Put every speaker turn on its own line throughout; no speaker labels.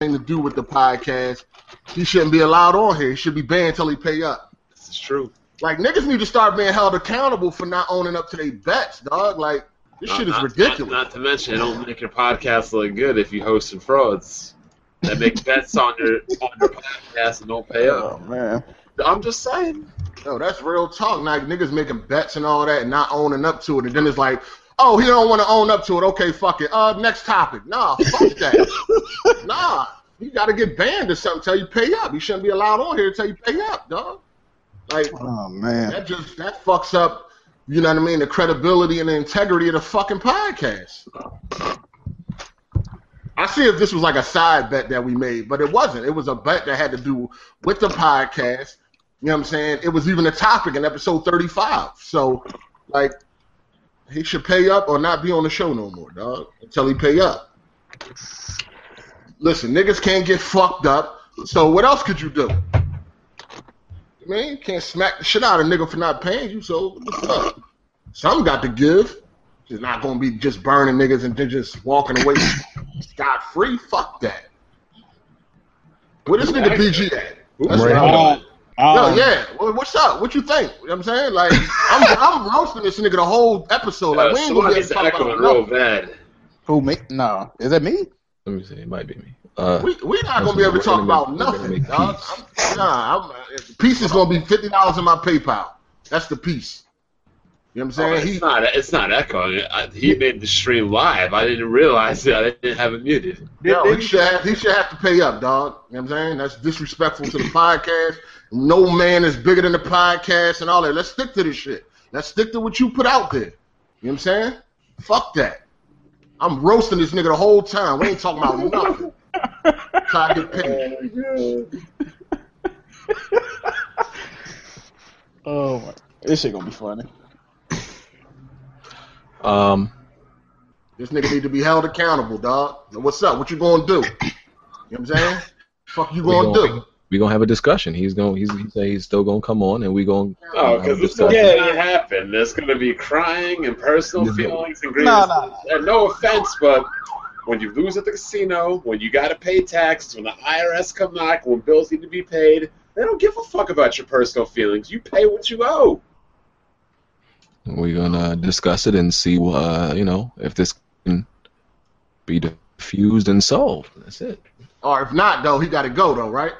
to do with the podcast. He shouldn't be allowed on here. He should be banned till he pay up.
This is true.
Like niggas need to start being held accountable for not owning up to their bets, dog. Like this
Not-
shit is
not-
ridiculous.
Not, not to mention, it don't make your podcast look good if you hosting frauds that make bets on your on your podcast and don't pay up.
Oh man,
I'm just saying.
yo, that's real talk. Like niggas making bets and all that, and not owning up to it, and then it's like, oh, he don't want to own up to it. Okay, fuck it. Uh, next topic. Nah, fuck that. nah, you got to get banned or something till you pay up. You shouldn't be allowed on here till you pay up, dog. Like
Oh man.
that just that fucks up. You know what I mean? The credibility and the integrity of the fucking podcast. I see if this was like a side bet that we made, but it wasn't. It was a bet that had to do with the podcast. You know what I'm saying? It was even a topic in episode 35. So, like, he should pay up or not be on the show no more, dog. Until he pay up. Listen, niggas can't get fucked up. So what else could you do? Man, you can't smack the shit out of a nigga for not paying you. So what the fuck? Some got to give. It's not gonna be just burning niggas and then just walking away scot free. Fuck that. Where this nigga BG at? That's what
Right.
I want. Yo,
Um,
yeah. Well, what's up? What you think? You know what I'm saying? Like, I'm, I'm roasting this nigga the whole episode. Like,
Uh,
we ain't gonna
somebody's
get talk
echoing
about
real
nothing.
bad.
Who me? No, is that me?
Let me see. It might be me. Uh,
We we not gonna be able to
We're
talk about
gonna make- we're gonna
nothing.
make
dog. I'm, nah, I'm, uh, piece is gonna be fifty dollars in my PayPal. That's the piece. You know what
Oh,
I'm saying?
it's
He-
not. It's not echoing. I, he made the stream live. I didn't realize it. I didn't have it muted.
Yo, he should have, he should have to pay up, dog. You know what I'm saying? That's disrespectful to the podcast. No man is bigger than the podcast and all that. Let's stick to this shit. Let's stick to what you put out there. You know what I'm saying? Fuck that. I'm roasting this nigga the whole time. We ain't talking about nothing. Try to get paid.
Oh my. This shit gonna be funny.
um,
This nigga need to be held accountable, dog. What's up? What you gonna do? You know what I'm saying? Fuck you
We
gonna,
gonna-
do?
we gonna have a discussion. He's gonna. He's. He say he's still gonna come on, and we gonna.
Oh, because it's
Discussion.
gonna happen. There's gonna be crying and personal
Yeah.
feelings and
Nah,
grievances.
nah,
And no offense, but when you lose at the casino, when you gotta pay tax, when the IRS come knock, when bills need to be paid, they don't give a fuck about your personal feelings. You pay what you owe.
We're gonna discuss it and see. Uh, you know, if this can be diffused and solved. That's it.
Or if not, though, he gotta go, though, right?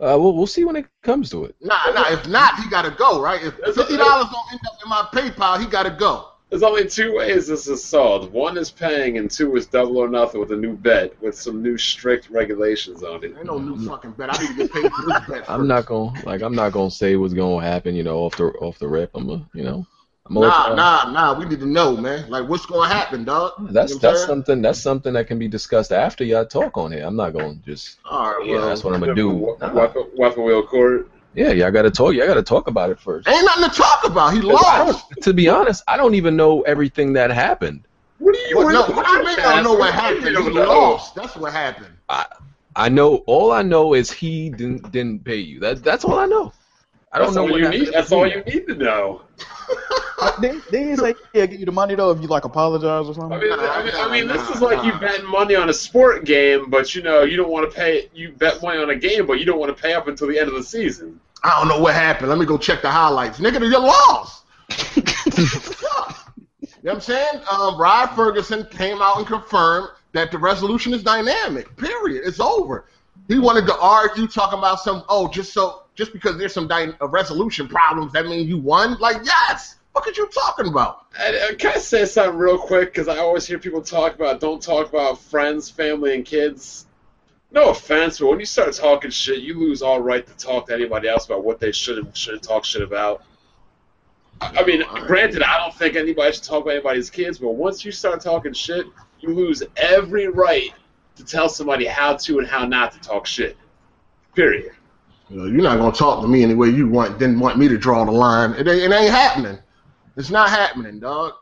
Uh, we'll we'll see when it comes to it.
Nah, nah. If not, he gotta go, right? If fifty dollars don't end up in my PayPal, he gotta go.
There's only two ways this is solved. One is paying, and two is double or nothing with a new bet with some new strict regulations on it.
Ain't no new fucking bet. I need to get paid for this bet.
Mm-hmm. I'm not gonna like. I'm not gonna say what's gonna happen. You know, off the off the rip. I'm a. You know. I'm gonna let
Nah,
y'all-
nah, nah. We need to know, man. Like, what's gonna happen, dog? You
That's
know what I'm
that's
saying?
something that's something that can be discussed after y'all talk on here. I'm not gonna just
All right,
yeah.
well,
That's what I'm gonna do.
Weapon,
Nah.
weapon, wheel court.
Yeah, y'all gotta talk. Y'all gotta talk about it first.
ain't nothing to talk about. He
'Cause I
lost.
don't- to be honest, I don't even know everything that happened.
What do you
What, no,
what do
what you mean? I don't know what happened.
You
He
don't know.
lost. That's what happened.
I know all I know is he didn't didn't pay you. That that's all I know. I don't
That's
know
all
what
you
happened
need. That's all you need to know.
They they Uh, didn't say yeah, give you the money though if you like apologize or
I
something.
mean,
Nah,
I mean, I mean
nah,
this is like
nah.
you betting money on a sport game, but you know you don't want to pay. You bet money on a game, but you don't want to pay up until the end of the season.
I don't know what happened. Let me go check the highlights. Nigga, you lost. you know what I'm saying? Um, Rod Ferguson came out and confirmed that the resolution is dynamic. Period. It's over. He wanted to argue, talking about some oh, just so just because there's some dy- uh, resolution problems, that mean you won. Like yes, what are you talking about?
And, uh, can I say something real quick? Because I always hear people talk about don't talk about friends, family, and kids. No offense, but when you start talking shit, you lose all right to talk to anybody else about what they should and shouldn't talk shit about. I I mean, granted, I don't think anybody should talk about anybody's kids, but once you start talking shit, you lose every right to tell somebody how to and how not to talk shit. Period.
You know, you're not gonna talk to me any way you want. Didn't want me to draw the line. It ain't, it ain't happening. It's not happening, dog.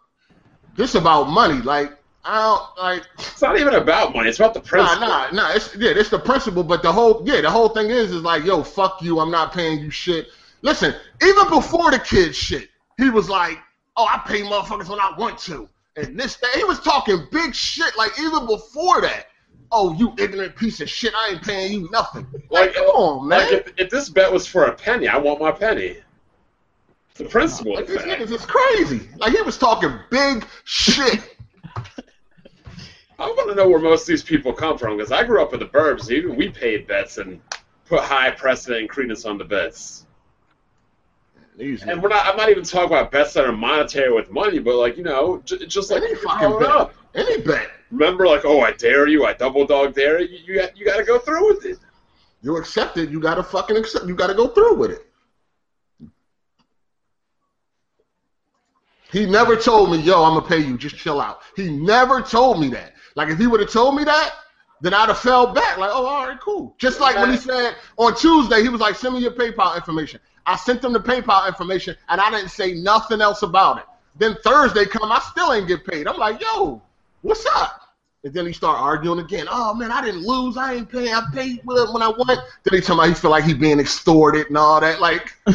This about money. Like I don't like.
It's not even about money. It's about the
Nah,
principle.
nah, nah. It's yeah, it's the principle, but the whole yeah, the whole thing is is like, yo, fuck you. I'm not paying you shit. Listen, even before the kid shit, he was like, oh, I pay motherfuckers when I want to, and this that he was talking big shit like even before that. oh, you ignorant piece of shit, I ain't paying you nothing.
Like,
Like, come on, man.
Like if, if this bet was for a penny, I want my penny. It's the principle.
Like,
of
these
that.
niggas is crazy. Like, he was talking big shit.
I want to know where most of these people come from because I grew up in the burbs. And even we paid bets and put high precedent and credence on the bets.
These
And
niggas.
we're not. I'm not even talking about bets that are monetary with money, but like you know, j- just like
Any
you
fucking
follow it
bet.
up.
Any bet.
Remember, like, oh, I dare you, I double dog dare you. You got, you got to go through with it.
You accept it, you gotta fucking accept you gotta go through with it. He never told me, yo, I'm gonna pay you, just chill out. He never told me that. Like if he would have told me that, then I'd have fell back, like, oh all right, cool. Just like when he said on Tuesday, he was like, Send me your PayPal information. I sent him the PayPal information and I didn't say nothing else about it. Then Thursday come, I still ain't get paid. I'm like, yo, what's up? And then he start arguing again. Oh man, I didn't lose. I ain't paying. I paid when when I won. Then he tell me he feel like he being extorted and all that. Like, I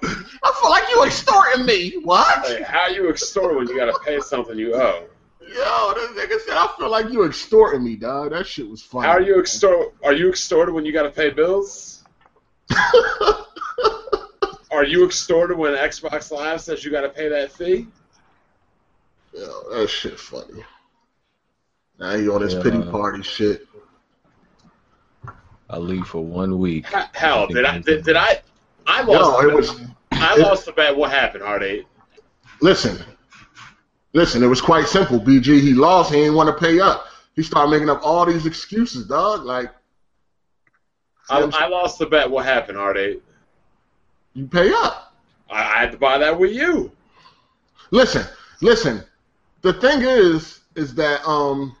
feel like you extorting me. What?
Like, how you extort when you got to pay something you owe?
Yo, this nigga said I feel like you extorting me, dog. That shit was funny.
How are you extort? Are you extorted when you got to pay bills? Are you extorted when Xbox Live says you got to pay that fee?
Yo, that shit funny. Now he on his
Yeah.
pity party shit.
I leave for one week.
H- Hell, did I? Did, did I? I
Yo,
lost. the
it
bet.
was
I
it-
lost the bet. What happened, Heart Eight?
Listen, listen, it was quite simple. BG, he lost. He didn't want to pay up. He started making up all these excuses, dog. Like,
I,
Yeah.
I lost the bet. What happened, Heart Eight?
you pay up.
I, I had to buy that Wii U.
Listen, listen. The thing is, is that um,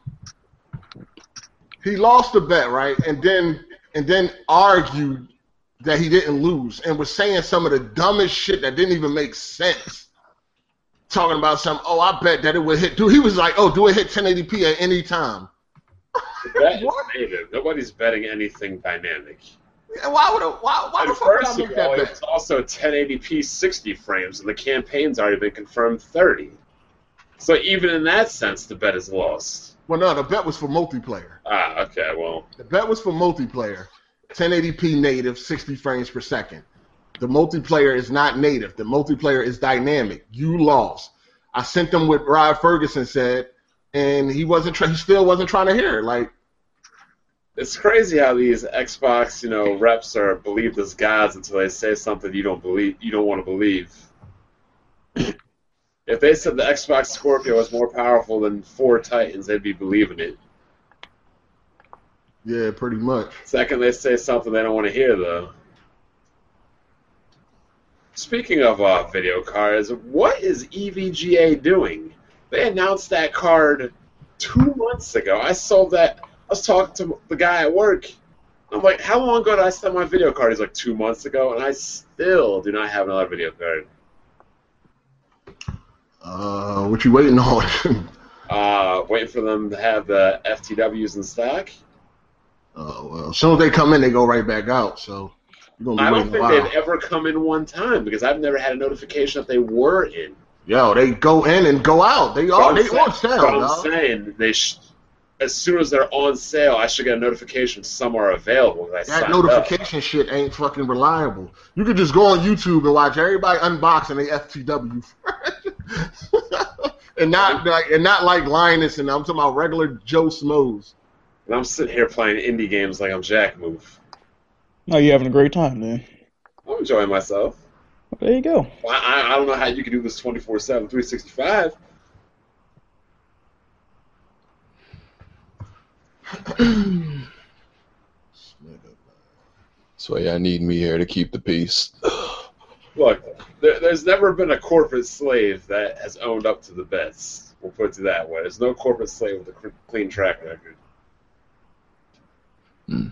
he lost the bet, right? And then and then argued that he didn't lose and was saying some of the dumbest shit that didn't even make sense. Talking about some, oh, I bet that it would hit. Dude, he was like, oh, do it hit 1080p at any time?
The bet is
What?
native. Nobody's betting anything dynamic.
And why would a, why why the
And
fuck would I
first
make
of
that
all,
bet?
it's also 1080p 60 frames, and the campaign's already been confirmed 30. So even in that sense, the bet is lost.
Well, no, the bet was for multiplayer.
Ah, okay. Well,
The bet was for multiplayer, 1080p native, 60 frames per second. The multiplayer is not native. The multiplayer is dynamic. You lost. I sent them what Rod Ferguson said, and he wasn't. Try- he still wasn't trying to hear. It. Like,
it's crazy how these Xbox, you know, reps are believed as gods until they say something you don't believe, you don't want to believe. if they said the Xbox Scorpio was more powerful than four Titans, they'd be believing it.
yeah, pretty much.
Second, they say something they don't want to hear, though. Speaking of uh, video cards, what is E EVGA doing? They announced that card two months ago. I sold that. I was talking to the guy at work. I'm like, how long ago did I sell my video card? He's like, two months ago, and I still do not have another video card.
Uh, what you waiting on?
Uh, waiting for them to have the FTWs in stock.
oh well, as soon as they come in, they go right back out. So you're
I
gonna be waiting a
don't think
while.
they've ever come in one time because I've never had a notification that they were in.
Yo, they go in and go out. They
But
all
I'm
they
saying-
on sale,
but I'm
dog.
saying they sh- as soon as they're on sale, I should get a notification some are available. That I
That
signed up.
notification shit ain't fucking reliable. You could just go on YouTube and watch everybody unboxing they FTW, and not like and not like Linus and I'm talking about regular Joe Smoes.
And I'm sitting here playing indie games like I'm Jack Move.
No, you're having a great time, then.
I'm enjoying myself.
There you go.
I, I, I don't know how you can do this 24 7, 365.
That's why y'all need me here to keep the peace.
Look, there, there's never been a corporate slave that has owned up to the bets. We'll put it that way. There's no corporate slave with a cr- clean track record.
Hmm.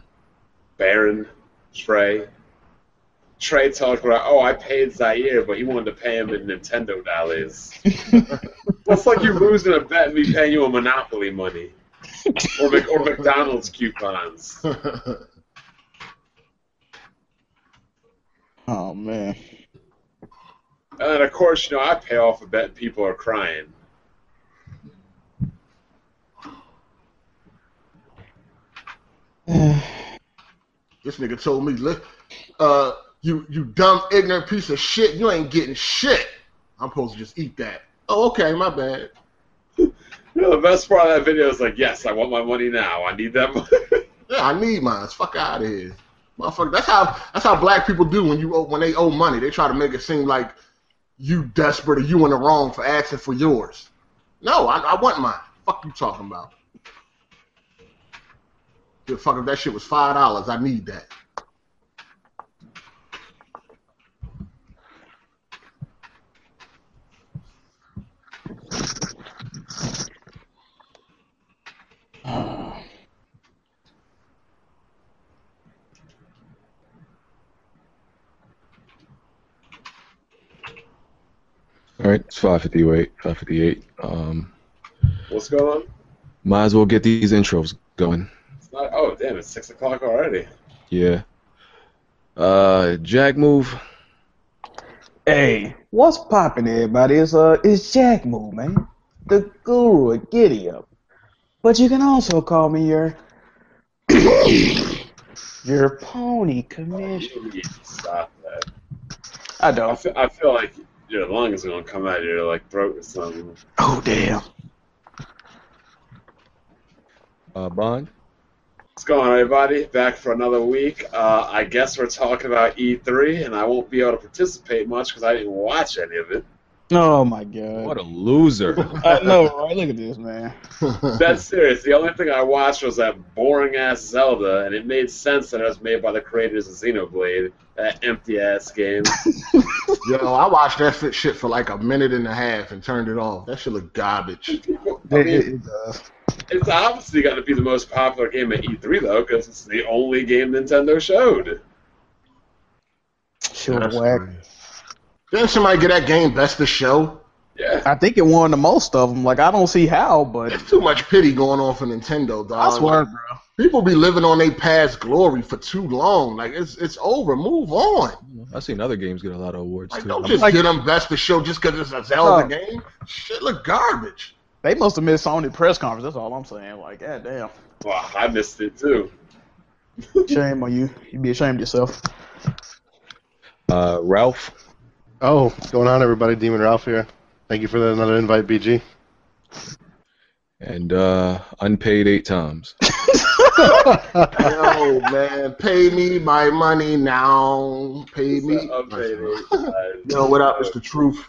Baron, Trey. Trey talked about, oh, I paid Zaire, but he wanted to pay him in Nintendo dollars. That's like you losing a bet and me paying you a Monopoly money. Or, Mc- or McDonald's coupons.
Oh man.
And of course, you know, I pay off a bet and people are crying.
This nigga told me, "Look, uh, you you dumb ignorant piece of shit. You ain't getting shit. I'm supposed to just eat that." Oh, okay, my bad.
You know, the best part of that video is like, yes, I want my money now. I need that money.
Yeah, I need mine. Fuck out of here, motherfucker. That's how that's how black people do when you owe, when they owe money. They try to make it seem like you desperate or you in the wrong for asking for yours. No, I, I want mine. Fuck you talking about. Yeah, fuck if that shit was five dollars. I need that.
All right, it's 5:58. 5:58. Um,
What's going on?
might as well get these intros going.
It's not, oh, damn, it's 6 o'clock already.
Yeah. Uh, Jack move.
Hey, what's poppin', everybody? It's uh, it's Jack Moo, man, the guru of Giddy Up. But you can also call me your your pony commissioner.
You need to stop that.
I
I
don't.
feel, I feel like your lung is going to come out of your like, throat or something.
Oh damn.
Uh, Bond.
What's going on, everybody? Back for another week. Uh, I guess we're talking about E3, and I won't be able to participate much because I didn't watch any of it.
Oh my god.
What a loser.
I know, right? Look at this, man.
That's serious. The only thing I watched was that boring ass Zelda, and it made sense that it was made by the creators of Xenoblade, that empty ass game.
Yo, I watched that fit- shit for like a minute and a half and turned it off. That shit look garbage.
I mean, it's obviously got to be the most popular game at E3 though, because it's the only game Nintendo showed.
Shit
That's
was whack.
crazy. Didn't somebody get that game best of show?
Yeah,
I think it won the most of them. Like I don't see how, but
There's too much pity going on for Nintendo, dog.
I swear, bro.
people be living on their past glory for too long. Like it's it's over. Move on.
I've seen other games get a lot of awards
Like
too.
don't
I'm-
just
Like-
get them best of show just because it's a Zelda
Oh.
game. Shit look garbage.
They must have missed Sony press conference. That's all I'm saying. Like, god damn.
well, I missed it too.
Shame on you. You'd be ashamed of yourself.
uh, Ralph.
Oh, what's going on, everybody? Demon Ralph here. Thank you for that, another invite, BG.
And uh, unpaid eight times.
Yo, man, pay me my money now. Pay me.
Updated. Uh,
Yo, what up? It's the truth.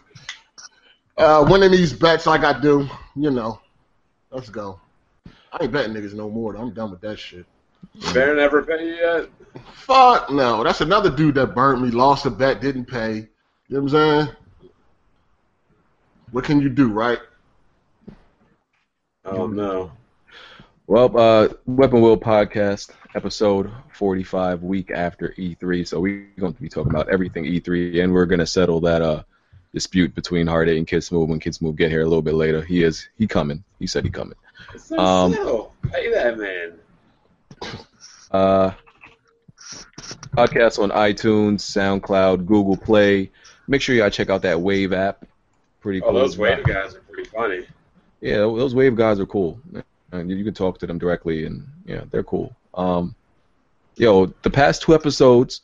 Uh, winning these bets like I do, you know. Let's go. I ain't betting niggas no more. though. I'm done with that shit.
Baron ever pay you yet?
Fuck no. That's another dude that burnt me, lost a bet, didn't pay. You know what I'm saying? What can you do, right?
Oh
Mm-hmm.
no.
Well, uh, Weapon Will podcast episode 45, week after E3. So we're going to be talking about everything E3, and we're going to settle that uh, dispute between Heartache and Kids Move when Kids Move get here a little bit later. He is he coming. He said he coming.
It's no
Um,
sale. Pay that man. Oh,
Uh, podcast on iTunes, SoundCloud, Google Play. Make sure y'all check out that Wave app. Pretty
Oh,
cool.
those wave guys are pretty funny.
Yeah, those Wave guys are cool. And you you can talk to them directly, and yeah, they're cool. Um, yo, the past two episodes,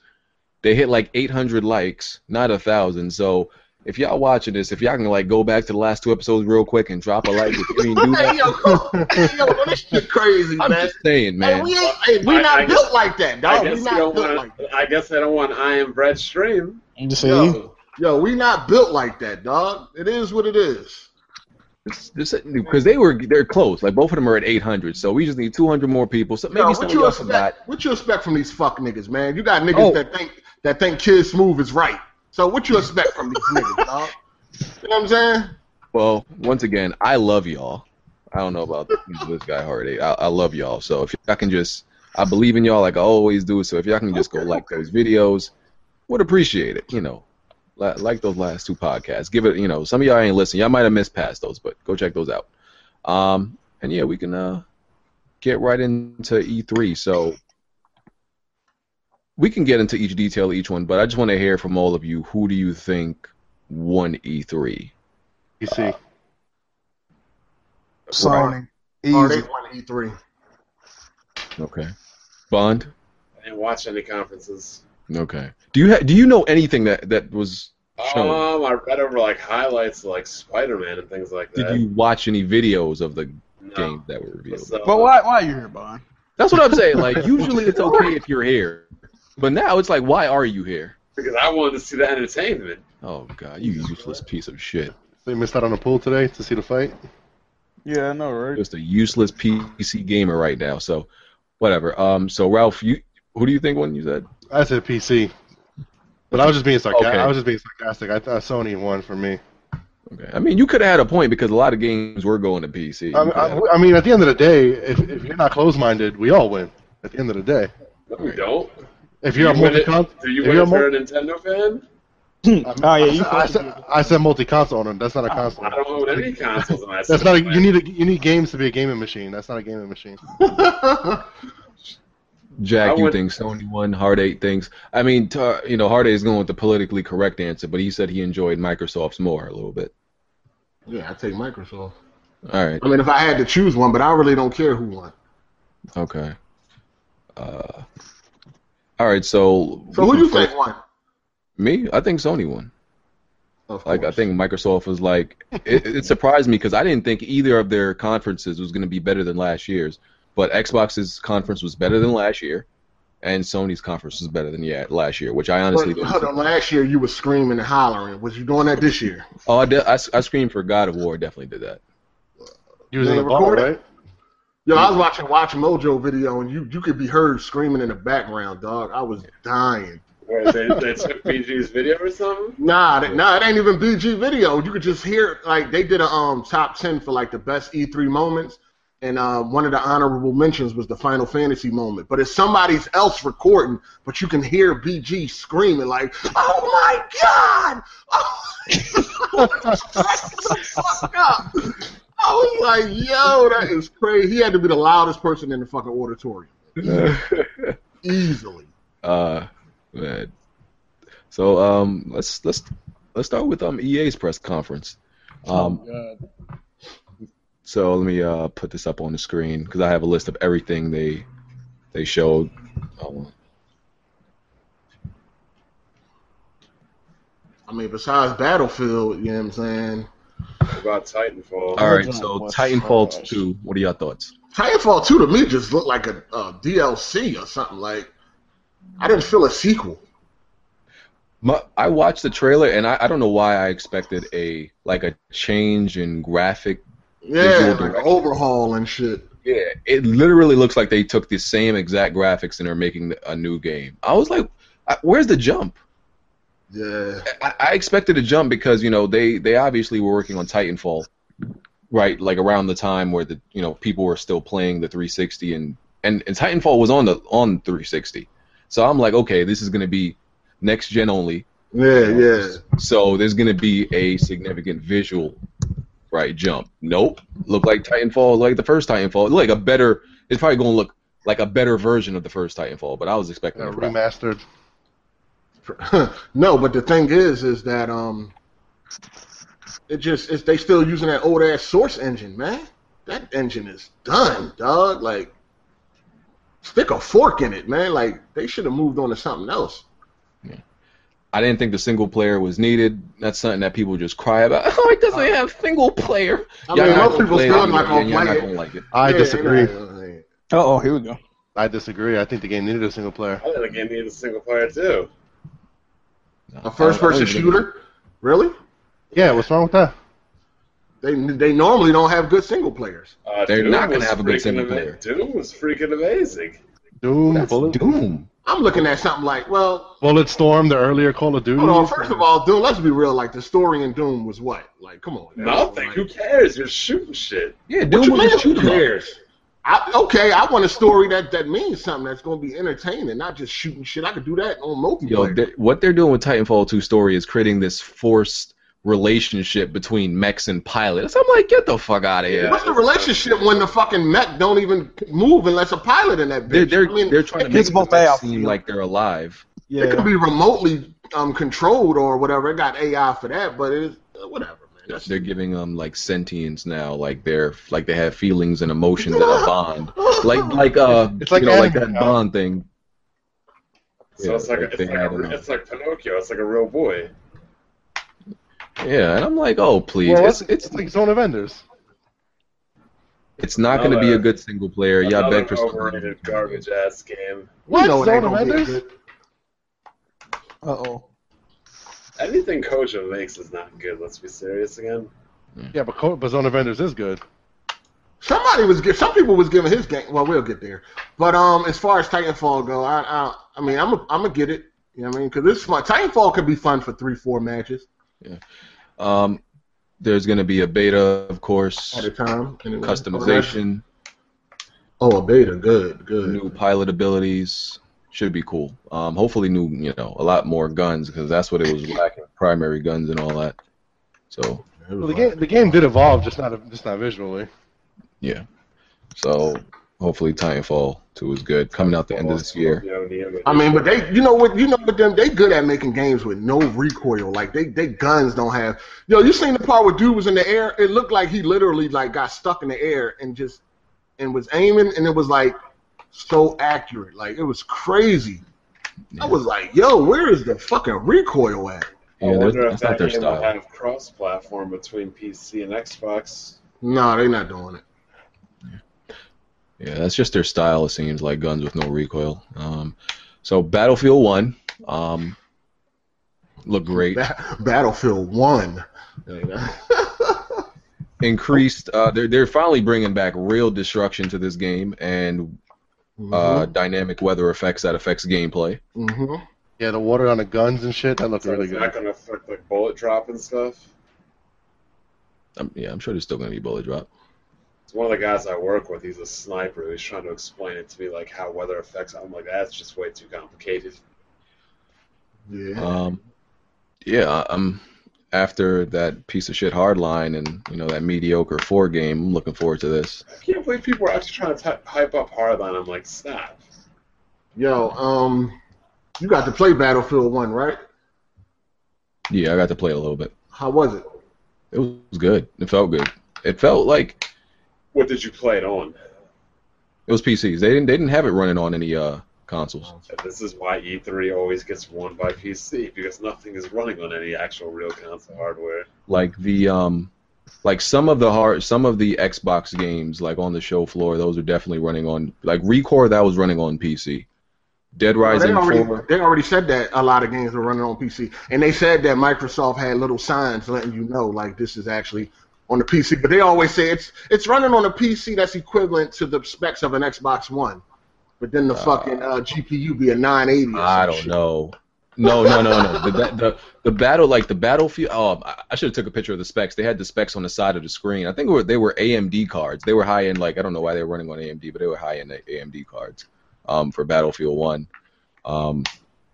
they hit like 800 likes, not a thousand. So if y'all watching this, if y'all can like go back to the last two episodes real quick and drop a like, if you ain't do
Hey,
that,
yo, hey, yo, this shit crazy,
I'm
man.
just saying,
Hey,
man.
we ain't, hey, we
I-
not
I
built
guess-
like that,
I
dog. We
guess they
not
don't
built
want.
like that.
I guess they don't want I am bread stream.
You see?
Yo, yo, we not built like that, dog. It is what it is.
Because they were, they're close. Like both of them are at 800. So we just need 200 more people. So
Yo,
maybe some
what
of
you
y'all forgot.
expect? What you expect from these fuck niggas, man? You got niggas
Oh.
that think that think Kid Smooth is right. So what you expect from these niggas, dog? You know what I'm saying?
Well, once again, I love y'all. I don't know about this guy Heartache. I, I love y'all. So if y'all can just, I believe in y'all like I always do. So if y'all can just go like those videos, would appreciate it. You know, Li- like those last two podcasts. Give it. You know, some of y'all ain't listening. Y'all might have missed past those, but go check those out. Um, and yeah, we can uh get right into E3. So we can get into each detail, of each one. But I just want to hear from all of you. Who do you think won E E3?
You see,
Sony.
Oh, they E
Easy.
won E3.
Okay. Bond.
I didn't watch any conferences.
Okay. Do you ha- do you know anything that that was? Shown.
Um, I read over like highlights of like Spider Man and things like that.
Did you watch any videos of the
Uh, No.
games that were revealed?
So,
But why why are you here, Bond?
That's what I'm saying. Like usually it's okay if you're here, but now it's like, why are you here?
Because I wanted to see the entertainment.
Oh God, you useless piece of shit.
So you missed out on the pool today to see the fight.
Yeah, I know, right?
Just a useless PC gamer right now. So, whatever. Um. So Ralph, you who do you think won? You said
I said PC, but I was just being sarcastic.
Okay.
I was just being sarcastic. I thought Sony won for me.
okay. I mean, you could have had a point because a lot of games were going to PC. You
I mean,
coulda had a-
I, I mean, at the end of the day, if, if you're not closed-minded, we all win. At the end of the day,
No, we don't.
if you're a
you win it-
multi-console,
Do you
if
win
you're
if
a mul-
you're a Nintendo fan?
Oh, yeah,
I
you
said-
fucking
I said, I said multi-console on them. That's not a console.
I don't own any consoles. And I
That's not. A, you need a, you need games to be a gaming machine. That's not a gaming machine.
Jack,
I
you
would-
think Sony won? Hard Eight thinks. I mean, t- uh, you know, Hard Eight is going with the politically correct answer, but he said he enjoyed Microsoft's more a little bit.
Yeah, I take Microsoft.
All right.
I mean, if I had to choose one, but I really don't care who won.
Okay. Uh, all right. So.
So who do you think won?
Me? I think Sony won.
Of
Like I
course.
think Microsoft was like it, it surprised me because I didn't think either of their conferences was going to be better than last year's. But Xbox's conference was better than last year, and Sony's conference was better than yeah, last year, which I honestly
But,
didn't.
hold on, last year you were screaming and hollering. Was you doing that this year?
Oh, I, de- I, s- I screamed for God of War. Definitely did that.
You was in
They
the bar,
recorded?
right?
Yo, I was watching Watch Mojo video, and you you could be heard screaming in the background, dog. I was dying.
Where they, they took BG's video or something?
Nah, that, nah, it ain't even BG video. You could just hear it, like they did a um top ten for like the best E3 moments, and uh, one of the honorable mentions was the Final Fantasy moment. But it's somebody's else recording, but you can hear BG screaming like, "Oh my god!" Oh Fuck up. I was like, "Yo, that is crazy." He had to be the loudest person in the fucking auditorium, easily.
Uh, man. So um, let's let's let's start with um EA's press conference. Um,
Oh,
so let me uh put this up on the screen because I have a list of everything they they showed. Um,
I mean, besides Battlefield, you know what I'm saying?
What About Titanfall.
all right,
Original
so
was-
Titanfall two. What are your thoughts?
Titanfall 2 to me just looked like a, a DLC or something. Like, I didn't feel a sequel.
My, I watched the trailer and I, I don't know why I expected a like a change in graphic Visual
Yeah, like
direction.
an overhaul and shit.
Yeah, it literally looks like they took the same exact graphics and are making a new game. I was like, I- where's the jump?
Yeah.
I, I expected a jump because you know they they obviously were working on Titanfall, right? Like around the time where the you know people were still playing the 360 and and, and Titanfall was on the on 360. So I'm like, okay, this is gonna be next gen only.
Yeah, yeah.
So there's gonna be a significant visual right jump. Nope. Look like Titanfall, like the first Titanfall. Like a better it's probably gonna look like a better version of the first Titanfall, but I was expecting
Yeah,
a wrap.
remastered.
no, but the thing is, is that um, it just it's, they still using that old ass source engine, man. That engine is done, dog. Like, stick a fork in it, man. Like they should have moved on to something else.
I didn't think the single player was needed. That's something that people just cry about. Oh, it doesn't have single player.
I
Y'all
mean,
not
most
gonna
people
play it.
still not
Yeah,
gonna
y'all
play
not
it.
gonna like it.
I
Yeah,
disagree.
yeah, yeah.
Oh, here we go.
I disagree. I think the game needed a single player.
I thought the game needed a single player too.
A first person shooter, really?
Yeah, what's wrong with that?
They they normally don't have good single players.
Uh,
They're
Doom
not gonna
was
have a good
freaking
single
ama-
player. Oh
Doom was freaking amazing.
Doom,
That's
Bullet,
Doom.
I'm looking at something like, well,
Bulletstorm, the earlier Call of Duty.
hold on. First of all, Doom. Let's be real. Like the story in Doom was what? Like, come on.
Nothing. Who cares? You're shooting shit.
Yeah,
What
Doom
you
was a
mean?
shooter.
Who cares? I, okay, I want a story that, that means something that's going to be entertaining, not just shooting shit. I could do that on
Yo,
multiplayer.
they what they're doing with Titanfall 2 story is creating this forced relationship between mechs and pilots. I'm like, get the fuck out of here.
What's the relationship when the fucking mech don't even move unless a pilot in that bitch?
They're they're,
I mean,
they're trying to
it
make
it's both
the mechs
out.
seem like they're alive.
It
Yeah.
could be remotely um, controlled or whatever. It got AI for that, but it's uh, whatever, man. That's-
they're giving them like sentience now, like they're like they have feelings and emotions and a bond, like like uh,
It's like
you know, like
anime,
that
huh?
bond thing.
So
Yeah,
it's like,
like
a,
they
it's, like
had
a,
enough.
it's like Pinocchio. It's like a real boy.
Yeah, and I'm like, oh please,
Well,
it's it's
It's like Zone of Enders.
it's not going to be a
Another-
good single player. Y'all
Another
beg for something.
overrated garbage ass game.
What?
You know it
Zone
ain't
of
gonna be
Enders?
good.
Uh oh.
Anything Kojo makes is not good. Let's be serious again.
Yeah, but, Co- but Zone of Enders is good.
Somebody was gi- some people was giving his game. Well, we'll get there. But um, as far as Titanfall go, I I, I mean, I'm a, I'm gonna get it. You know what I mean? Because this is fun. Titanfall could be fun for three, four matches
Um, there's going to be a beta, of course,
at a time. and it-
customization,
Oh, a beta. Good, good.
new pilot abilities. Should be cool. Um, hopefully, new you know a lot more guns because that's what it was lacking, primary guns and all that. So
It was
Well, the
like-
game the game did evolve, just not just not visually.
Yeah. So hopefully Titanfall 2 is good. Coming out the end of this year.
You know, Neo-
I mean, but they, you know what, you know, but them, they good at making games with no recoil. Like they, they guns don't have. Yo, you seen the part where dude was in the air? It looked like he literally like got stuck in the air and just and was aiming, and it was like so accurate. Like it was crazy. I was like, yo, where is the fucking recoil at?
I
Yeah,
wonder
Oh, that's
if
that's not
that
their
game will
style.
have cross-platform between PC and Xbox.
No, they not doing it.
Yeah, that's just their style, it seems like guns with no recoil. Um, so Battlefield 1 um, looked great.
Ba- Battlefield One.
Increased. Uh, they're, they're finally bringing back real destruction to this game and
Mm-hmm,
uh, dynamic weather effects that affects gameplay.
hmm
Yeah, the water on the guns and shit that looked
So
really
it's not
good.
going to affect like bullet drop and stuff.
Um, yeah, I'm sure there's still going to be bullet drop.
It's one of the guys I work with. He's a sniper. He's trying to explain it to me, like how weather affects. I'm like, that's just way too complicated.
Yeah.
Um, yeah, I- I'm after that piece of shit hardline and you know that mediocre four game. I'm looking forward to this.
I can't believe people are actually trying to ty- hype up Hardline. I'm like, stop.
Yo, um, you got to play Battlefield One, right?
Yeah, I got to play a little bit.
How was it?
It was good. It felt good. It felt like
What did you play it on?
it was PCs. They didn't they didn't have it running on any uh consoles.
This is why E3 always gets won by PC because nothing is running on any actual real console hardware.
Like the um like some of the hard some of the Xbox games like on the show floor, those are definitely running on like Recore that was running on PC. Dead Rising
they, already,
4
they already said that a lot of games were running on PC, and they said that Microsoft had little signs letting you know like this is actually on the PC. But they always say it's it's running on a PC that's equivalent to the specs of an Xbox One, but then the
Uh,
fucking uh, GPU be a 980. Or
I
some
don't
shit.
know. No, no, no, no. The, ba- the the battle like the battlefield. Oh, I- I should have took a picture of the specs. They had the specs on the side of the screen. I think it were, they were AMD cards. They were high end. Like I don't know why they were running on AMD, but they were high end AMD cards um, for Battlefield One. Um,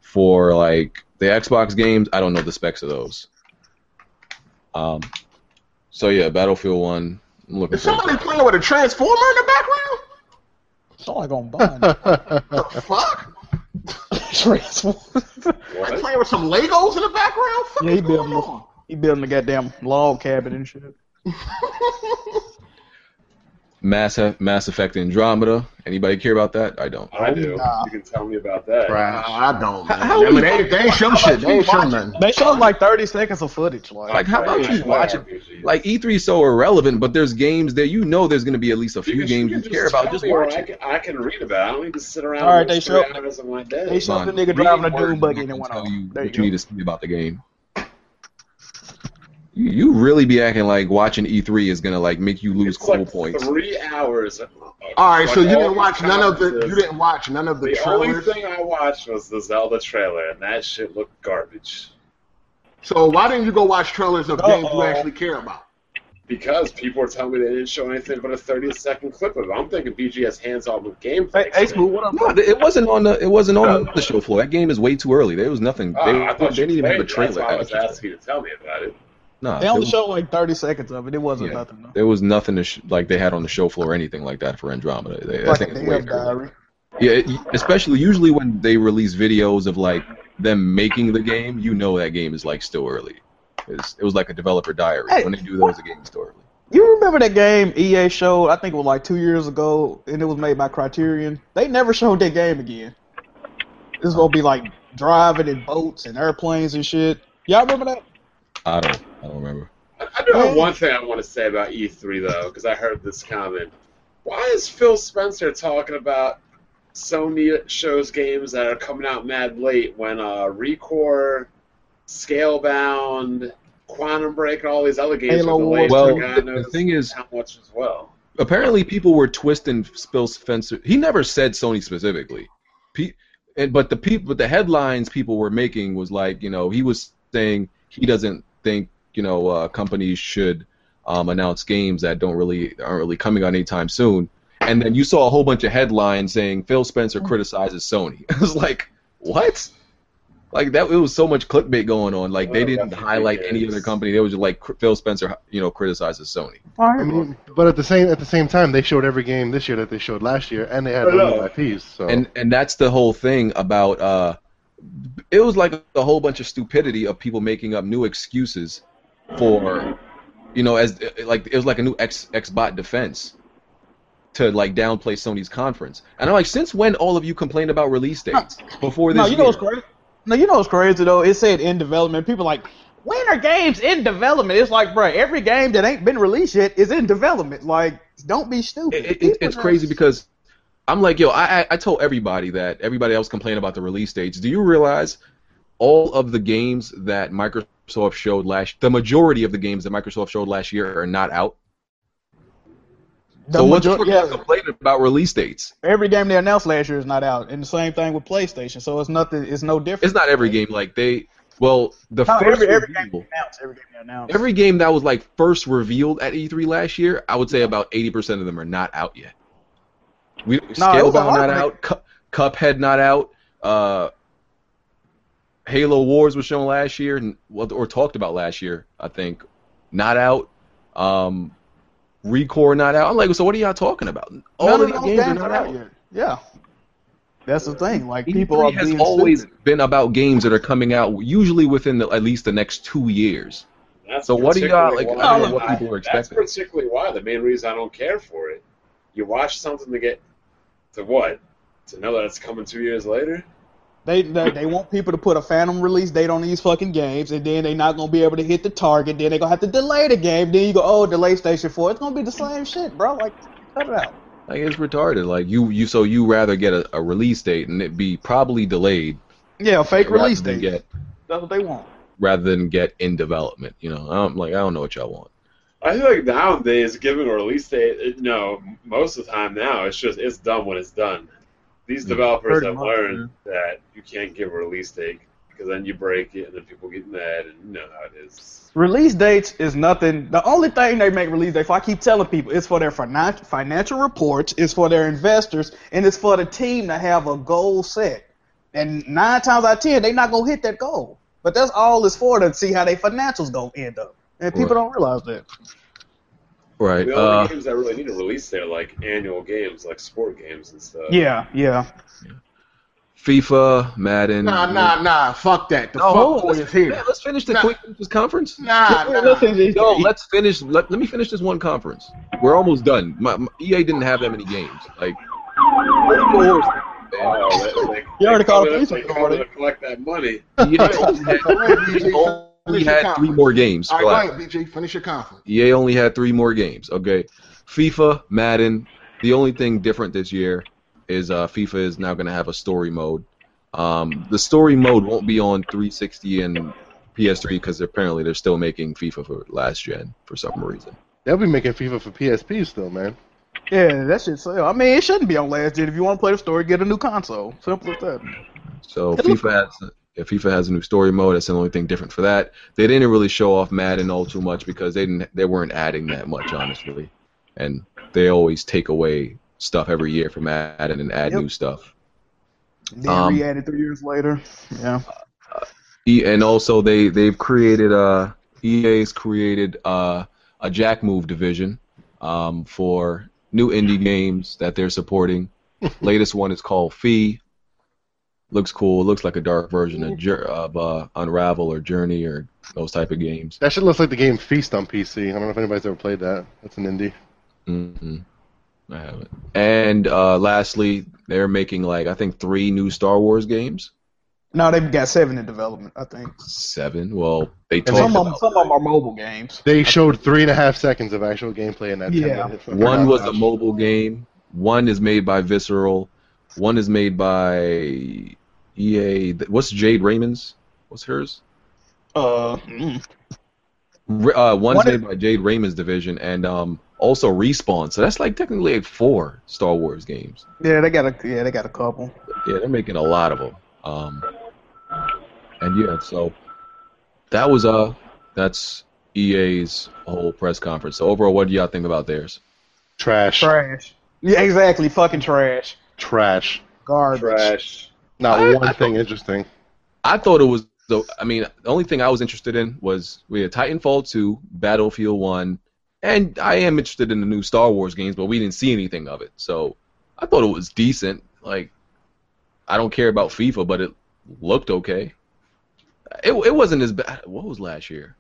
for like the Xbox games, I don't know the specs of those. Um, so yeah, Battlefield One. I'm looking
Is
forward.
somebody
To it.
playing with a transformer in the background?
Sound like on Bond.
The fuck?
Transform.
They
What?
playing with some Legos in the background? Fuck
Yeah, he
is going
building a- he building a goddamn log cabin and shit.
on?
Mass E, Mass Effect Andromeda. Anybody care about that? I don't.
I do.
Nah.
You can tell me about that.
Uh,
Trash.
I don't. Man.
How- how
I mean,
you-
they, they ain't show shit. They ain't show nothing.
They showed like 30 seconds of footage. Like,
Like, how about you watch it? Like E3 is so irrelevant, but there's games that you know there's going to be at least a few games you, care about. Just watch
I
it.
can, I can read about. it. I don't need to sit around.
All
and
right,
waste
they show-
three hours of my day.
they showed the
Bond.
nigga
Reading
driving a
words
dune buggy
is
and it
not
went
gonna
off.
tell you
There
what
you
need
go.
to see about the game. You, you really be acting like watching E3 is going to like make you lose
it's
cool
like
points.
three hours. of-
All right,
like,
so you
all
didn't
these
watch none of the.
conferences.
You didn't watch none of the,
The only
trailers.
thing I watched was the Zelda trailer, and that shit looked garbage.
So why didn't you go watch trailers of games you
Uh-oh.
actually care about?
Because people are telling me they didn't show anything but a 30 second clip of it. I'm thinking BGS hands off with
Hey,
gameplay.
hey, Smooth, what up?
No, it wasn't on the it wasn't on the show floor. That game is way too early. There was nothing.
Ah,
they,
I thought
they
you
didn't even have a
played. That's
trailer.
why I was
actually.
asking you to tell me about it.
Nah,
They
there,
only
was,
showed like 30 seconds of it. It wasn't
Yeah.
nothing. Though.
there was nothing to sh- like they had on the show floor or anything like that for Andromeda. They, I
Like
think
a
it's way
damn
early.
diary.
Yeah, it- especially usually when they release videos of like them making the game, you know that game is like still early. because it was like a developer diary
Hey,
when they do those again historically.
You remember that game EA showed? I think it was like two years ago, and it was made by Criterion. They never showed that game again. This is gonna be like driving in boats and airplanes and shit. Y'all remember that?
I don't, I don't remember.
I, I do have one thing I want to say about E3 though, because I heard this comment. Why is Phil Spencer talking about Sony shows games that are coming out mad late when uh, Recore, Scalebound, Quantum Break, and all these other games
Halo
are delayed
Wars.
for
Well,
God
the- the
knows
thing is-
how much as well.
apparently people were twisting Phil Spencer. He never said Sony specifically, Pe- and but the people, but the headlines people were making was like, you know, he was saying he doesn't think you know uh, companies should um, announce games that don't really aren't really coming out anytime soon. And then you saw a whole bunch of headlines saying Phil Spencer criticizes Sony. It was like, what? Like that, it was so much clickbait going on. Like they
Oh,
didn't
that's
highlight any
ridiculous.
other company. They was just like Phil Spencer, you know, criticizes Sony.
I mean, but at the same at the same time, they showed every game this year that they showed last year, and they had
Hello.
other IPs. So
and and that's the whole thing about uh it was like a whole bunch of stupidity of people making up new excuses for you know as like it was like a new x xbot defense to like downplay sony's conference and i'm like since when all of you complained about release dates before this
No, you know
year?
what's crazy? No, you know what's crazy though? It said in development. People like, when are games in development? It's like, bruh, every game that ain't been released yet is in development. Like, don't be stupid.
it, it- it, it's
People are-
crazy because I'm like, yo, I, I I told everybody that everybody else complained about the release dates. Do you realize all of the games that Microsoft showed last, the majority of the games that Microsoft showed last year are not out.
The
so
major-
what's
yeah.
complaining about release dates?
every game they announced last year is not out, and the same thing with PlayStation. So it's nothing. It's no different.
It's not every game like they. Well, the
No,
first
every, every game
reveal-
they announced. Every game they announced.
every game that was like first revealed at E3 last year, I would say about 80% of them are not out yet. We
it
Scalebound
was a lot
not
of-
out, Cu- Cuphead not out, uh, Halo Wars was shown last year and well, or talked about last year, I think, not out. Um, Recore not out. I'm like, so what are y'all talking about? All
None
of these
those
games are not out.
yet. Yeah, that's the thing. Like
E3
people are
has
being
always
stupid.
been about games that are coming out usually within the, at least the next two years.
That's
So what do y'all, like,
particularly
I
don't know
what
why-
people are
That's
expecting.
particularly why the main reason I don't care for it. You watch something to get to what? To know that it's coming two years later.
They, they they want people to put a phantom release date on these fucking games, and then they're not gonna be able to hit the target. Then they're gonna have to delay the game. Then you go, oh, delay Station Four. It's gonna be the same shit, bro. Like, cut it out.
Like it's retarded. Like you, you so you rather get a, a release date and it be probably delayed
Yeah, fake
rather
release
than
date.
get
That's what they want.
rather than get in development. You know, I'm like I don't know what y'all want.
I feel like nowadays, given a release date, it- you know, most of the time now, it's just it's done when it's done. These
Mm.
developers
Pretty
have
much,
learned that you can't give a release date because then you break it and then people get mad and you know how it is.
Release dates is nothing. The only thing they make release dates for, I keep telling people, it's for their finan- financial reports, it's for their investors, and it's for the team to have a goal set. And nine times out of ten, they're not gonna hit that goal. But that's all it's for to see how their financials gonna end up. And people
Right.
don't realize that.
Right.
The
Uh,
only games that really need a release date are like annual games, like sport games and stuff.
Yeah, yeah.
FIFA, Madden.
Nah, nah, nah. Fuck that. The
No,
fuck
hold
boy
on.
is
Let's,
here.
man, let's finish the
Nah.
quick Futures conference.
Nah, nah.
Yo, let's finish. Let, let me finish this one conference. We're almost done. My, my- EA didn't have that many games. Like,
Oh, they, they,
You already
they come
called
in-
police
they
on
come in
it.
to collect that money.
EA E only had, EA only had three more games.
All
Relax.
right, go ahead, BJ. Finish your conference.
EA E only had three more games. Okay, FIFA, Madden. The only thing different this year is uh, FIFA is now going to have a story mode. Um, the story mode won't be on 360 and PS3 because apparently they're still making FIFA for last gen for some reason.
they'll be making FIFA for PSP still, man.
Yeah, that shit sell. I mean, it shouldn't be on last gen. If you want to play the story, get a new console. Simple as that.
So FIFA has yeah, FIFA has a new story mode. That's the only thing different for that. They didn't really show off Madden all too much because they didn't they weren't adding that much honestly, and they always take away stuff every year from Madden and add
Yep.
new stuff.
Then
Um,
re-added three years later. Yeah.
E- and also they they've created uh EA's created uh a Jack Move division um for new indie games that they're supporting. Latest one is called Fee. Looks cool. Looks like a dark version of, Jour- of uh, Unravel or Journey or those type of games.
That shit looks like the game Feast on PC. I don't know if anybody's ever played that. That's an indie.
Mm-hmm. I haven't. And uh, lastly, they're making like I think three new Star Wars games.
No, they've got seven in development, I think.
Seven. Well, they
And
talked
Some of,
about
them, some of them are mobile games.
They showed three and a half seconds of actual gameplay in that. 10
Yeah.
minute-
One was a mobile game. One is made by Visceral. One is made by EA. What's Jade Raymond's? What's hers?
Uh, mm.
R- Uh, one's
One is-
made by Jade Raymond's division, and um, also Respawn. So that's like technically like four Star Wars games.
yeah, they got a yeah, they got a couple.
Yeah, they're making a lot of them. Um, and yeah, so that was uh, that's EA's whole press conference. So overall, what do y'all think about theirs?
Trash.
Trash. Yeah, exactly. Fucking trash.
Trash.
Garbage.
Trash.
Not
I-
one
I
thing interesting.
I thought it was the. I mean, the only thing I was interested in was we had Titanfall two, Battlefield one, and I am interested in the new Star Wars games, but we didn't see anything of it. So I thought it was decent. Like, I don't care about FIFA, but it looked okay. It it wasn't as bad. What was last year?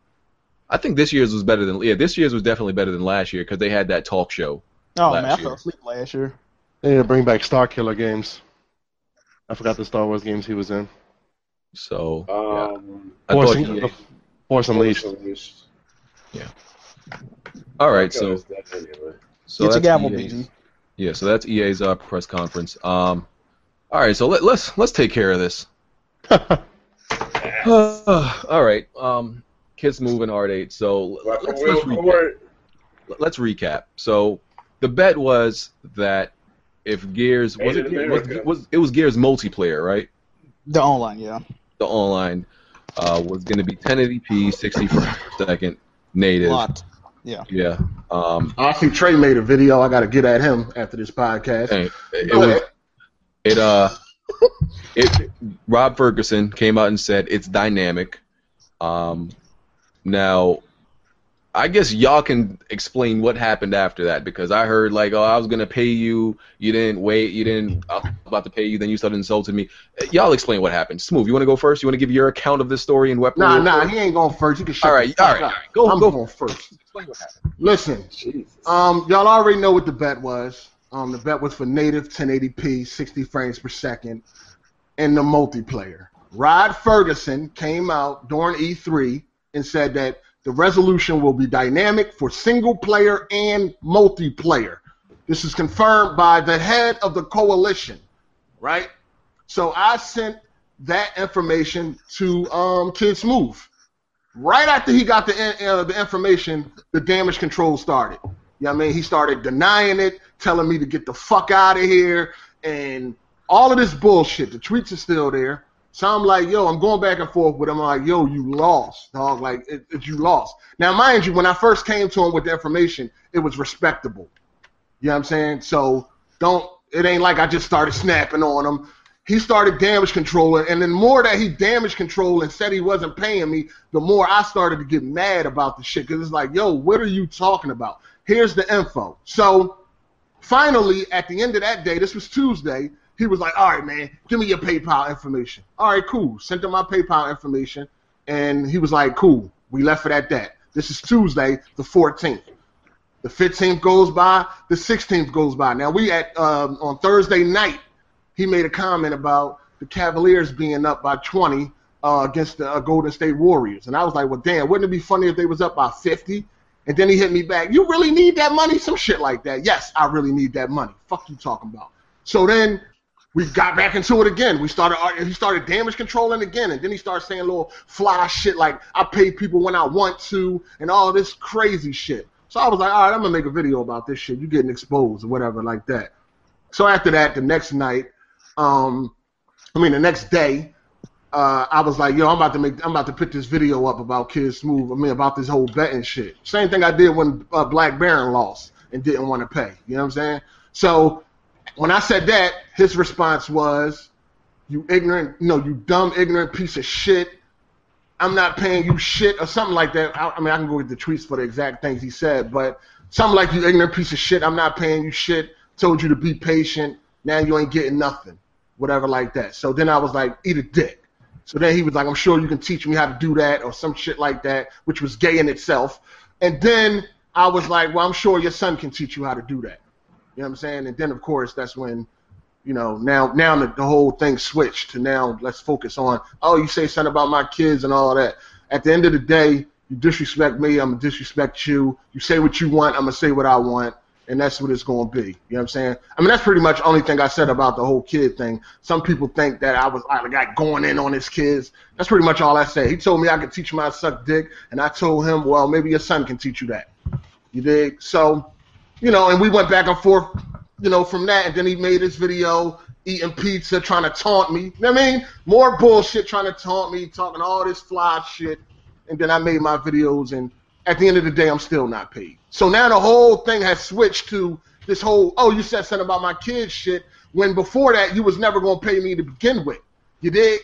I think this year's was better than yeah. This year's was definitely better than last year because they had that talk show.
Oh
Last
man, I
year.
fell asleep last year.
They need to bring back Star Killer games. I forgot the Star Wars games he was in.
So yeah,
Um,
I thought
Force,
EA
the Force Unleashed.
Unleashed.
all right.
Okay,
So
that's that anyway.
so
Get your
that's
gavel,
EA's.
BG.
Yeah, so that's EA's uh, press conference. Um, all right, so let, let's let's take care of this. uh, all right, um, Kiss Move and Art Eight. So l-
Well,
let's,
well,
let's, recap.
well,
let's recap. So the bet was that if Gears was
Made
it,
in
Ge- was,
America.
was it was Gears multiplayer, right?
The online, yeah.
The online uh, was going to be 1080p, 60 frames per second, native.
Locked.
Yeah. Um,
Oh, I see Trey made a video. I got to get at him after this podcast.
and it, it was it uh it Rob Ferguson came out and said it's dynamic. Um now I guess y'all can explain what happened after that because I heard like oh I was going to pay you, you didn't wait, you didn't I was about to pay you then you started insulting me. Y'all explain what happened. Smooth, you want to go first? You want to give your account of this story and weapon?
Nah, nah, he ain't going first. You can shut
All right,
the fuck
all right,
up.
all right. Go-
I'm
go.
going first.
Explain what happened.
Listen,
Jesus.
um, y'all already know what the bet was. Um, the bet was for native 1080p, 60 frames per second, in the multiplayer. Rod Ferguson came out during E3 and said that the resolution will be dynamic for single player and multiplayer. This is confirmed by the head of the coalition, right? So I sent that information to um, Kid Smooth. Right after he got the in- uh, the information, the damage control started. You know what I mean? He started denying it, telling me to get the fuck out of here, and all of this bullshit. The tweets are still there. So I'm like, yo, I'm going back and forth with him. I'm like, yo, you lost, dog. Like, it, it- you lost. Now, mind you, when I first came to him with the information, it was respectable. You know what I'm saying? So don't. It ain't like I just started snapping on him. He started damage controlling, and then more that he damage controlled and said he wasn't paying me, the more I started to get mad about the shit. Cause it's like, yo, what are you talking about? Here's the info. So finally, at the end of that day, this was Tuesday, he was like, all right, man, give me your PayPal information. All right, cool. Sent him my PayPal information. And he was like, cool. We left it at that. This is Tuesday, the 14th. The 15th goes by, the 16th goes by. Now, we at um, on Thursday night, he made a comment about the Cavaliers being up by 20 uh, against the uh, Golden State Warriors. And I was like, well, damn, wouldn't it be funny if they was up by 50? And then he hit me back, you really need that money? Some shit like that. Yes, I really need that money. Fuck you talking about. So then we got back into it again. We started ar- he started damage controlling again, and then he started saying little fly shit like I pay people when I want to, and all this crazy shit. So I was like, all right, I'm gonna make a video about this shit. You getting exposed or whatever like that. So after that, the next night, um, I mean the next day, uh, I was like, yo, I'm about to make, I'm about to put this video up about Kid Smooth. I mean about this whole betting shit. Same thing I did when uh, Black Baron lost and didn't want to pay. You know what I'm saying? So when I said that, his response was, "You ignorant, no, you dumb, ignorant piece of shit. I'm not paying you shit or something like that. I, I mean, I can go get the tweets for the exact things he said, but something like you ignorant piece of shit. I'm not paying you shit. Told you to be patient. Now you ain't getting nothing. whatever like that. So then I was like, eat a dick. So then he was like, I'm sure you can teach me how to do that or some shit like that, which was gay in itself. And then I was like, well, I'm sure your son can teach you how to do that. You know what I'm saying? And then of course that's when, you know, now now the, the whole thing switched to now let's focus on oh you say something about my kids and all that. At the end of the day, you disrespect me, I'm gonna disrespect you. You say what you want, I'm gonna say what I want, and that's what it's gonna be. You know what I'm saying? I mean that's pretty much the only thing I said about the whole kid thing. Some people think that I was like, I got going in on his kids. That's pretty much all I said. He told me I could teach him how to suck dick, and I told him, well maybe your son can teach you that. You dig? So, you know, and we went back and forth, you know, from that. And then he made his video eating pizza, trying to taunt me. You know what I mean? More bullshit trying to taunt me, talking all this fly shit. And then I made my videos, and at the end of the day, I'm still not paid. So now the whole thing has switched to this whole, oh, you said something about my kids shit, when before that, you was never going to pay me to begin with. You dig?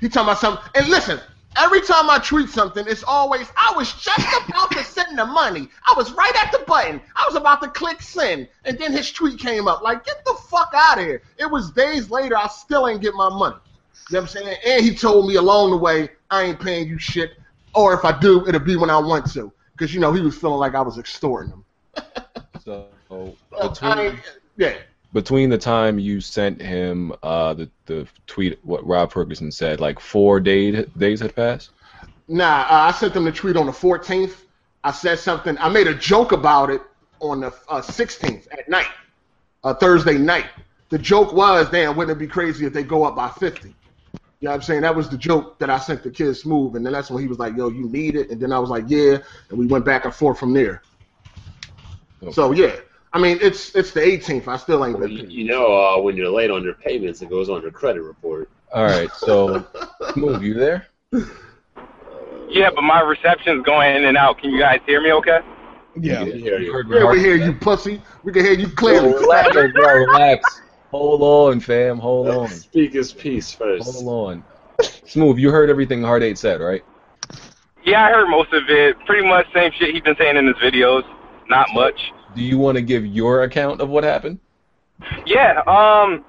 He talking about something. And listen, Every time I tweet something, it's always I was just about to send the money. I was right at the button. I was about to click send, and then his tweet came up. Like, get the fuck out of here! It was days later. I still ain't get my money. You know what I'm saying? And he told me along the way, I ain't paying you shit, or if I do, it'll be when I want to. Because you know he was feeling like I was extorting him.
So
I
between,
ain't- yeah,
between the time you sent him uh, the the tweet, what Rob Ferguson said, like four day, days had passed.
nah. Uh, I sent him the tweet on the 14th. I said something. I made a joke about it on the uh, 16th at night. uh, Thursday night. The joke was, damn, wouldn't it be crazy if they go up by 50? You know what I'm saying? That was the joke that I sent the kid Smooth, and then that's when he was like, yo, you need it. And then I was like, yeah, and we went back and forth from there.
Okay.
So, yeah. I mean, it's it's the 18th. I still ain't
Well,
been
you,
paid.
you know, uh, when you're late on your payments, it goes on your credit report.
All right, so move you there?
Yeah, but my reception's going in and out. Can you guys hear me okay?
I
Yeah.
can hear
You
you.
heard me
Yeah,
hard.
we hear you, pussy. We can hear you clearly.
Relax, bro, relax. Hold on, fam. Hold on.
Speak his piece first.
Hold on. Smooth, you heard everything Hard Eight said, right?
Yeah, I heard most of it. Pretty much same shit he's been saying in his videos. Not much.
Do you want to give your account of what happened?
Yeah, um,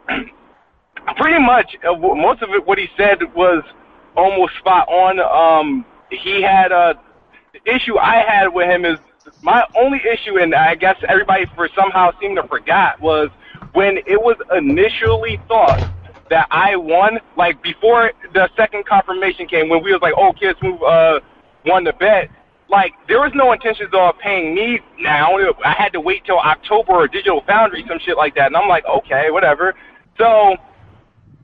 pretty much uh, w- most of it what he said was almost spot on. Um, he had uh, the issue I had with him is my only issue, and I guess everybody for somehow seemed to forgot was when it was initially thought that I won, like before the second confirmation came, when we was like, oh, Kids Move uh, won the bet. Like there was no intentions of paying me now. I had to wait till October or Digital Foundry, some shit like that. And I'm like, okay, whatever. So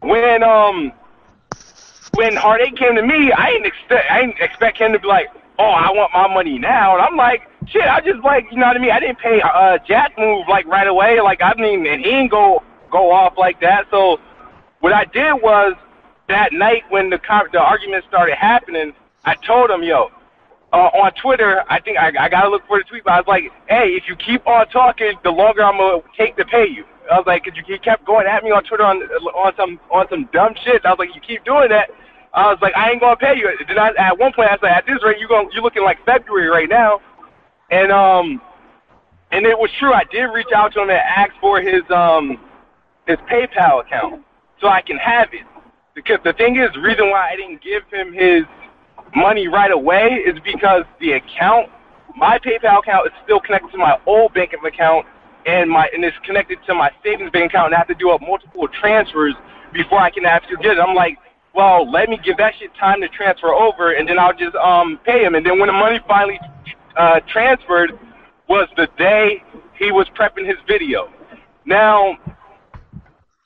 when um when Heartache came to me, I didn't expect I didn't expect him to be like, oh, I want my money now, and I'm like, shit, I just like you know what I mean. I didn't pay uh Jack move like right away, like I mean, and he didn't go go off like that. So what I did was that night when the con- the argument started happening, I told him, yo. Uh, on Twitter, I think I, I gotta look for the tweet. But I was like, "Hey, if you keep on talking, the longer I'm gonna take to pay you." I was like, "Cause you he kept going at me on Twitter on on some on some dumb shit." I was like, "You keep doing that." I was like, "I ain't gonna pay you." Then I, at one point, I said, "At this rate, you going you looking like February right now," and um, and it was true. I did reach out to him and ask for his um his PayPal account so I can have it. Because the thing is, the reason why I didn't give him his money right away is because the account, my PayPal account, is still connected to my old bank account, and my and it's connected to my savings bank account, and I have to do up multiple transfers before I can actually get it. I'm like, well, let me give that shit time to transfer over, and then I'll just um pay him. And then when the money finally uh, transferred, was the day he was prepping his video. Now,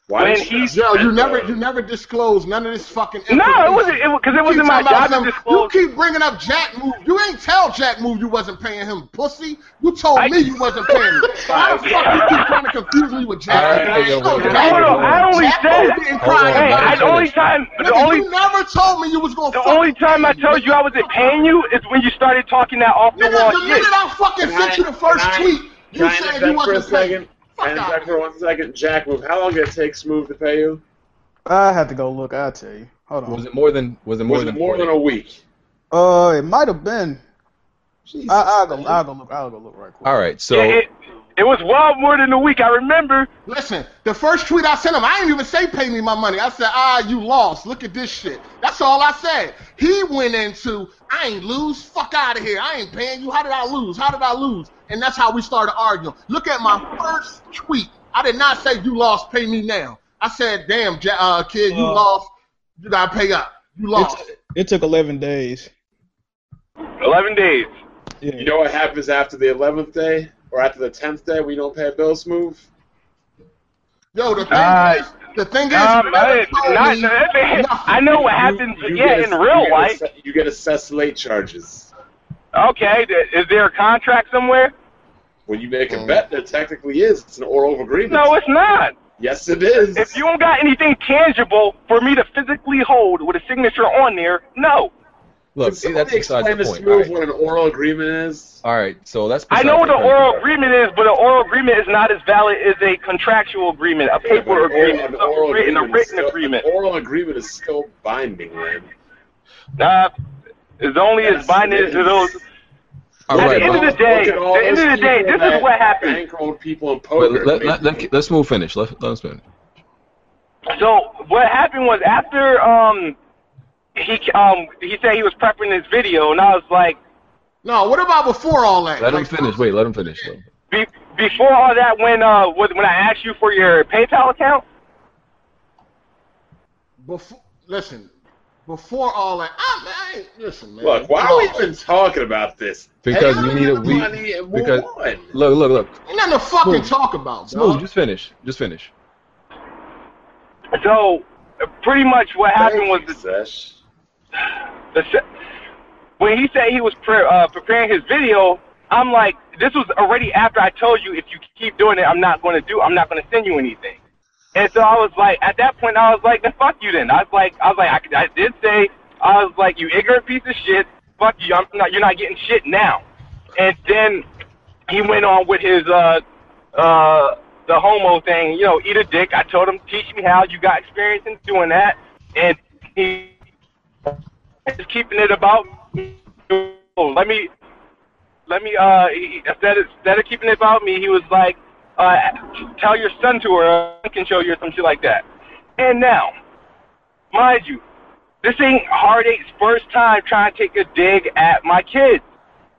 Why
When
is
he's-
that
Yo, you
though?
never you never disclosed none of this fucking.
no, it
information.
wasn't because it,
You
wasn't
keep
my
talking about
job to
some-
disclose.
You keep bringing up Jack Move. You ain't tell Jack Move you wasn't paying him, pussy. You told
I-
me you wasn't paying me. So how the fuck you keep trying to confuse me with
All
Jack
right,
Move? I
yo,
told
wait,
Jack
No, no,
Move-
I only
Jack
said.
Move didn't
Hold
cry
on,
Hey,
about
I,
it.
the only time, the
Nigga,
only,
you never told me you was gonna
the
fuck
only time I
me.
told you I wasn't paying you is when you started talking that off the
Nigga,
wall
the
shit.
minute I fucking
Can I-
sent you the first
can I-
tweet,
Can
you
I
said you
interject for a
wasn't paying.
second? Can
Fuck
I
out.
interject for one second? Jack move. How long did it take Smooth to pay you?
I have to go look. I'll tell you. Hold on.
Was it more than was it more
was
than
it more
four
than a
days?
week?
Uh, it might have been.
Jesus.
I, I'll go. I'll go look. I'll go look right quick.
All right, so
Yeah, it, It was well more than a week. I remember.
Listen, the first tweet I sent him, I didn't even say pay me my money. I said, ah, you lost. Look at this shit. That's all I said. He went into, I ain't lose. Fuck out of here. I ain't paying you. How did I lose? How did I lose? And that's how we started arguing. Look at my first tweet. I did not say you lost. Pay me now. I said, damn, Ja- uh, kid, you
Uh,
lost. You gotta pay up. You lost.
It took 11 days.
Eleven days.
Yeah.
You know what happens after the 11th day or after the 10th day? We don't pay bills move.
Yo, the thing
Uh,
is, the thing is,
Um,
you
I,
never told
not,
me
I know what
You-
happens.
you
yeah,
get
in
ass- you
real
get
life.
ass- you get assessed late charges.
Okay, th- is there a contract somewhere?
When you make a bet, there technically is. It's an oral agreement.
No, it's not.
Yes, it is.
If you don't got anything tangible for me to physically hold with a signature on there, no.
Can
Look, see,
somebody
that's besides
explain
the
this
point. All
move
right.
what an oral agreement is?
All right, so that's.
I
besides
know what an
point.
oral agreement is, but an oral agreement is not as valid as a contractual agreement, a
Yeah, but
paper
an oral-
agreement,
an
something
oral
written, a
agreement is
written
still-
agreement.
An oral agreement is still binding, man.
Uh, it's only as
Yes,
binding
it
as
is.
those.
All
At
right,
the end of
but,
the day,
Look at all
at the end
those
of the day,
people
this is
that
what happened.
Bankrolled people in
but
poker.
let, let, let, us move finish. Let, let's finish.
So what happened was after um he um he said he was prepping his video, and I was like,
No, what about before all that?
Let him
Like,
finish. Wait, let him finish. though.
be, before all that, when uh when when I asked you for your PayPal account,
Before, listen, before all that, I, I ain't, listen, man.
Look, why are we even talking about this?
Oh. Because
Hey,
we need a
the
we.
money and move
because-
on.
Look, look, look.
Ain't nothing to fucking
Smooth.
talk about, dog.
Smooth. Just finish. Just finish.
so uh, pretty much what happened was the
Sesh.
the se- when he said he was pre- uh, preparing his video, I'm like, this was already after I told you if you keep doing it, I'm not going to do, I'm not going to send you anything. And so I was like, at that point, I was like, then fuck you then. I was like, I was like, I, I did say, I was like, you ignorant piece of shit. Fuck you. I'm not, you're not getting shit now. And then he went on with his uh uh the homo thing, you know, eat a dick. I told him, teach me how you got experience in doing that, and he is keeping it about. Let me, let me. Uh, he, instead of instead of keeping it about me, he was like, uh, tell your son to her, uh, I can show you or some shit like that. And now, mind you, this ain't Heartache's first time trying to take a dig at my kids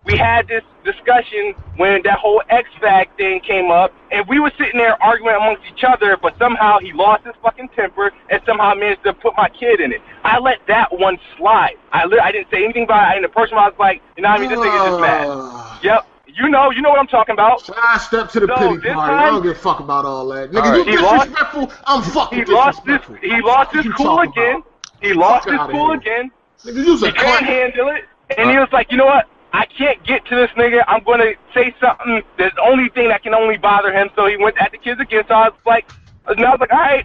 we had this discussion when that whole X Vac thing came up, and we were sitting there arguing amongst each other, but somehow he lost his fucking temper and somehow managed to put my kid in it. I let that one slide. I li- I didn't say anything about it. I didn't approach him. I was like, you know what I mean? This nigga's just mad.
Uh,
Yep. You know, you know what I'm talking about.
Side step to the
No,
pity
this
party. I
time-
don't give a fuck about all that. Nigga,
All
you
right.
He lost-
disrespectful. I'm fucking
He lost his
disrespectful.
he lost his
You
cool
talking
again.
about?
He lost
Fuck
his
outta
cool
here.
again.
Nigga, you's a
He can't
cunt.
handle it. And he was like, you know what? I can't get to this nigga. I'm going to say something that's the only thing that can only bother him. So he went at the kids again. So I was like, and I was like, all right,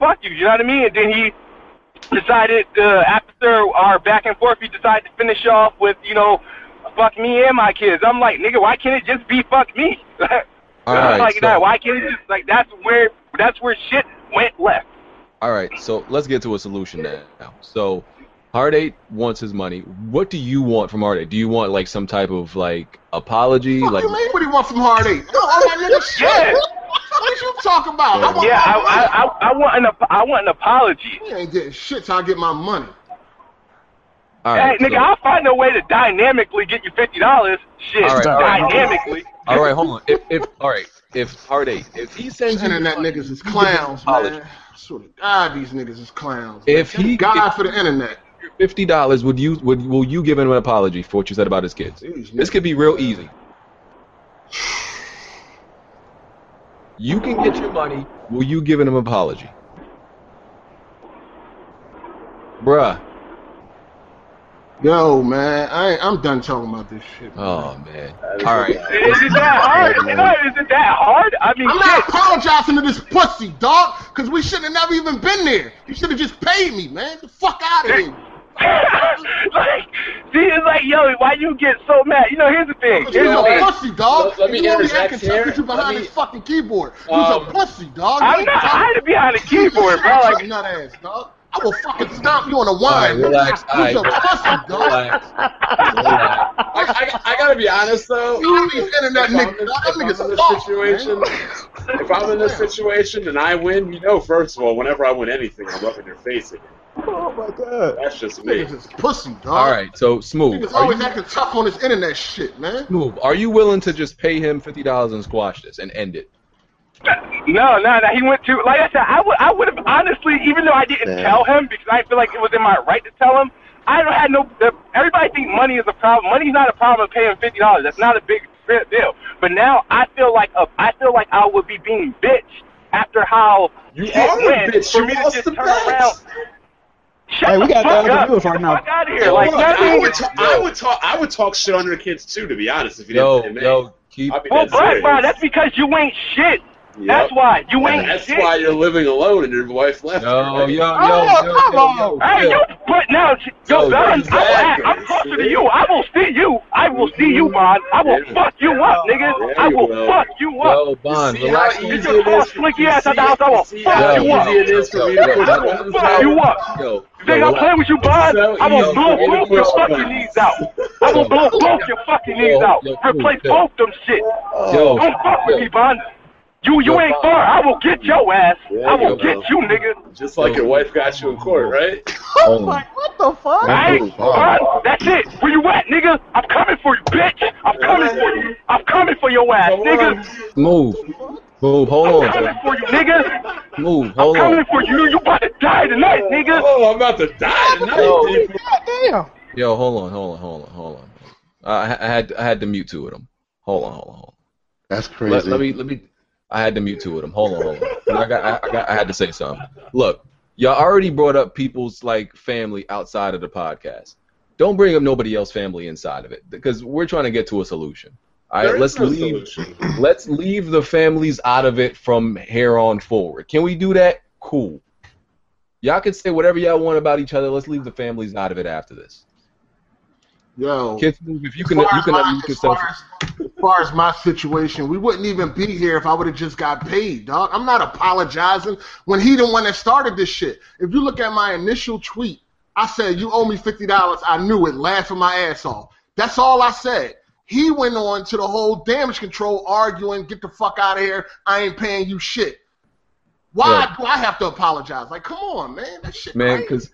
fuck you. You know what I mean? And then he decided uh, after our back and forth, he decided to finish off with, you know, fuck me and my kids. I'm like, nigga, why can't it just be fuck me?
All right,
like
so-
that. Why can't it just like that's where that's where shit went left.
All right, so let's get to a solution now. So, Heart Eight wants his money. What do you want from Heart Eight? Do you want like some type of like apology?
Fuck
Like,
you mean what he want from Heartache? I don't want my nigga shit.
Yeah.
What you talking about? I want
Yeah,
my
I
money.
I, I, I want an ap- I want an apology.
You ain't getting shit till I get my money.
all
Hey,
right,
nigga,
so-
I'll find a way to dynamically get you fifty dollars. Shit,
All right, all right.
dynamically.
all right, hold on. If, if all right, if Heart Eight, if he sends you,
Internet niggas is clowns,
Apology.
man. I swear to God, these niggas is clowns.
If
man. Thank
he-
God for the internet.
fifty dollars, would you would will you give him an apology for what you said about his kids?
These
This
niggas-
could be real easy. You can get your money. Will you give him an apology? Bruh.
Yo, man, I ain't, I'm done talking about this shit. man.
Uh,
Oh man.
That is
All right.
what-
Is it that hard? Is it- is it that hard? I mean,
I'm not
shit.
apologizing to this pussy, dog, because we should have never even been there. You should have just paid me, man. Get the fuck out of here.
like, see, it's like, yo, why you get so mad? You know, here's the thing.
'Cause
Here's
You're
the
know,
a
thing.
pussy, dog.
let- let me
you wanna be
interject
acting tough
here.
with you
Let
behind
me-
this fucking keyboard. You're
Um,
a pussy, dog. You
I'm
ain't
not.
tough.
I had to be behind the
Beat the
keyboard,
shit
bro.
out
Like,
your nut ass, dog. I will fucking stomp you on a wine.
Alright, relax.
You're a
Alright.
pussy, dog.
Relax. Relax.
I
I, I, I gotta be honest though.
You know these internet
If I'm in-
niggas.
if
That
I'm in
nigga's
this
soft,
situation,
man.
if I'm in this situation and I win, you know, first of all, whenever I win anything, I'm up in your face again.
Oh my god.
That's just me.
Niggas is pussy, dog.
All right, so smooth.
Niggas
Are
always
you,
acting tough on this internet shit, man.
smooth. Are you willing to just pay him fifty dollars and squash this and end it?
No, no, no. He went to like I said. I would, I would have honestly, even though I didn't
Damn.
tell him because I feel like it was in my right to tell him. I don't had no. The, everybody think money is a problem. Money's not a problem. Paying fifty dollars, that's not a big big deal. But now I feel like a, I feel like I would be being bitched after how
You
shit
are a
went
bitch.
for
You
me to
lost
just
the
turn
bet.
around. Shut
Hey,
the
we got
fuck
things to
up.
do with right
Get the
now.
fuck out of here. like
Look, I
nothing.
would, ta- I would talk. I would talk shit on your kids too, to be honest. If you
Yo,
didn't, pay me.
yo, keep.
I'll be
Well,
dead
Black
serious.
Brian, that's because you ain't shit.
Yep.
That's why you ain't
That's
shit.
why you're living alone and your wife left. you,
Yo, yo,
right?
yo,
Oh,
yo,
come
yo,
on.
yo,
Hey,
chill.
yo, but now, yo,
Yo,
Don,
you're
I will act.
backwards,
I'm closer to
dude.
you. I will see you. I will see you, Bond. I will
Yeah.
fuck you up, nigga.
Yeah,
I
you
will
will.
fuck you up.
Yo, Bond,
You see
relax.
how
on
easy
this.
just
it
call
is-
slicky
you
ass
see
out the house, I will
see
fuck
how
you up.
easy it is for me to
Yo,
push
yo,
buttons
fuck
out?
you up.
Yo,
You think I'm
yo,
playing with you, Bond?
So
I will
easy
blow
for you to
both your
push
fucking
buttons.
knees out. I will blow both your fucking knees out. Replace both them shit.
Oh,
yo,
Don't fuck with
yo.
me, Bond. You you
Yo,
ain't
Bond.
far. I will get your ass.
uh, There
I
you
will
go.
get you, nigga.
Just like your wife got you in court, right?
Oh, my
Hey,
Wow.
Ron, that's it. Where you at, nigga? I'm coming for you, bitch. I'm coming for you. I'm coming for your ass,
Come
nigga.
on.
Move. Move. Hold
I'm
on.
coming
son.
for you, nigga.
Move.
I'm
Hold
coming
on.
for you. You about to die tonight, nigga.
Oh, I'm about to die tonight.
Yo.
dude.
Goddamn.
Yo, hold on. Hold on. Hold on. Hold on. I, I had I had to mute two of them. Hold on. Hold on. Hold
That's
on. Let,
crazy.
let me let me. I had to mute two of them. Hold on. Hold on. 'Cause I got I, I got I had to say something. Look, y'all already brought up people's like family outside of the podcast. Don't bring up nobody else's family inside of it because we're trying to get to a solution. All
There
right,
is
let's
no
leave.
solution.
Let's leave the families out of it from here on forward. Can we do that? Cool. Y'all can say whatever y'all want about each other. Let's leave the families out of it after this.
Yo.
Kids, if you
As
can,
far
you
as
can
my-
unmute
as far
yourself.
as- As far as my situation, we wouldn't even be here if I would have just got paid, dog. I'm not apologizing when he the one that started this shit. If you look at my initial tweet, I said you owe me fifty dollars. I knew it, laughing my ass off. That's all I said. He went on to the whole damage control, arguing, "Get the fuck out of here! I ain't paying you shit." Why
Yeah.
do I have to apologize? Like, come on, man, that shit. crazy.
man because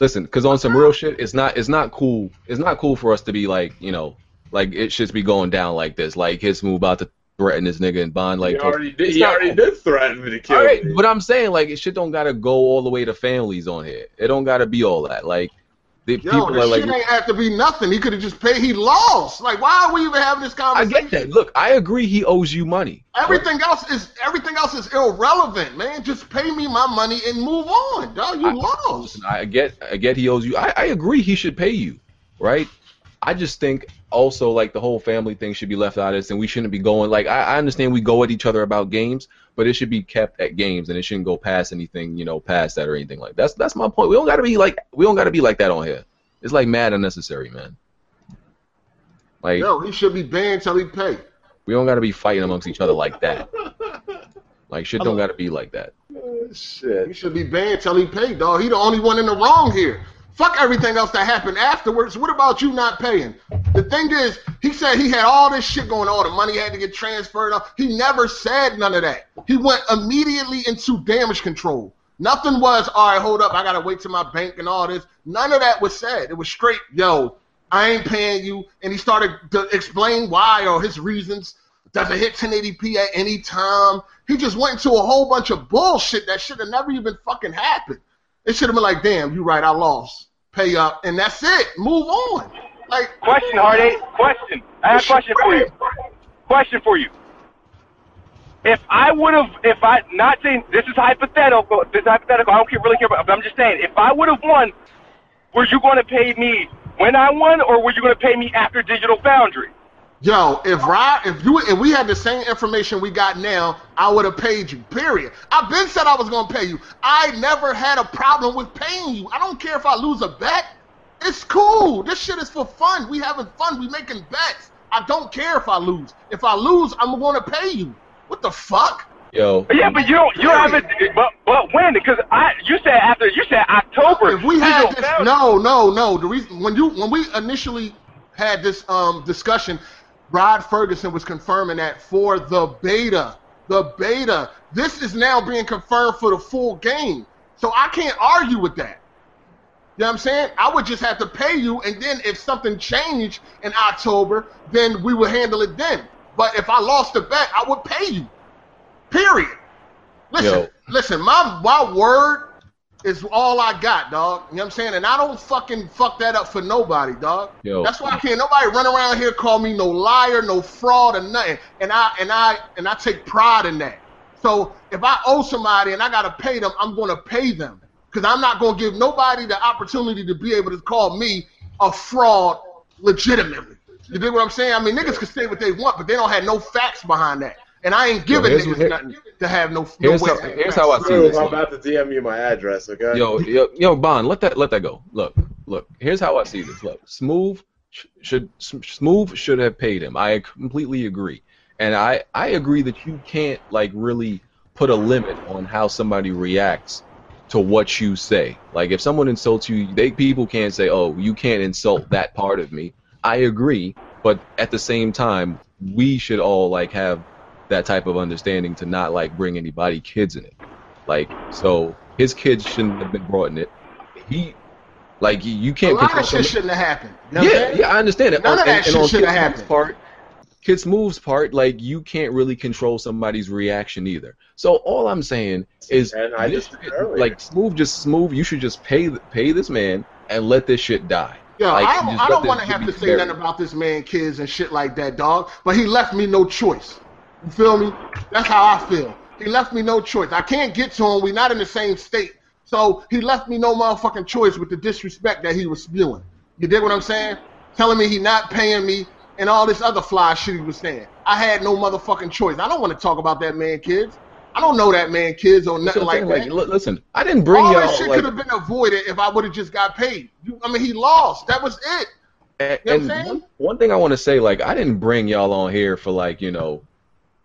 listen because on some real shit it's not it's not cool it's not cool for us to be like you know like it should be going down like this like his move about to threaten this nigga and bond like
he already did.
it's
He
not
already
cool.
did threaten me to kill
All right,
me.
but i'm saying like it shit don't gotta go all the way to families on here it don't gotta be all that like the
Yo,
people
this
are like
shit ain't have to be nothing. He could have just paid. He lost. Like, why are we even having this
i
conversation?
get that look i agree he owes you money
Everything else is everything else is irrelevant, man. Just pay me my money and move on, dog. You
I-
lost.
Listen, I get I get he owes you. I, I agree he should pay you, right? I just think also like the whole family thing should be left out of this, and we shouldn't be going like I, I understand we go at each other about games, but it should be kept at games, and it shouldn't go past anything you know past that or anything like that's that's my point. We don't gotta be like we don't gotta be like that on here. It's like mad unnecessary, man. Like
Yo, he should be banned till he pay.
we don't gotta be fighting amongst each other like that. Like shit don't gotta be like that.
Oh,
He
shit.
should be banned till he pay, dog. He the only one in the wrong here. Fuck everything else that happened afterwards. What about you not paying? The thing is, he said he had all this shit going on. The money had to get transferred. He never said none of that. He went immediately into damage control. Nothing was, all right, hold up, I gotta wait till my bank and all this. None of that was said. It was straight, yo, I ain't paying you. And he started to explain why or his reasons. Doesn't hit 1080p at any time. He just went into a whole bunch of bullshit that should have never even fucking happened. It should have been like, damn, you right, I lost. Pay up, and that's it. Move on. Like
Question, Heartache. Question. I have a question for you. Question for you. If I would have, if I, not saying, this is hypothetical, this is hypothetical, I don't care, really care about, but I'm just saying, if I would have won, were you going to pay me when I won, or were you going to pay me after Digital Foundry?
Yo, if Rod, if you if we had the same information we got now, I would have paid you. Period. I've been said I was gonna pay you. I never had a problem with paying you. I don't care if I lose a bet. It's cool. This shit is for fun. We having fun. We making bets. I don't care if I lose. If I lose, I'm gonna pay you. What the fuck?
Yo,
But yeah, but you don't, you haven't, but, but when? Because I, you said after, you said October.
If we had
Digital
this,
Foundry.
no, no, no. The reason when you when we initially had this um, discussion. Rod Ferguson was confirming that for the beta. The beta. This is now being confirmed for the full game. So I can't argue with that. You know what I'm saying? I would just have to pay you, and then if something changed in October, then we would handle it then. But if I lost the bet, I would pay you. Period. Listen,
Yo.
listen, my my word is all I got, dog. You know what I'm saying? And I don't fucking fuck that up for nobody, dog.
Yo,
That's why I can't nobody run around here call me no liar, no fraud, or nothing. And I and I and I take pride in that. So if I owe somebody and I gotta pay them, I'm gonna pay them because I'm not gonna give nobody the opportunity to be able to call me a fraud legitimately. You dig what I'm saying? I mean, niggas can say what they want, but they don't have no facts behind that. And I ain't giving
Yo, here's-
niggas
here-
nothing to have no. no
here's
way
how-
to have
here's
facts.
how I see
Drew,
this.
I'm about to DM you my address, okay?
yo, yo, yo, Bond, let that let that go. Look, look. Here's how I see this. Look, Smooth sh- should S- Smooth should have paid him. I completely agree, and I I agree that you can't like really put a limit on how somebody reacts to what you say. Like if someone insults you, they people can't say, "Oh, you can't insult that part of me." I agree, but at the same time, we should all like have that type of understanding to not like bring anybody kids in it. Like so, his kids shouldn't have been brought in it. He, like you, you
A
can't
lot
control.
of shit
somebody-
shouldn't have happened. You know what I'm
yeah,
saying?
yeah, I understand it.
None of
On-
that
and,
shit
and on
should've
Kid Move's
happened.
Part, Kids moves part, like you can't really control somebody's reaction either. So all I'm saying is,
And I
this
just said
shit-
earlier.
like smooth, just smooth. You should just pay th- pay this man and let this shit die.
Yeah,
Like,
I don't,
just
I
let
don't
this
want to
shit
have
be
to say
buried.
nothing about this man, kids, and shit like that, dog. But he left me no choice. You feel me? That's how I feel. He left me no choice. I can't get to him. We're not in the same state. So he left me no motherfucking choice with the disrespect that he was spewing. You dig what I'm saying? Telling me he not paying me and all this other fly shit he was saying. I had no motherfucking choice. I don't want to talk about that man, kids. I don't know that man, kids, or
That's
nothing
what I'm
like
saying,
that.
li- listen, I didn't bring
All that
y'all
shit
like,
could have been avoided if I would have just got paid. You, I mean, he lost. That was it.
and,
You know what I'm
and
saying?
one, one thing I want to say, like, I didn't bring y'all on here for like, you know,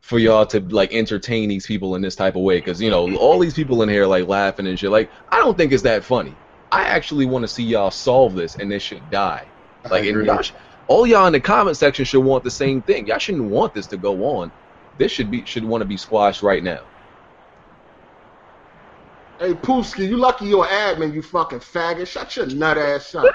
for y'all to like entertain these people in this type of way, because you know, all these people in here like laughing and shit. Like, I don't think it's that funny. I actually want to see y'all solve this and this shit die. Like,
I
and
agree.
y'all sh- all y'all in the comment section should want the same thing. Y'all shouldn't want this to go on. This should be should want to be squashed right now.
Hey, Poofsky, you lucky you're an admin, you fucking faggot. Shut your nut ass up.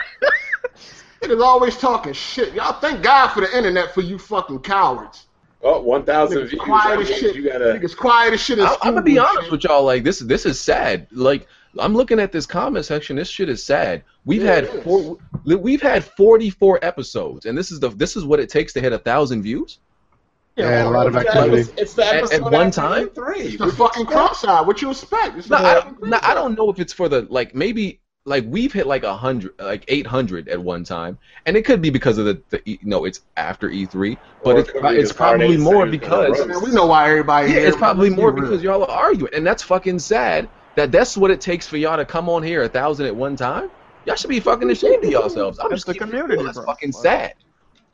Niggas always talking shit. Y'all thank God for the internet for you fucking cowards.
Oh, 1,000
Niggas
views.
quiet
That
as
means
shit.
You gotta,
Niggas quiet as shit in
I, I'm gonna be
school.
honest with y'all. Like this, this is sad. Like I'm looking at this comment section. This shit is sad. We've
Yeah,
had
it is.
four, we've had 44 episodes, and this is the this is what it takes to hit a thousand views.
Yeah, and a lot of
it's the
activity.
episode- It's the
At- at
episode
one
after
time?
Three.
It's the fucking cross eye. What you expect? It's
No,
the
I don't.
fucking
No, I
cross-eye.
don't know if it's for the like maybe like we've hit like a hundred, like 800 at one time, and it could be because of the, the E- no, it's after E3, but
Or
it's
it could
pro-
be
it's
just Power
probably
Days
more
saying it's
because
on the
Man, we know why everybody
Yeah,
here.
it's probably
Let's
more
be real.
because y'all are arguing, and that's fucking sad. That that's what it takes for y'all to come on here a thousand at one time. Y'all should be fucking ashamed of yourselves. I'm
That's
just
the
keeping it
community,
real. That's
bro.
fucking sad.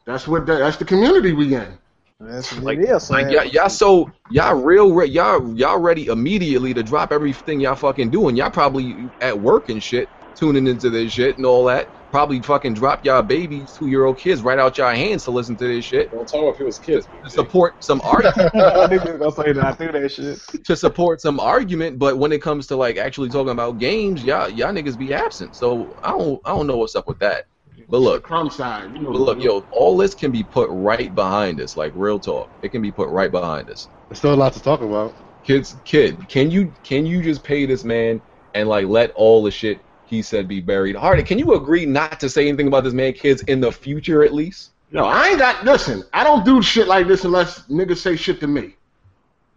That's what. That, that's the community we in.
That's like,
Like-
it is.
Like
sad.
y'all, y'all so y'all real re- y'all y'all ready immediately to drop everything y'all fucking doing. Y'all probably at work and shit, tuning into this shit and all that. Probably fucking drop y'all babies, two year old kids, right out y'all hands to listen to this shit
Don't talk about people's kids.
to support some argument.
I think they're gonna say that. I think that shit.
to support some argument, but when it comes to like actually talking about games, y'all y'all niggas be absent. So I don't I don't know what's up with that. But
It's the
look,
crumb side. You know,
but look, yo, all this can be put right behind us. Like real talk, it can be put right behind us.
There's still a lot to talk about.
Kids, kid, can you can you just pay this man and like let all the shit he said be buried? Hardy, can you agree not to say anything about this man, kids, in the future at least?
No, I ain't got. Listen, I don't do shit like this unless niggas say shit to me.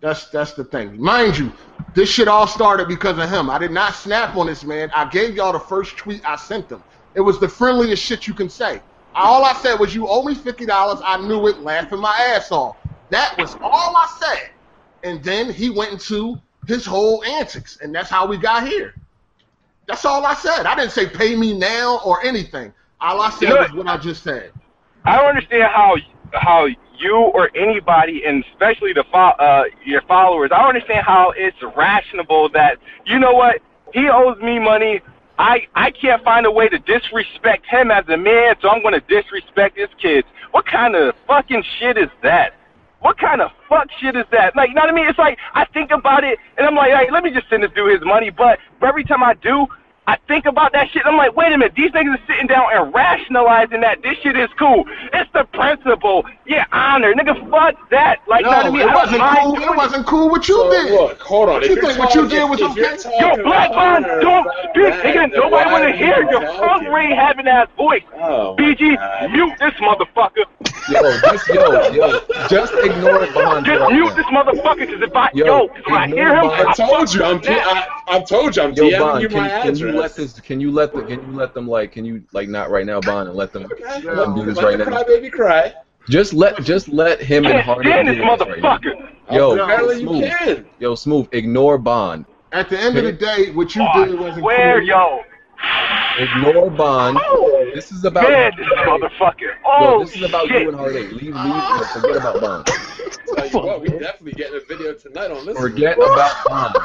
That's that's the thing. Mind you, this shit all started because of him. I did not snap on this man. I gave y'all the first tweet I sent them. It was the friendliest shit you can say. All I said was, "You owe me fifty dollars." I knew it, laughing my ass off. That was all I said. And then he went into his whole antics, and that's how we got here. That's all I said. I didn't say pay me now or anything. All I said
You know
was what I just said.
I don't understand how how you or anybody, and especially the fo- uh, your followers, I don't understand how it's rational that you know what he owes me money. I I can't find a way to disrespect him as a man, so I'm going to disrespect his kids. What kind of fucking shit is that? What kind of fuck shit is that? Like, you know what I mean? It's like I think about it, and I'm like, hey, let me just send this dude his money. But every time I do, I think about that shit. I'm like, wait a minute, these niggas are sitting down and rationalizing that this shit is cool. It's the principle. Yeah, honor, nigga. Fuck that. Like, you know what I
No,
mean?
it
I don't
wasn't
mind
cool.
doing
It wasn't cool what you
So,
did.
look, hold on.
What
If
you
you're
think what you
talking-
did was
if you're
okay?
talking
Yo, Black
about
Bond,
honor,
don't,
Black
dude,
Bond,
nigga,
then
nobody
why
want
are
to
you
hear your
talking?
punk ring having ass voice.
Oh, my
BG,
God.
mute this motherfucker.
Yo, just yo, yo, just ignore it behind
Just
Barack
mute
now.
this motherfucker, cause if I,
Yo,
yo, if I
ignore
hear him,
Bond.
I
I told you, I'm. D-
Nah.
I, I told you, I'm
Yo,
DMing
Bond,
you my
can, can
address.
you let this? Can you let the? Can you let them like? Can you like not right now, Bond, and let them
Okay.
let them do this
Let
right
the
now?
crybaby cry.
Just let just let him and
can't
Hardy
stand
do
this
this right now.
motherfucker.
Yo,
Apparently, you
smooth.
can.
Yo, smooth. Ignore Bond.
At the end of the day, what you
Oh,
did
I
wasn't
swear,
cool.
yo,
Ignore Bond. This is about.
Oh, man, this motherfucker.
Yo,
Oh
this is about
shit.
you and Hard Eight. Leave, leave, yo, forget about Bond.
Tell you what, we definitely getting a video tonight on this.
Forget about Bond.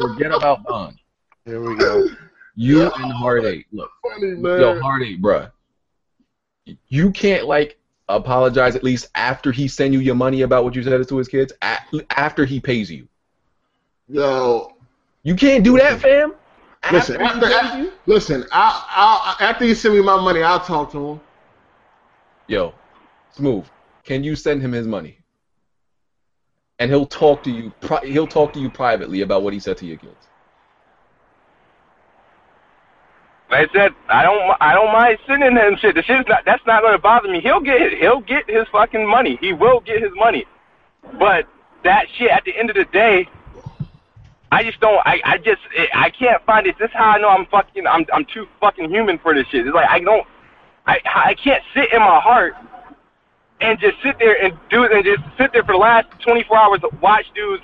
Forget about Bond.
Here we go.
You and Hard Eight. Look,
Funny, man.
yo, Hard Eight, bruh. You can't like apologize at least after he send you your money about what you said to his kids. a- After he pays you,
Yo,
you can't do that, fam.
Listen,
After he
after-
pays you?
listen. I, I, after you send me my money, I'll talk to him.
yo, smooth. Can you send him his money? And he'll talk to you. Pri- he'll talk to you privately about what he said to your kids.
Like I said, I don't, I don't mind sending him shit. The shit's not, that's not gonna bother me. He'll get, he'll get his fucking money. He will get his money. But that shit, at the end of the day, I just don't, I, I just, it, I can't find it. This is how I know I'm fucking, I'm, I'm too fucking human for this shit. It's like I don't, I, I can't sit in my heart and just sit there and do it and just sit there for the last 24 hours watch dudes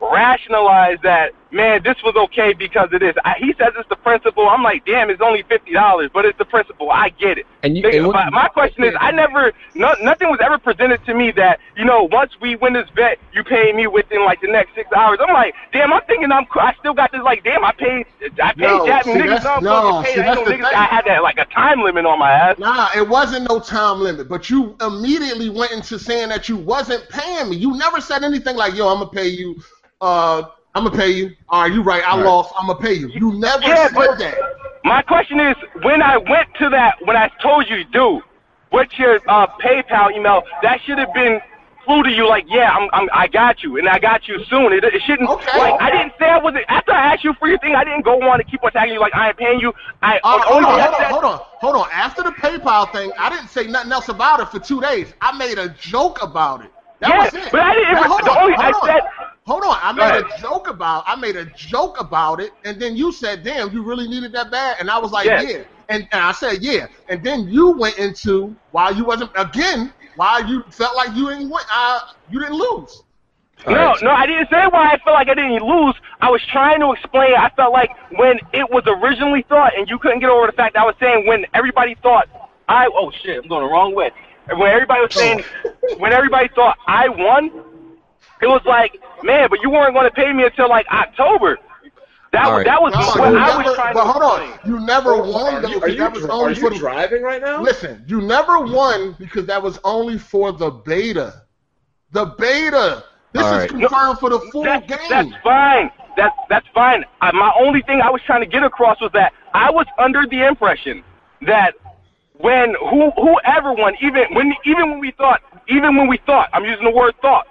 rationalize that man this was okay because of this I, he says it's the principle i'm like damn it's only $50 but it's the principle i get it
And you.
Think
and what-
about- my question is, I never, no, nothing was ever presented to me that you know, once we win this bet, you pay me within like the next six hours. I'm like, damn, I'm thinking I'm, cool. I still got this, like, damn, I paid, I paid
No,
Chapman
see,
niggas,
that's-
I'm
no,
supposed to pay.
see,
I ain't
that's
no
the
niggas, I
thing.
had that like a time limit on my ass.
Nah, it wasn't no time limit, but you immediately went into saying that you wasn't paying me. You never said anything like, "Yo, I'm gonna pay you." Uh, I'm gonna pay you. All right, you right. I
Right.
lost. I'm gonna pay you. You never
Yeah,
said
but-
that.
My question is, when I went to that, when I told you, dude, what's your uh, PayPal email? That should have been flew to you like, yeah, I'm, I'm, I got you, and I got you soon. It, it shouldn't.
Okay.
Like, I didn't say I wasn't. After I asked you for your thing, I didn't go on to keep on tagging you like I ain't paying you. I
All right,
only
Uh, Oh, hold on,
thing I
hold on,
said-
hold on, hold on. After the PayPal thing, I didn't say nothing else about it for two days. I made a joke about it. That
Yeah,
was it.
but I didn't-
Now, hold
the
on,
only-
hold
I
on.
said-
Hold on, I
ahead.
made a joke about I made a joke about it, and then you said, "Damn, you really needed that bad," and I was like,
Yes.
"Yeah," and, and I said, "Yeah," and then you went into why you wasn't again why you felt like you didn't win, uh, you didn't lose.
All
no,
right.
no, I didn't say why I felt like I didn't lose. I was trying to explain. I felt like when it was originally thought, and you couldn't get over the fact that I was saying when everybody thought I oh shit, I'm going the wrong way. When everybody was saying,
Oh.
when everybody thought I won, it was like, man, but you weren't going to pay me until like October. That
All
was
right.
that was
No, you
what I
never-
was trying
but
to
hold
explain.
on, you never won
Are
though.
you, are
'cause
you,
that was
dri- are
only for
you
the
driving right now?
Listen, you never won because that was only for the beta. The beta. This
All
is
right.
confirmed for the full
That's,
game.
that's fine. That's that's fine. I, my only thing I was trying to get across was that I was under the impression that when who whoever won, even when even when we thought, even when we thought, I'm using the word thought,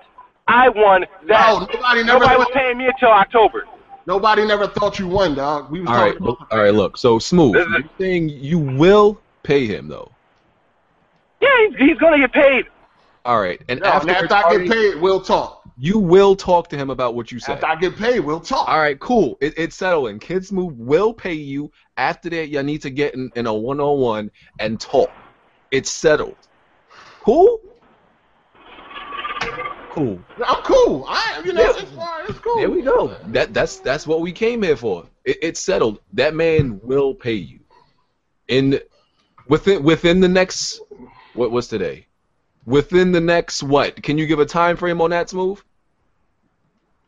I won that
no, nobody Oh, never
nobody was
thought,
paying me until October.
nobody never thought you won, dog. We was
All right,
talking
but- all right. Look, so smooth.
This is-
You're saying you will pay him though.
Yeah, he's, he's gonna get paid.
All right, and
about
after
no, after I get paid, we'll talk.
you will talk to him about what you said.
After I get paid, we'll talk.
All right, cool. It, it's settling. Kids Move will pay you. After that, y'all need to get in, in a one-on-one and talk. It's settled. Cool. Cool.
I'm cool. I you know,
Yeah.
it's fine, it's cool.
There we go. That that's that's what we came here for. It, it's settled. That man will pay you. In within within the next what was today? Within the next what? Can you give a time frame on that move?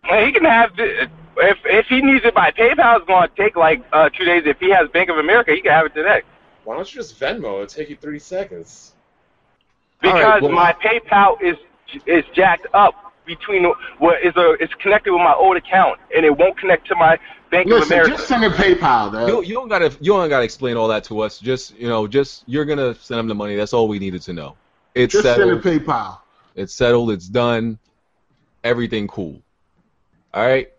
And he can have the, if if he needs it by PayPal, it's going to take like uh, two days. If he has Bank of America, he can have it today.
Why don't you just Venmo? It'll take you three seconds.
All
Because
right, well-
my PayPal is is jacked up between what is a it's connected with my old account and it won't connect to my Bank of
Listen,
America.
just send it PayPal, dog.
You, you don't gotta you don't gotta explain all that to us. Just you know, just you're gonna send him the money. That's all we needed to know. It's
just send it
settled.
PayPal.
It's settled. It's done. Everything cool. All right.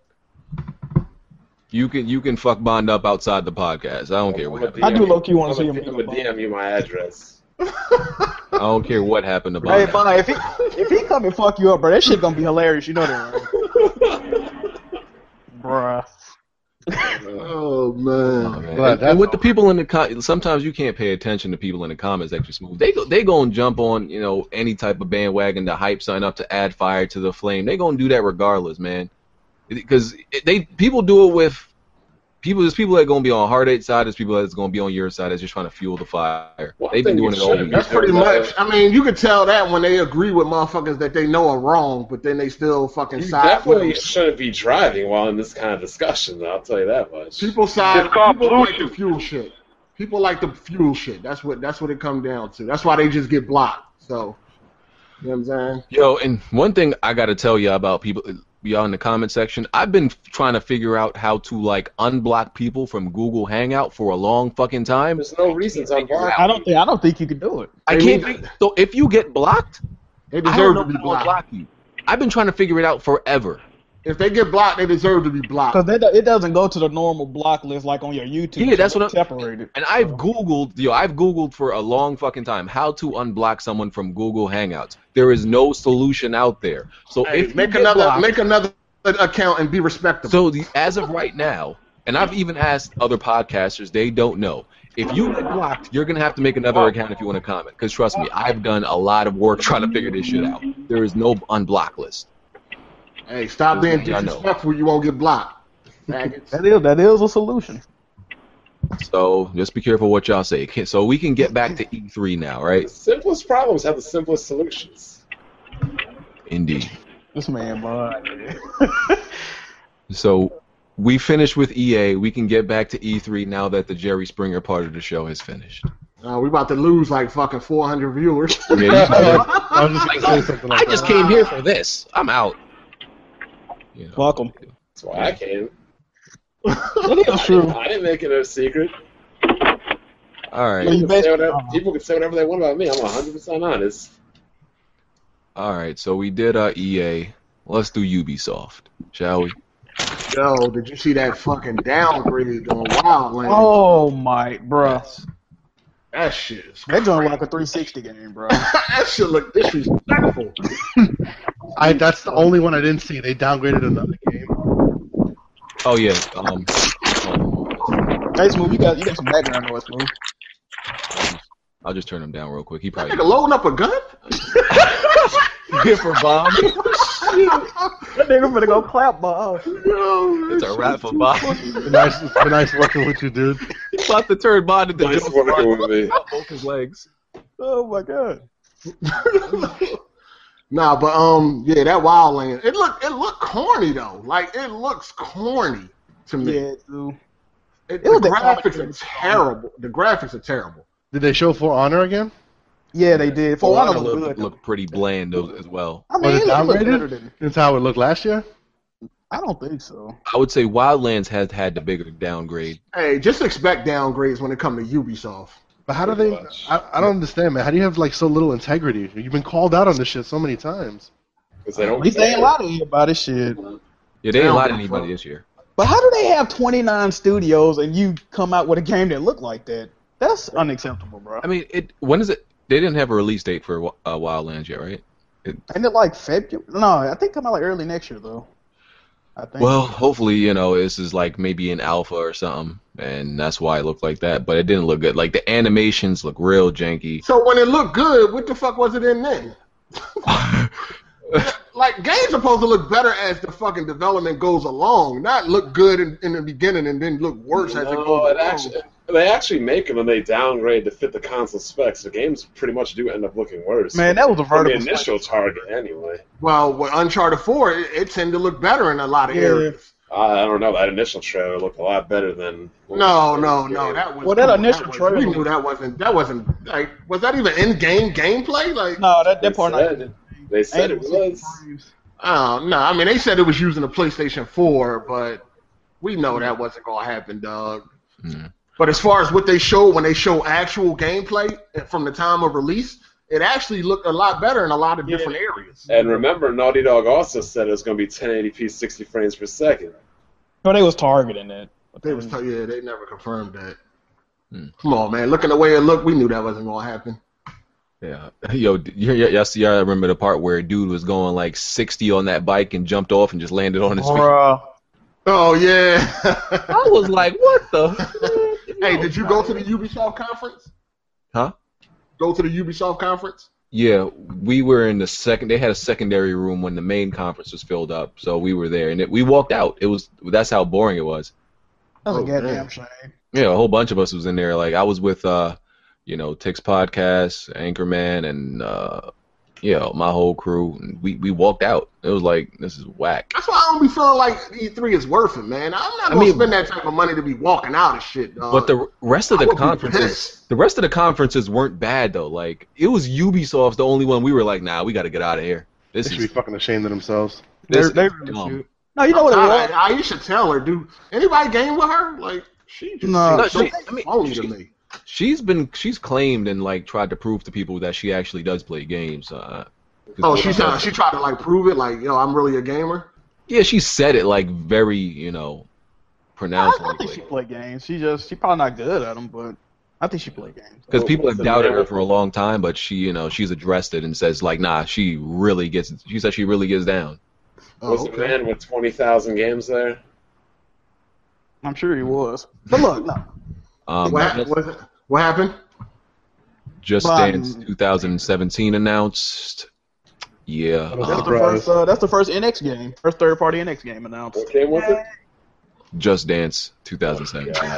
You can you can fuck Bond up outside the podcast. I don't care what happened.
I do low-key wanna see him
I'm gonna
beat up
DM you my address.
I don't care what happened to
Hey,
Bond.
Bon, if he if he come and fuck you up, bro, that shit gonna be hilarious. You know that, right? bruh.
Uh,
Oh man.
Man,
Glad
and,
that's
and with the
over.
people in the com- sometimes you can't pay attention to people in the comments that you smooth. They go, they gonna jump on you know any type of bandwagon to hype sign up to add fire to the flame. They gonna do that regardless, man. Because they people do it with people. There's people that gonna be on hard eight side. There's people that's gonna be on your side. That's just trying to fuel the fire.
Well, I
They've been
think
doing
it
it all
should.
year.
That's pretty much. I mean, you could tell that when they agree with motherfuckers that they know are wrong, but then they still fucking
You
side with
definitely
them.
shouldn't be driving while in this kind of discussion, though. I'll tell you that much.
People side.
It's called
people
blue
like the
shoot.
fuel shit. People like the fuel shit. That's what. That's what it come down to. That's why they just get blocked. So, you know what I'm saying?
Yo, and one thing I gotta tell y'all about people, y'all in the comment section. I've been f- trying to figure out how to like unblock people from Google Hangout for a long fucking time.
There's no reason to unblock.
I don't think I don't think you can do it.
I
They
can't.
need-
think- So if you get blocked,
They
I don't
deserve
know
to be
who will
blocked.
block you. I've been trying to figure it out forever.
If they get blocked, they deserve to be blocked.
Because it doesn't go to the normal block list like on your YouTube.
Yeah, that's what I'm-
separated.
And I've Googled, yo, I've Googled for a long fucking time how to unblock someone from Google Hangouts. There is no solution out there. So
Hey,
if you
make
get
another
blocked-
make another account and be respectable.
So the, as of right now, and I've even asked other podcasters, they don't know. If you get blocked, you're gonna have to make another account if you want to comment. Because trust me, I've done a lot of work trying to figure this shit out. There is no unblock list.
hey, stop being
Yeah, I know.
disrespectful. You won't get blocked. Maggots.
That is that is a solution.
So just be careful what y'all say. Okay, So we can get back to E3 now,
The
right?
simplest problems have the simplest solutions.
Indeed.
This man, boy.
So we finished with EA. We can get back to E3 now that the Jerry Springer part of the show has finished.
Uh, we about to lose like fucking 400 viewers.
Yeah, you-
I was just gonna say something like
Oh I just
that.
came here for this. I'm out. You know.
Welcome.
That's why I came.
That is true.
I didn't make it a secret.
All right.
People can, say whatever,
Uh-huh.
people can say whatever they want about me. I'm 100% honest.
All right, so we did our EA. Let's do Ubisoft, shall we?
Yo, did you see that fucking downgrade going wild, man?
Oh my, bruh.
That shit. is-
That joint like a 360 game, bro.
that shit look disrespectful.
I, that's the only one I didn't see. They downgraded another game.
Oh yeah. Um, oh,
Face move, you got you got some background noise, move.
I'll just turn him down real quick. He
That
probably
nigga loading up a gun?
good for bomb.
That nigga finna go clap, bro.
Yo,
It's a wrap for bomb.
It's been nice, it's been nice working with you, dude.
He about to turn bond into
Nice
Joe
working
Bond.
with me.
Both his legs.
Oh my god.
Nah, but um, yeah, that Wildland. It look, it looked corny though. Like it looks corny to me.
Yeah, dude.
It,
It was
the
a
graphics are
comic.
terrible. The graphics are terrible.
Did they show For Honor again?
Yeah, they did. For one of them,
looked,
good.
looked pretty bland though, as well.
I mean,
Was
it
it
looked
downgraded?
better than.
That's how it looked last year.
I don't think so.
I would say Wildlands has had the bigger downgrade.
Hey, just expect downgrades when it comes to Ubisoft.
But how do they?
Pretty
I, I don't understand, man. How do you have like so little integrity? You've been called out on this shit so many times.
Because they don't
At least they ain't
care.
lie to you about this shit.
Yeah, they ain't
Down
lied to
by
anybody
fuck.
this year.
But how do they have 29 studios and you come out with a game that look like that? That's unacceptable, bro.
I mean, it. When is it? They didn't have a release date for uh, Wildlands yet, right?
Ain't it like February? No, I think come out like early next year though. I think.
Well, hopefully, you know, this is like maybe an alpha or something, and that's why it looked like that. But it didn't look good. Like the animations look real janky.
So when it looked good, what the fuck was it in then? Like games supposed to look better as the fucking development goes along, not look good in, in the beginning and then look worse as it goes
No,
along.
it actually, they actually make them and they downgrade to fit the console specs. The games pretty much do end up looking worse.
man, that was a
From the
vertical.
initial target, anyway.
well, with Uncharted Four, it, it tended to look better in a lot of
Yeah.
areas.
I, I don't know. That initial trailer looked a lot better than.
No, no, no. That was
Well, that
come on,
initial
was-
trailer-
We knew that wasn't. That wasn't like. Was that even in game gameplay? Like,
No, that,
they
that part not.
said, they said it was.
I don't know. Um, I mean, they said it was using the PlayStation Four, but we know that wasn't gonna happen, dog.
Mm.
But as far as what they showed when they show actual gameplay from the time of release, it actually looked a lot better in a lot of
Yeah.
different areas.
And remember, Naughty Dog also said it was going to be 1080p, 60 frames per second.
No, they was targeting that.
They was tell yeah, they never confirmed that.
Hmm.
Come on, man. Looking the way it looked, we knew that wasn't gonna happen.
Yeah, yo, d- y- y- y'all see, I remember the part where dude was going like 60 on that bike and jumped off and just landed on his feet.
Bruh.
Oh yeah.
I was like, what the?
hey, did you go to the Ubisoft conference?
Huh?
Go to the Ubisoft conference?
Yeah, we were in the second. They had a secondary room when the main conference was filled up, so we were there, and it, we walked out. It was that's how boring it was.
That's
Oh,
a goddamn
man.
shame.
Yeah, a whole bunch of us was in there. Like I was with, uh, you know, Tix Podcast, Anchorman, and uh, you know, my whole crew. And we we walked out. It was like this is whack.
That's why I don't be feeling like E3 is worth it, man. I'm not gonna
mean-
spend that type of money to be walking out of shit, dog.
But the rest of
I
the
would be
conferences,
pissed.
the rest of the conferences weren't bad though. Like it was Ubisoft's the only one we were like, nah, we got to get out of here.
They
This
should be
is
fucking ashamed of themselves.
this
They're-
is
they're-
dumb.
No, you know what it
Nah,
was?
I, I- you should tell her, dude. Anybody game with her? Like she just
No.
seems
No, she-
so
I mean,
phony to
she-
me.
She's been she's claimed and like tried to prove to people that she actually does play games. Uh, 'cause-
Oh, she tried, she tried to like prove it, like yo, I'm really a gamer.
yeah, she said it like very you know
I,
pronounced
I think she
like
played games. She just she probably not good at them, but I think she played games.
because people
What's
have
the
doubted her
matter?
for a long time, but she you know she's addressed it and says like nah, she really gets she says she really gets down.
Oh,
was a man with 20,000 games there?
I'm sure he was. But look, no,
Um,
What, hap-
just-
what, what happened?
Just
But-
Dance 2017 announced. Yeah.
That was
um,
that's the
Surprise.
first. Uh, that's the first NX game, first third party NX game announced.
What game was it?
Just Dance
Oh,
2017.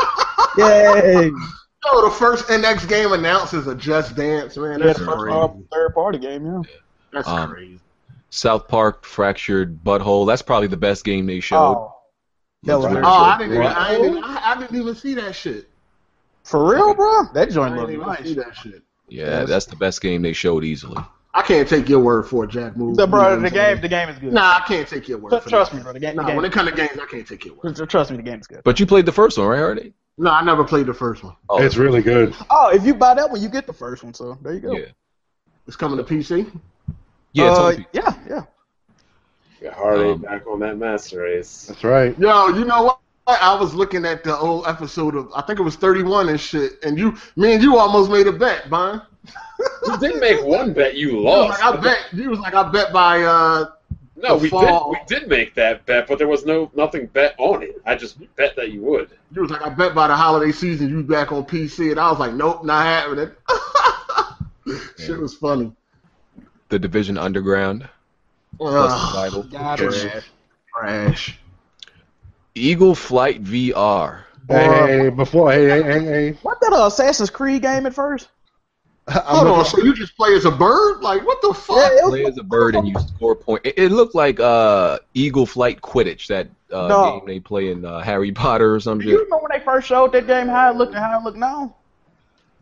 Yay!
Oh, the first NX game announced is a Just Dance, man.
Yeah,
That's
the first
crazy.
uh, third party game. Yeah.
That's
Um,
crazy.
South Park Fractured Butthole. That's probably the best game they showed.
Oh, that was
Oh,
Looks really
I
good.
didn't, even, I, didn't even, I, I didn't even see that shit.
for real, bro. That
Oh, I
joint
didn't
looked
even see
nice.
that shit.
Yeah, that's the best game they showed easily.
I can't take your word for it, Jack. Move.
The
You know
bro,
what
the
I'm saying?
game, the game is good.
Nah, I can't take your word.
Tr-
for
trust
that.
me, bro. The game,
Nah,
the
when
game.
it comes to games, I can't take your word.
tr- Trust me, the game's good.
But you played the first one, right, Hardy?
No, I never played the first one.
Oh,
It's really good.
Oh, if you buy that one, you get the first one. So there you go.
yeah.
It's coming to PC.
Yeah,
Uh,
tell me-
yeah, yeah.
Got Harley
Um,
back on that master race.
That's right.
Yo, you know what? I was looking at the old episode of I think it was 31 and shit, and you, me and you almost made a bet, Bon.
You did make one bet you
You was
lost.
like, I bet. You was like, I bet by uh,
No,
The
we did.
fall.
We did make that bet, but there was no nothing bet on it. I just bet that you would.
You was like, I bet by the holiday season you back on PC, and I was like, nope, not happening. Shit was funny.
The Division Underground. Plus
Ugh,
Survival.
God,
trash. trash.
Eagle Flight VR.
Hey, hey, hey, before, hey, hey, hey, hey.
What that uh, Assassin's Creed game at first?
I'm
Hold on,
looking,
so you just play as a bird? Like, what the fuck?
Yeah, it was-
Play as a bird and you score point. It, it looked like uh, Eagle Flight Quidditch, that uh,
No.
game they play in uh, Harry Potter or some
Do you
shit.
remember when they first showed that game? How it looked and how it looked now,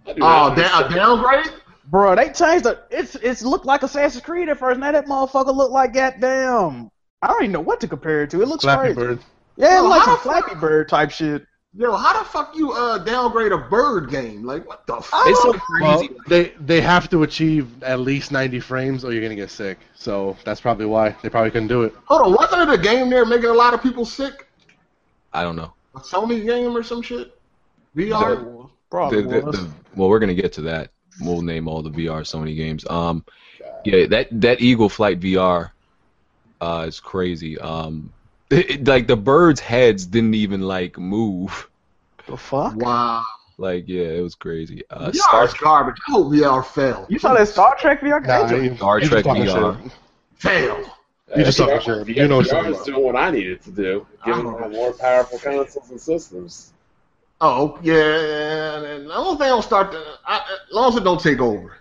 I do
Oh,
not
da- a
understand.
downgrade?
bro. They changed the. It's it's looked like Assassin's Creed at first. Now that motherfucker looked like goddamn. I don't even know what to compare it to. It looks crazy.
Flappy Bird.
Yeah, it
Oh,
looks like
how
some Flappy Bird type shit.
Yo, how the fuck you uh downgrade a bird game? Like, what the fuck?
It's so crazy.
Well, they they have to achieve at least 90 frames, or you're gonna get sick. So that's probably why they probably couldn't do it.
Hold on, wasn't it a game there making a lot of people sick?
I don't know.
A Sony game or some shit? VR?
Probably
The- the-
was.
the- well, we're gonna get to that. We'll name all the VR Sony games. Um, yeah, that that Eagle Flight VR uh, is crazy. Um, it- it- like the birds' heads didn't even like move.
the fuck?
Wow.
Like yeah, it was crazy. Uh,
VR
Star,
is garbage. I hope VR fail.
You saw that Star Trek VR game?
Nah, you-
Star
you just
Trek
talking
VR.
shit.
Fail.
You
Uh,
just talking shit. You know
VR
something
is
about
doing what I needed to do, giving
Oh.
them more powerful consoles and systems.
Oh yeah, and as long as they don't start, to, I, as long as it don't take over.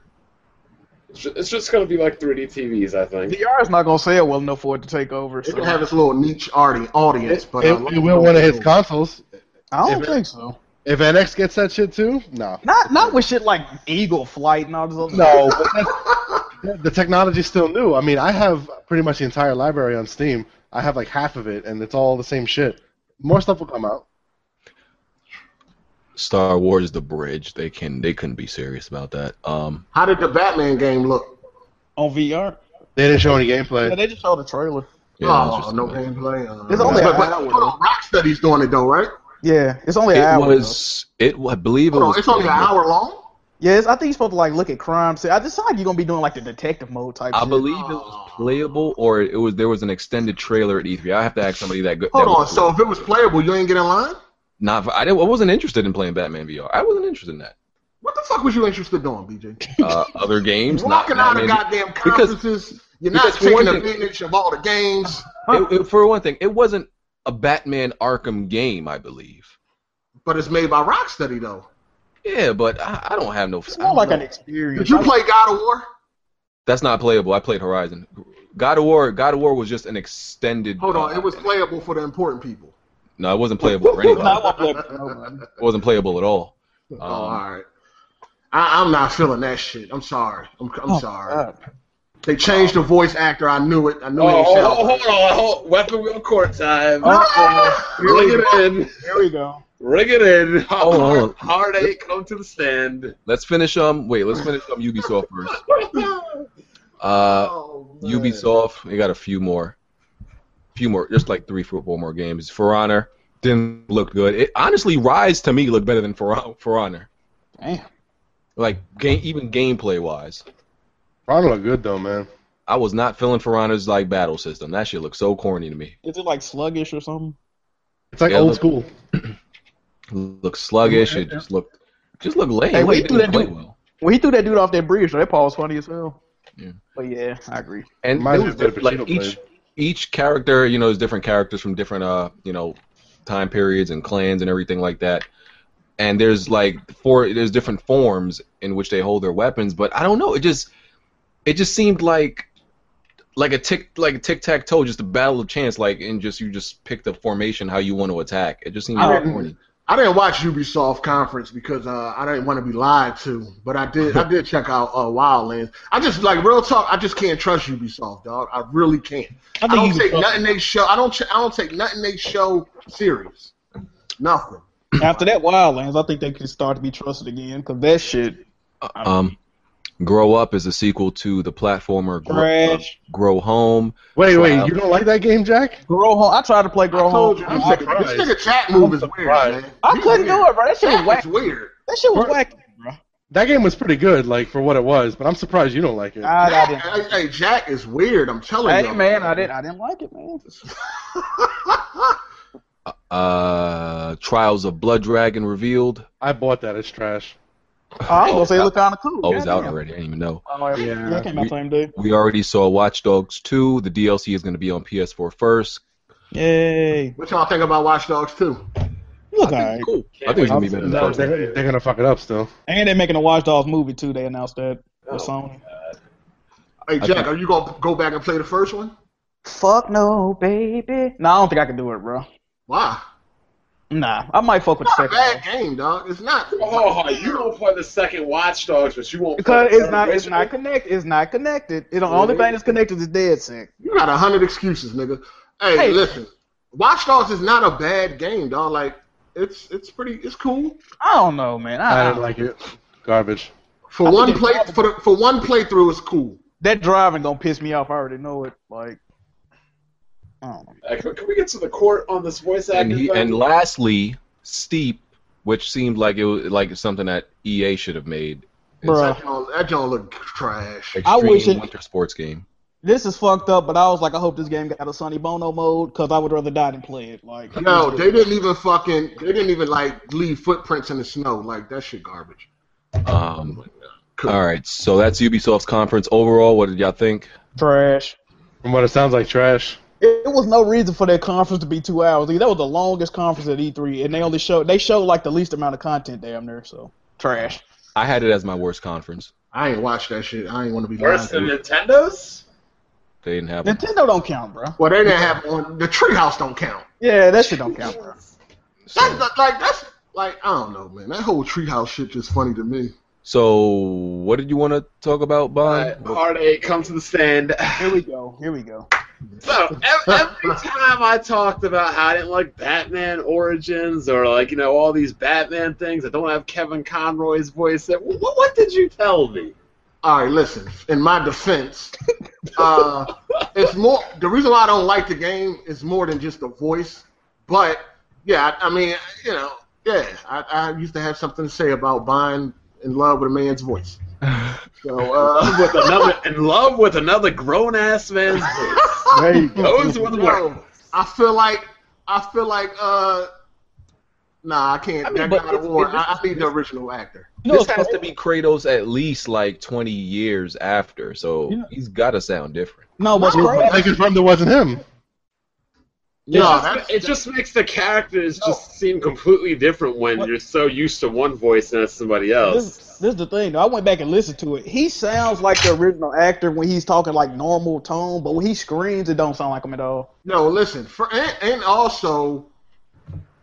ju- It's just gonna be like 3D TVs, I think.
DR is not gonna sell well enough for it to take over.
It
So.
can have its little niche audi- audience, but uh,
it,
I like
it will
those
one of his
shows.
consoles.
I don't
if it-
think so.
If NX gets that shit too, no.
Not not with shit like Eagle Flight and all this other.
No, but that's- the technology's still new. I mean, I have pretty much the entire library on Steam. I have like half of it, and it's all the same shit. More stuff will come out.
Star Wars: The Bridge. They can they couldn't be serious about that. Um,
How did the Batman game look?
on VR.
They didn't show any
Yeah,
gameplay.
they just showed a trailer.
yeah,
oh,
that's
no
just-
gameplay. Uh,
It's only
but,
an
but,
hour,
hold on, Rocksteady's doing it though, right?
Yeah, it's only an
It
hour.
was it. I believe it
Hold
was.
on, it's only an hour long.
though. Yeah, it's, I think you're supposed to like look at crime. See, I just sound like you're gonna be doing like the detective mode type.
I
shit.
believe it
Oh.
was playable, or it was there was an extended trailer at E3. I have to ask somebody that. go-
Hold
that
on,
was-
so if it was playable, you ain't get in line.
not I, didn't, I wasn't interested in playing Batman VR. I wasn't interested in that.
What the fuck was you interested in, BJ?
Uh, other games, not
Walking out of
Batman
goddamn
because-
conferences, you're not
because for one
taking a
thing-
minute of all the games.
VR. It- it- for one thing, it wasn't a Batman Arkham game, I believe.
But it's made by Rocksteady though.
Yeah, but I, I don't have no.
It's
I
more
don't
like
know.
an experience.
Did you play God of War?
That's not playable. I played Horizon. God of War. God of War was just an extended.
Hold on,
uh,
it was playable for the important people.
No, it wasn't playable for anybody.
I
it
won't play it for nobody.
wasn't playable at all. Um,
oh, all right. I, I'm not feeling that shit. I'm sorry. I'm, I'm
Oh,
sorry.
God.
They changed the voice actor. I knew it. I knew
Oh,
it.
oh,
didn't
oh,
sound
hold on, hold, weapon wheel court time.
Ah!
Ring it in,
Here we go.
ring it in.
Hold on, hold on.
Heartache, come to the stand.
Let's finish um. Wait, let's finish um Ubisoft first. Uh,
Oh, man.
Ubisoft. We got a few more, few more, just like three, four, four more games. For Honor didn't look good. It honestly, Rise to me looked better than For, Hon- For Honor.
Damn.
Like game, even gameplay wise,
Probably look good though, man.
I was not feeling For Honor's like battle system. That shit looked so corny to me.
Is it like sluggish or something?
It's like
Yeah,
old
look-
school.
Looked sluggish. It just looked, just looked lame.
Hey, we
It
do that
didn't play
do-
well.
When he threw that dude off that bridge, that part was funny as hell.
Yeah.
But yeah, I agree.
and
Might
it
as
was
well
diff-
play
like
Pacino
each each character, you know, is different characters from different uh, you know, time periods and clans and everything like that. And there's like four there's different forms in which they hold their weapons, but I don't know, it just it just seemed like like a tick like a tic tac toe, just a battle of chance, like and just you just pick the formation how you want to attack. It just seemed
I
like
didn't-
corny.
I didn't watch Ubisoft conference because uh, I didn't want to be lied to, but I did. I did check out uh, Wildlands. I just like real talk. I just can't trust Ubisoft, dog. I really can't. I, don't take nothing they show. I don't. ch- I don't take nothing they show serious. Nothing.
After that Wildlands, I think they can start to be trusted again because that shit
Um Grow Up is a sequel to the platformer Grow, uh,
trash.
Grow Home.
Wait, wait,
Wow.
you don't like that game, Jack?
Grow home. I tried to play Grow
I told
home.
you.
I'm
This nigga,
surprised.
this nigga chat move is weird,
surprised.
man.
I couldn't do it, bro. That shit was
It's
whack.
weird.
That shit was
Bro.
whack, bro.
That game was pretty good, like for what it was. But I'm surprised you don't like it.
I, I didn't.
Hey, hey, Jack is weird. I'm telling you.
Hey man, I didn't. I didn't like it, man.
uh Trials of Blood Dragon revealed.
I bought that. It's trash.
Oh, I was gonna say it looked kind of cool.
Oh, it's out
Goddamn.
already. I didn't even know.
Oh, yeah,
Yeah.
yeah, it came out same day.
We already saw Watch Dogs 2. The DLC is going to be on PS4 first.
Yay!
What y'all think about Watch Dogs 2?
You look
I think
alright.
it's cool. I think it's going to be better than the
No,
first.
they're, they're gonna fuck it up still.
And they're making a Watch Dogs movie too. They announced that
Oh.
with Sony.
Hey,
I
Jack,
think-
are you going to go back and play the first one?
Fuck no, baby. Nah, I don't think I can do it, bro.
Why?
Nah, I might fuck with the
It's not a
second. one.
bad game, dog. It's not.
Oh, you don't play the second Watch Dogs, but you won't.
Because
play the
it's not, it's
original?
not connected. It's not connected. It, the only
Mm-hmm.
Really?
thing that's connected is Dead Sick.
You got a hundred excuses, nigga. Hey,
Hey.
listen, Watch Dogs is not a bad game, dog. Like it's it's pretty it's cool
I don't know, man. I,
I
I
didn't like it. Garbage.
for
I
one
think
play
it's-
for the, for one playthrough. It's cool.
that driving gonna piss me off. I already know it. Like, I don't know.
Uh, Can, can we get to the court on this voice actor?
And, he,
thing?
and lastly, Steep, which seemed like it was like something that EA should have made. It's
Bruh.
That don't, that don't look trash.
an
I
Extreme
wish it-
winter sports game.
This is fucked up, but I was like, I hope this game got a Sonny Bono mode because I would rather die than play it. Like,
No, they didn't even fucking they didn't even like leave footprints in the snow. Like that shit garbage.
Um, all right, so that's Ubisoft's conference overall. What did y'all think?
trash.
From what it sounds like, trash.
It, it was no reason for that conference to be two hours. That was the longest conference at E3, and they only showed they showed like the least amount of content damn near. So trash.
I had it as my worst conference.
I ain't watch that shit. I ain't want to be
Worse than
lying.
Nintendo's?
They didn't have one.
Nintendo don't count, bro.
Well, they didn't have one. The treehouse don't count.
Yeah, that shit don't count, bro.
That's not, like that's like I don't know, man. That whole treehouse shit just funny to me.
So, what did you want to talk about, Bond?
Uh,
Alright,
oh,
heartache, come to the stand.
Here we go. Here we go.
So ev- every time I talked about how I didn't like Batman Origins or like you know all these Batman things that don't have Kevin Conroy's voice, that what, what did you tell me?
All right, listen. In my defense, uh, it's more the reason why I don't like the game is more than just the voice. But yeah, I, I mean, you know, yeah, I, I used to have something to say about buying in love with a man's voice. So uh,
With another in love with another grown ass man's voice.
Uh-uh.
There you go.
Those were the
yo,
words.
I feel like I feel like uh, nah, I can't.
I
I
mean,
mean,
but
not a
it's-
war.
it's-
I, I need the original actor.
You know, this has to be Kratos at least like 20 years after, so
You know-
he's got to sound different.
No, what's
Well, I
crazy?
confirmed it wasn't him.
It,
No,
just,
that's-
it just makes the characters just seem completely different when
What?
you're so used to one voice and it's somebody
This,
else.
this is the thing, though. I went back and listened to it. He sounds like the original actor when he's talking like normal tone, but when he screams, it don't sound like him at all.
No, listen, for and, and also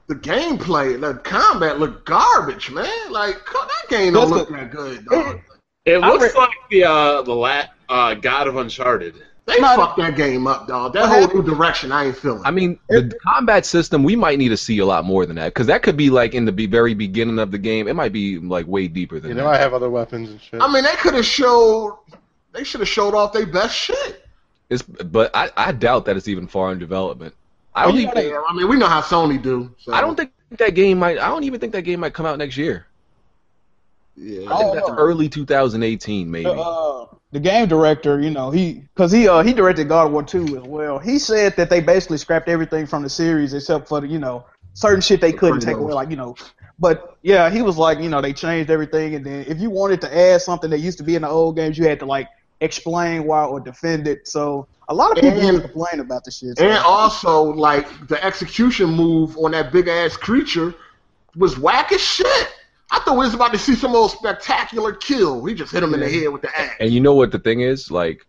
the gameplay, the combat looked garbage, man. Like co- that game don't
That's
look that good. Dog.
It
I
looks
re-
like the uh, the la- uh, God of Uncharted.
They
No,
fucked that game up, dog. That
What
whole
happened?
new direction, I ain't feeling.
I mean, the combat system, we might need to see a lot more than that, because that could be like in the be- very beginning of the game. It might be like way deeper than
You
that.
know I have other weapons and shit.
I mean, they could have showed. They should have showed off their best shit.
It's, but I, I doubt that it's even far in development. I don't,
Yeah,
think,
I mean, we know how Sony do. So.
I don't think that game might. I don't even think that game might come out next year.
Yeah.
I
I
think
don't
that's
know.
early 2018, maybe.
The, uh, the game director, you know, he because he uh, he directed God of War two as well. He said that they basically scrapped everything from the series except for the, you know certain shit they couldn't
Pretty
take
much.
away, like you know. But yeah, he was like, you know, they changed everything, and then if you wanted to add something that used to be in the old games, you had to like explain why or defend it. So a lot of people
And-
complain about the shit. so-
And also, like the execution move on that big ass creature was whack as shit. I thought we was about to see some old spectacular kill. He just hit him in the head with the axe.
And you know what the thing is? Like,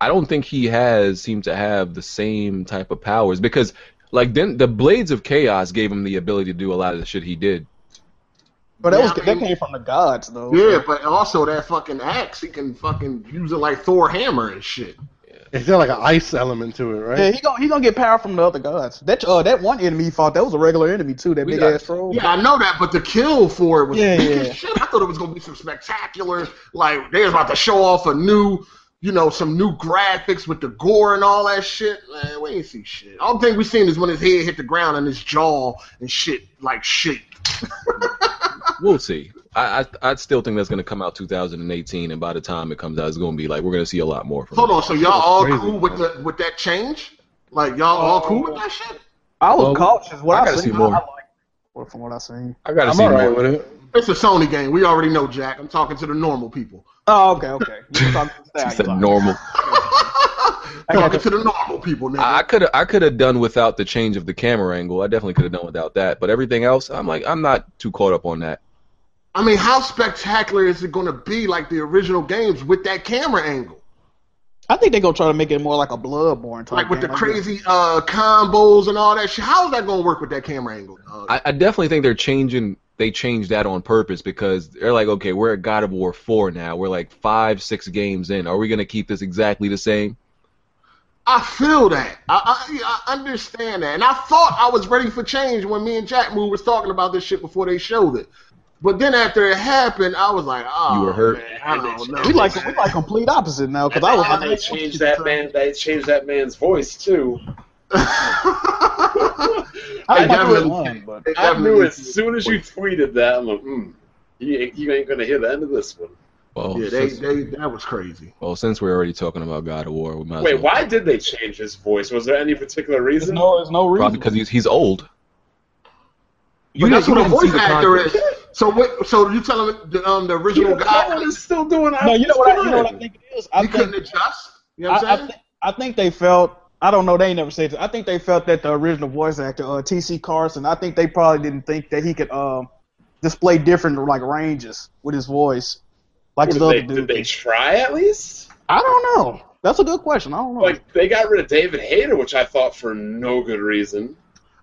I don't think he has seemed to have the same type of powers because, like, then the Blades of Chaos gave him the ability to do a lot of the shit he did.
but that
Yeah,
was
I
that
mean-
came from the gods though.
Yeah, but also that fucking axe, he can fucking use it like Thor hammer and shit.
It's got like an ice element to it, right?
Yeah, he gonna he gonna get power from the other gods. That uh, that one enemy he fought, that was a regular enemy too. That
We
big
got-
ass troll.
Yeah, I know that, but the kill for it was
Yeah,
big
yeah.
as shit. I thought it was gonna be some spectacular, like they was about to show off a new, you know, some new graphics with the gore and all that shit. Man, we ain't see shit. All thing we seen is when his head hit the ground and his jaw and shit like shit.
We'll see. I I, I still think that's going to come out 2018, and by the time it comes out, it's going to be like we're going to see a lot more from.
Hold
it.
on, so y'all all
Crazy.
cool with the with that change? Like y'all all cool
Oh.
with that shit?
I was
Well,
cautious. What
I
I,
gotta
seen,
see more.
I, I like well, from what I seen.
I got to
I'm
see
alright
more.
with it.
It's a Sony game. We already know, Jack. I'm talking to the normal people.
Oh, okay, okay. You talking
It's
style,
a normal.
talking to the normal people, nigga.
I could I could have done without the change of the camera angle. I definitely could have done without that. But everything else, I'm like I'm not too caught up on that.
I mean, how spectacular is it going to be like the original games with that camera angle?
I think they're gonna try to make it more like a bloodborne type.
Like with the
game.
crazy uh, combos and all that shit. How is that going to work with that camera angle? Uh,
I, I definitely think they're changing. They changed that on purpose because they're like, okay, we're at God of War four now. We're like five, six games in. Are we gonna keep this exactly the same?
I feel that. I, I I understand that. And I thought I was ready for change when me and Jack Moo was talking about this shit before they showed it. But then after it happened, I was like, oh,
You were hurt.
man, I don't know.
We like we like complete opposite now because I was
and
like,
they changed that man. They changed that man's voice too.
I,
I
thought it was
definitely-
one, but
I knew as soon as you tweeted that, I'm like, hmm, you, you ain't gonna hear the end of this one.
Well,
Yeah, they,
since,
they, that was crazy.
well, since we're already talking about God of War, we might as
Wait,
well-
why did they change his voice? Was there any particular
there's
reason?
no there's no reason.
Probably because he's he's old.
But that's
didn't-
what a
didn't see
voice
the
actor
content.
is. So what? So you telling me the, um, the original guy?
is still doing
no, you know what I, you know what I think it is. I
he
think
couldn't adjust. You know
I,
what
I,
I'm saying?
thi- I think they felt. I don't know. They ain't never said this. I think they felt that the original voice actor, uh, T.C. Carson, I think they probably didn't think that he could um, display different like ranges with his voice. Like the
What
other
did, they, did
dude.
they try at least?
I don't know. That's a good question. I don't know.
Like they got rid of David Hayter, which I thought for no good reason.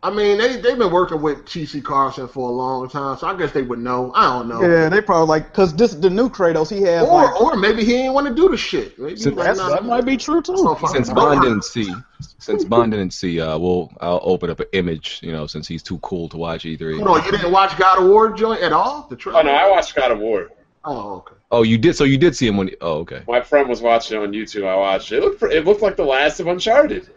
I mean, they they've been working with TC Carson for a long time, so I guess they would know. I don't know.
yeah, they probably like because this the new Kratos he has.
Or
like,
or maybe he ain't want to do the shit. Maybe
Since-
right
that's,
now-
that might be true
So
too.
far-
Since Bond didn't see, since Bond didn't see, uh, we'll I'll open up an image, you know, since he's too cool to watch E E3.
Hold on, you didn't watch God of War joint at all? The trailer?
Oh no, I watched God of War.
Oh, okay.
Oh, you did. So you did see him when. Oh, okay.
My friend was watching it on YouTube. I watched it. It looked, pre- it looked like the last of Uncharted,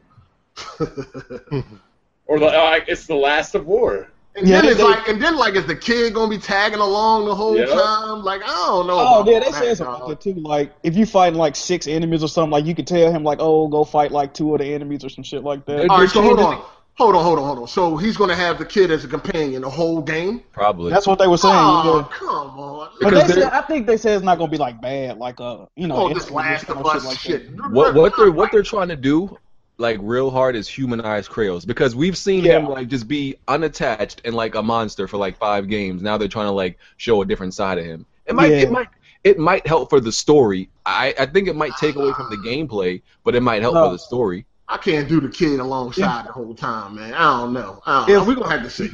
or the, uh, it's the last of War.
And
Yeah,
then
they-
it's
they-
like, and then like, is the kid gonna be tagging along the whole
Yeah.
time? Like, I don't know.
Oh,
about
yeah, they
that,
said
dog.
something like that, too. Like if you fighting like six enemies or something, like you could tell him like, oh, go fight like two of the enemies or some shit like that.
All right, so hold
They're
on, hold on, hold on, hold on. So he's gonna have the kid as a companion the whole game?
Probably.
That's what they were saying.
Oh,
yeah.
come on!
But
Because
they
they're-
said, I think they said it's not gonna be like bad, like uh, you know,
Oh,
it's-
this Last
some
of Us
like that.
shit.
what what they're what they're trying to do like real hard is humanize Kratos because we've seen him like just be unattached and like a monster for like five games. Now they're trying to like show a different side of him. It might
Yeah.
it might it might help for the story. I I think it might take away from the gameplay, but it might help
No.
for the story.
I can't do the kid alongside the whole time, man. I don't know. I don't
If-
know. We're gonna have to see.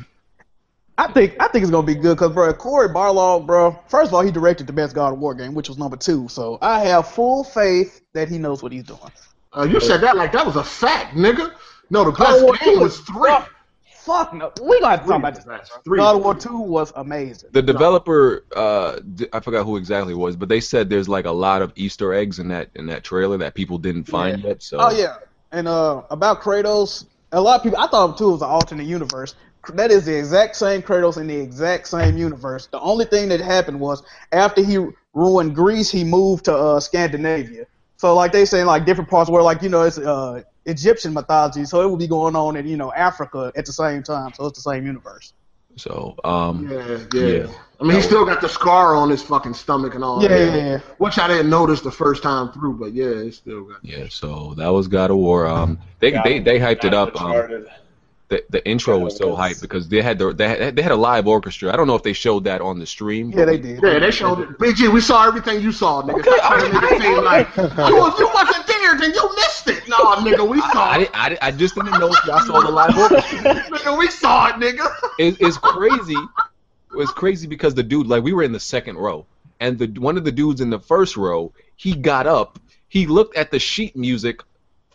I think I think it's gonna be good because bro, Corey Barlog, bro. First of all, he directed the best God of War game, which was number two. So I have full faith that he knows what he's doing.
Uh, you said that like that was a fact, nigga. No, the best
Oh, well,
game was three.
Fuck no, we gonna have to talk about
That's
this.
three.
God of War two was amazing.
The developer, uh, d- I forgot who exactly it was, but they said there's like a lot of Easter eggs in that in that trailer that people didn't find yet. So
Oh yeah, and uh, about Kratos, a lot of people I thought too it was an alternate universe. That is the exact same Kratos in the exact same universe. The only thing that happened was after he ruined Greece, he moved to uh, Scandinavia. So like they say, like different parts where like you know it's uh, Egyptian mythology, so it will be going on in you know Africa at the same time. So it's the same universe.
so um,
Yeah, yeah.
Yeah.
I mean, he still got the scar on his fucking stomach and all that.
Yeah,
Which I didn't notice the first time through, but yeah, it's still got.
yeah. So that was God of War. Um, they
God
they
of-
they hyped it
Not
up. Um,
Uncharted.
the, the intro was so hyped because they had the they had, they had a live orchestra. I don't know if they showed that on the stream.
yeah, they
but-
did.
Yeah, they showed it. BG, we saw everything you saw, nigga.
Okay,
Stop trying to
I-
make it seem like you, if you wasn't there, then you missed it. No, nigga, we saw
I,
it.
I, I, I just didn't know if y'all saw the live orchestra.
Nigga, we saw it, nigga.
It, it's crazy. It's crazy because the dude, like, we were in the second row, and the one of the dudes in the first row, he got up, he looked at the sheet music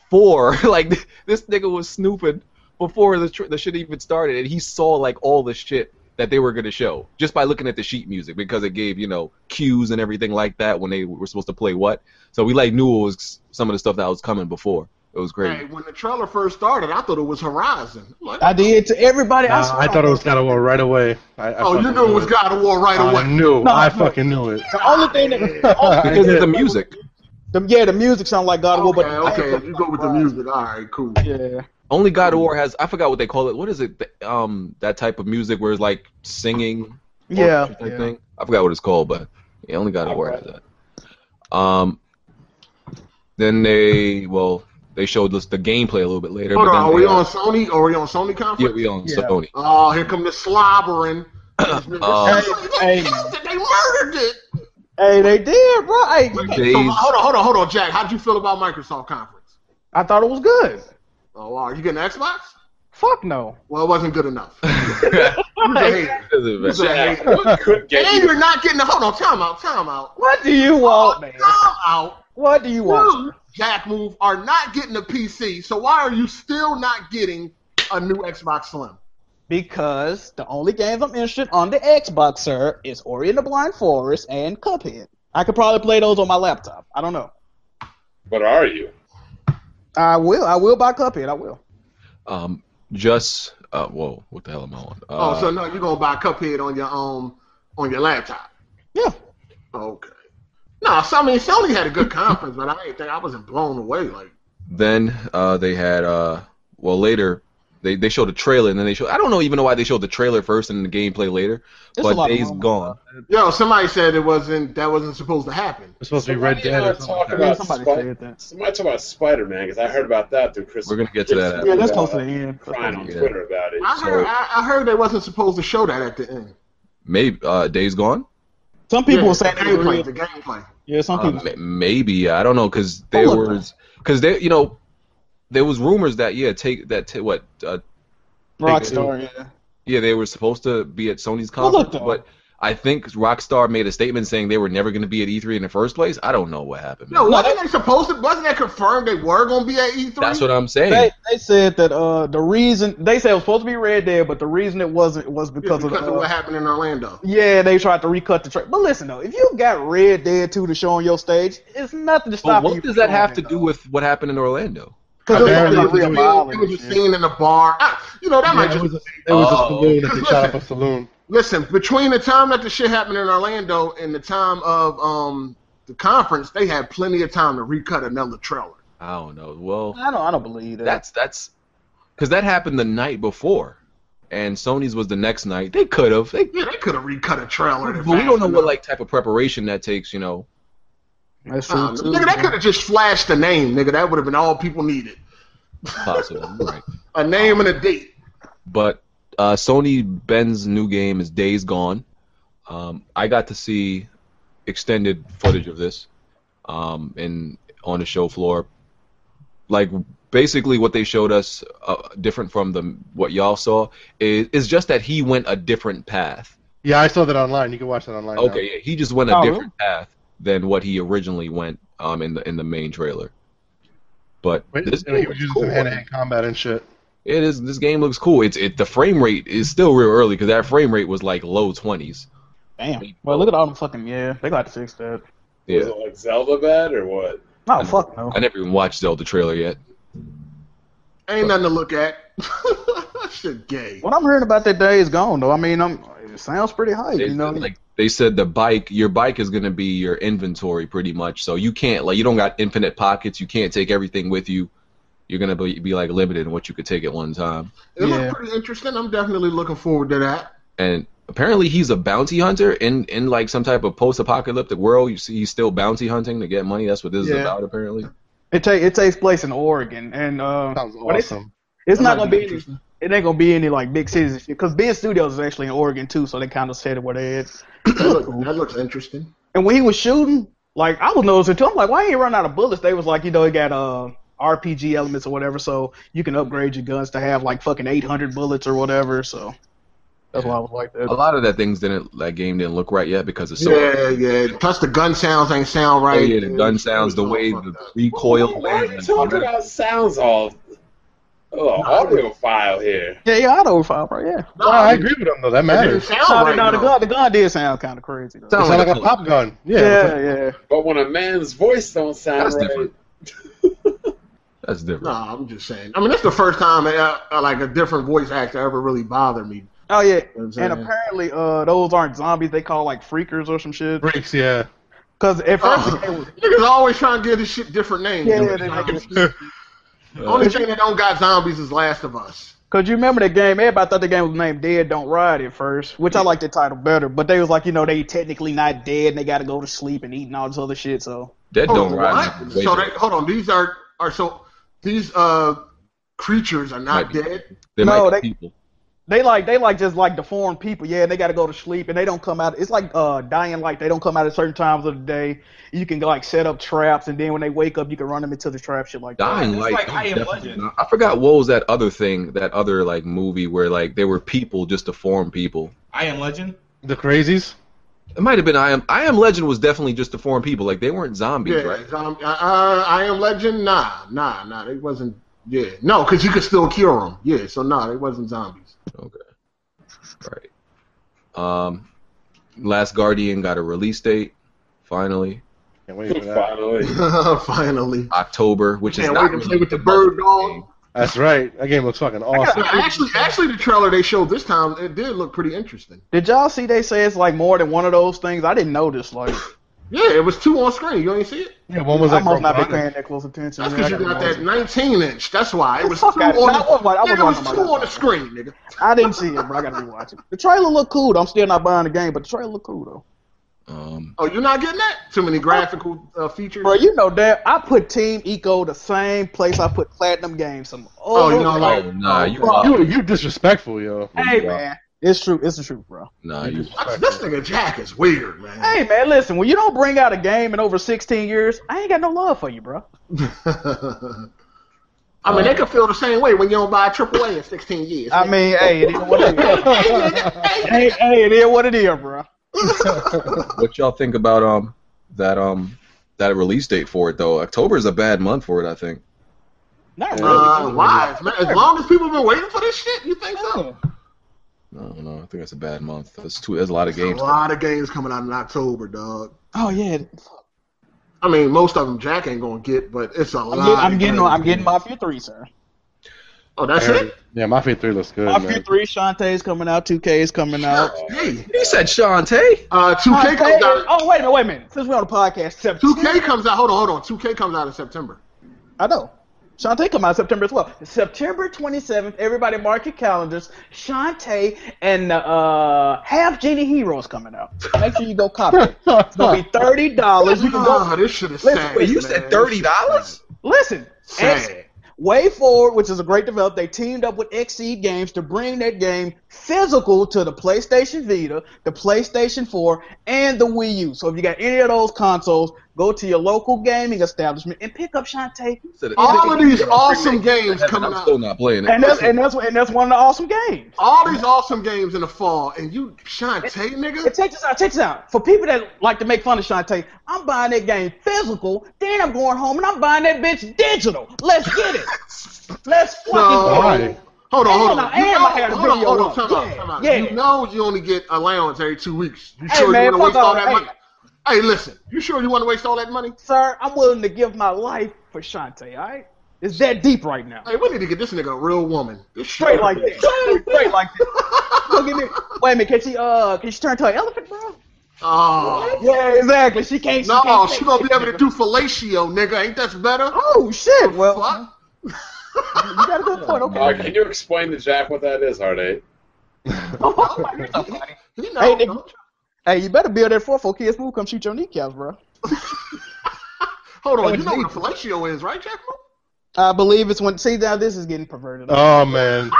for like this nigga was snooping before the tr- the shit even started, and he saw like all the shit that they were gonna show just by looking at the sheet music because it gave you know cues and everything like that when they were supposed to play what. So we like knew it was some of the stuff that was coming before. It was great.
Hey, when the trailer first started, I thought it was Horizon. I'm like,
I did to everybody. I,
Nah,
swear
I thought it was God of War right away. I, I
oh, you
fucking
knew it was God of War right
Uh,
I
away.
knew.
No,
I
no.
fucking knew it.
the only thing that
Because of the music.
the, yeah, the music sounded like God of War,
Okay,
but the-
okay. If you go with the music, all right, cool.
Yeah.
Only God of War has I forgot what they call it. What is it? The- Um, that type of music where it's like singing.
Yeah.
orchestra type Thing. I forgot what it's called, but yeah, only God of War has that. Um, then they well they showed us the gameplay a little bit later.
Hold
but
on,
then
are we
they, uh,
on Sony? Are we on Sony conference?
Yeah, we on Sony.
Oh, here come the slobbering.
Um,
they killed it. They murdered it.
Hey, they did, bro. Hey,
So,
Days-
hold on, hold on, hold on, Jack. How did you feel about Microsoft conference?
I thought it was good.
Oh, wow. You getting an Xbox?
Fuck no.
Well, it wasn't good enough. You're a hater. You're a
Jack,
hater.
what could get
And
you?
you're not getting. A, hold on, time out, time out,
What do you want, man?
time out.
What do you want?
You, Jack Move, are not getting a PC. So why are you still not getting a new Xbox Slim?
Because the only games I'm interested on the Xbox, sir, is Ori and the Blind Forest and Cuphead. I could probably play those on my laptop. I don't know.
What are you?
I will. I will buy Cuphead. I will.
um, just uh, whoa, what the hell am I on? Uh,
oh, so no, you're gonna buy Cuphead on your um on your laptop.
Yeah.
Okay. No, so I mean Sony had a good conference, but I didn't think I wasn't blown away. Like
Then uh, they had uh, well later they, they showed a trailer and then they showed I don't know even know why they showed the trailer first and the gameplay later,
It's a
but
lot of
Days
rumors.
Gone.
yo, somebody said it wasn't that wasn't supposed to happen.
It's supposed to be
Somebody
Red Dead.
and I
Or something like
talked
that.
Yeah,
about
somebody
Spy-
said that.
Somebody talk about Spider Man because I heard about that through Chris.
We're gonna get to that after.
Yeah, that's close to the end.
Crying on
Yeah.
Twitter about it.
I heard I, I heard they wasn't supposed to show that at the end.
Maybe uh, Days Gone.
Some people
Yeah,
were saying
the
they were
gameplay.
real.
The gameplay.
Yeah, some
Uh,
people.
ma- maybe I don't know because there
look.
was because there you know there was rumors that yeah take that t- what uh,
Rockstar. Yeah.
yeah they were supposed to be at Sony's
Well, look,
conference,
though.
but I think Rockstar made a statement saying they were never going to be at E3 in the first place. I don't know what happened. man.
E
No, wasn't they supposed to? Wasn't that confirmed they were going to be at E E3?
That's what I'm saying.
They, they said that uh the reason they said it was supposed to be Red Dead, but the reason it wasn't was
Yeah,
because,
because
of,
of
the,
what happened in Orlando.
yeah they tried to recut the track. But listen though, if you got Red Dead 2 to show on your stage, it's nothing to
but
stop E you.
what does that have to do with what happened in Orlando?
Because it was
Apparently
it
like
it
was,
was
real
a- it
a-
violent.
was a scene in a bar. Ah, you know, that might
Yeah, it
just
was a, it was
Oh.
a saloon that they shot up a saloon.
Listen, between the time that the shit happened in Orlando and the time of um the conference, they had plenty of time to recut another trailer.
I don't know. Well,
I don't I don't believe that.
that's that's because that happened the night before, and Sony's was the next night. They could have. They
Yeah, they could have recut a trailer.
but we don't know what like type of preparation that takes. You know.
that's true
Uh,
too.
nigga, that could have just flashed the name, nigga. That would have been all people needed.
Possible, right?
A name and a date.
But uh, Sony Ben's new game is Days Gone. Um, I got to see extended footage of this, um, in on the show floor. Like basically what they showed us, uh, different from the what y'all saw, is is just that he went a different path.
Yeah, I saw that online. You can watch that online. now.
Okay, yeah, he just went a
Oh, really?
different path than what he originally went um, in the in the main trailer. But
Wait,
this
you know, he
game
was
looks
using
cool.
some hand-to-hand combat and shit.
It is this game looks cool. It's it the frame rate is still real early because that frame rate was like low twenties.
Damn. Well look at all the fucking yeah, they got to fix
Was
that.
Yeah,
it like Zelda bad or what?
Oh fuck no.
I never even watched Zelda trailer yet.
Ain't nothing to look at. shit, gay.
What I'm hearing about that day is gone though. I mean, I'm, it sounds pretty hype,
They,
you know.
like they said, the bike, your bike is gonna be your inventory pretty much. So you can't like you don't got infinite pockets. You can't take everything with you. You're gonna be, be like limited in what you could take at one time.
It
Yeah.
looked pretty interesting. I'm definitely looking forward to that.
And apparently he's a bounty hunter in in like some type of post-apocalyptic world. You see, he's still bounty hunting to get money. That's what this is
Yeah.
about apparently.
it take it takes place in Oregon, and uh,
Sounds
What is-
awesome.
it's not gonna
Sounds
be any,
interesting.
it ain't gonna be any like big cities and shit. Cause Ben Studios is actually in Oregon too, so they kind of said it where they is.
That, look, that looks interesting.
And when he was shooting, like I was noticing too, I'm like, why ain't he running out of bullets? They was like, you know, he got uh RPG elements or whatever, so you can upgrade your guns to have like fucking 800 bullets or whatever. So that's why I was like
A
that.
lot of that things didn't that game didn't look right yet because it's so
yeah, yeah. Plus the gun sounds ain't sound
Oh,
right.
yeah, the gun sounds, the way the recoil
Why are you
lands.
talking about sounds all oh, audio file here?
Yeah, yeah, I know, bro. Yeah,
No,
No, I agree with him though. That
It didn't
matters. It
sound
no,
Oh, right,
no, the
though.
gun, the gun did sound kind of crazy. Though.
Sound
sounds like a
Sound
pop gun. Yeah.
Yeah, yeah.
But when a man's voice don't sound
That's
right,
different. That's different.
No, I'm just saying. I mean, that's the first time uh, uh, like a different voice actor ever really bothered me.
Oh yeah,
You know what I'm saying?
And apparently, uh, those aren't zombies. They call like freakers or some shit.
Breaks. Yeah.
Because at first,
Oh,
it was,
niggas always trying to give this shit different names.
Yeah,
Different
they make
names.
Uh,
Only thing that don't got zombies is Last of Us.
cause you remember that game. Everybody thought the game was named Dead Don't Ride at first, which I like the title better. But they was like, you know, they technically not dead. and They got to go to sleep and eat and all this other shit. So
Dead
Hold
Don't
on,
Ride.
Oh, what?
is way
So they,
better.
hold on, these are are so these uh creatures are not
Might be.
dead.
They
No,
might be
they-
people.
they like they like just like deformed people. Yeah, and they got to go to sleep and they don't come out. It's like uh, dying light. They don't come out at certain times of the day. You can like set up traps, and then when they wake up, you can run them into the trap shit like that.
Dying
It's
Light.
like
I'm
I Am
definitely
Legend.
not- I forgot what was that other thing, that other like movie where like there were people just deformed people.
I am Legend.
The crazies.
It might have been I am. I am Legend was definitely just deformed people. Like they weren't zombies,
Yeah,
right?
zom- uh, uh, I am Legend. Nah, nah, nah. They wasn't. Yeah, no, because you could still cure them. Yeah, so nah, they wasn't zombies.
Right. Um, Last Guardian got a release date, finally
Can't wait for that.
finally.
Finally,
October, which is
Can't
not
wait to
really
play with
the
the bird
budget
dog.
game.
That's right. That game looks fucking awesome.
Now, actually, actually, the trailer they showed this time it did look pretty interesting.
Did y'all see? They say it's like more than one of those things. I didn't notice. Like
Yeah, it was two on screen. You ain't see it?
Yeah, one was like
I must not be
robotic.
paying that close attention.
That's
Yeah, I
because you
gotta
got
watch
that 19 inch. That's why it was two
Fuck
on
out.
the,
Nah, I wasn't watching- I wasn't
Nigga, it was two
watching my
on the
laptop.
screen, nigga.
I didn't see it, bro. I gotta rewatch it. The trailer looked cool. though. I'm still not buying the game, but the trailer looked cool though.
Um,
Oh, you're not getting that? Too many graphical uh, features.
Bro, you know that I put Team Eco the same place I put Platinum Games. Some
Oh, you
old-
know, like,
oh nah, you
Bro, you you disrespectful, yo.
hey man, It's true. It's the truth, bro.
Nah, you,
That's- This nigga Jack is weird, man.
Hey man, listen. When you don't bring out a game in over 16 years, I ain't got no love for you, bro.
I mean, they could feel the same way when you don't buy a AAA in 16 years.
I mean, hey, it is what it is. hey, hey, it is what it is, bro.
what y'all think about um that um that release date for it though? October is a bad month for it, I think.
Not really.
uh, why, man? As long as people been waiting for this shit, you think
Oh.
so?
I don't know. I think that's a bad month. That's too. There's a lot of
There's
games.
a lot of games coming out in October, dog.
Oh yeah.
I mean, most of them Jack ain't gonna get, but it's a
I'm,
lot.
get, I'm
of
getting.
games.
I'm getting Mafia Three, sir.
Oh, that's it.
Yeah, Mafia Three looks good.
Mafia
Man.
Three, Shantae's coming out. 2K is coming out.
Hey,
He said Shantae.
uh, 2K comes
Shantae-
out.
Oh wait a minute, wait a minute. Since we're on the podcast, September.
2K comes out. Hold on, hold on. 2K comes out in September.
I know. Shantae come out September as well. September 27th, everybody mark your calendars. Shantae and uh, Half Genie Heroes coming out. Make sure you go copy it. It's going to be $30. You can
Ah,
go.
this shit is
Listen,
sad.
Wait, you
man.
said thirty dollars?
Listen. X,
Sad.
Way Forward, which is a great develop, they teamed up with Xseed Games to bring that game physical to the PlayStation Vita, the PlayStation 4, and the Wii U. So if you got any of those consoles, go to your local gaming establishment and pick up Shantae
All of these awesome games coming
I'm still
out.
not playing it.
And that's and that's and that's one of the awesome games.
All these awesome games in the fall, and you Shantae,
And
nigga.
check this out, check this out. For people that like to make fun of Shantae, I'm buying that game physical, then I'm going home and I'm buying that bitch digital. Let's get it. Let's fucking
No.
go.
Why?
Hold on, hold
And
on.
I-
You
and
know,
I had a
hold on,
video
hold on.
up.
Time out,
Yeah,
time out.
yeah.
You know you only get allowance every two weeks. You
Hey,
sure
man,
you want to waste
fuck
all
all
that
that.
money? Hey, listen. You sure you want to waste all that money?
Sir, I'm willing to give my life for Shantae, alright? It's that deep right now.
Hey, we need to get this nigga a real woman. This shit-
Straight like this. Straight like this. Look at me. Wait a minute, can she uh can she turn to an elephant, bro?
Oh.
Yeah, exactly. She can't she
No,
can't
she
take
gonna
it,
be able to
nigga.
do fellatio, nigga. Ain't that better?
Oh shit. Well
Fuck.
you got a good point, okay.
Uh, can you explain to Jack what that is, Hardate?
He know,
Hey, nigga.
don't you?
Hey, you better build that four four kids move. Come shoot your kneecaps, bro.
Hold on, you know what a fellatio is, right, Jack?
I believe it's when. See now, this is getting perverted.
Oh man.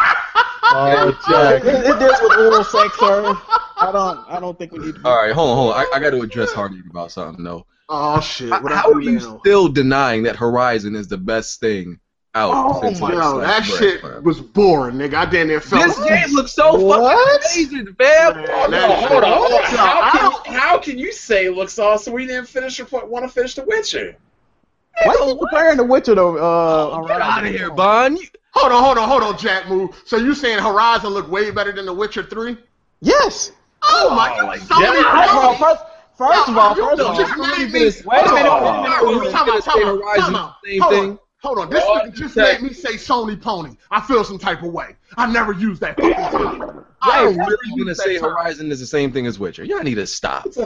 Oh
it,
Jack.
it deals with oral sex, sir. I don't. I don't think we need. To
All right, hold on, hold on. I, I got to address Hardy about something though.
Oh shit!
How-
what I
How
do
are you
now?
still denying that Horizon is the best thing out?
Oh
since
my
last
Yo, that
Black
shit
Friday?
was boring, nigga. I damn near fell.
This game looks so
What?
fucking amazing, fam.
Man,
Oh, no,
that shit-
hold on. Hold on.
Yo,
How,
I
can,
don't-
how can you say it looks awesome? We didn't finish or want to finish The Witcher.
why you comparing The Witcher to? Uh, all
Get
right.
out of here, Bond. You-
Hold on, hold on, hold on, Jack. Move. So you saying Horizon look way better than The Witcher Three?
Yes.
Oh, my god! Somebody
First of
tell
all,
me.
first, first of all,
You
first of
don't
all,
just made me.
Wait a minute,
Hold on,
wait a minute,
hold on,
wait a
time
minute.
out, time out,
Horizon,
time out.
same
Hold on,
thing.
Hold on, this
What?
nigga just
Okay.
made me say Sony Pony. I feel some type of way. I never used that fucking term. I
Y'all
never
really
used
gonna
that
say
term.
Horizon is the same thing as Witcher? Y'all need to stop.
It's a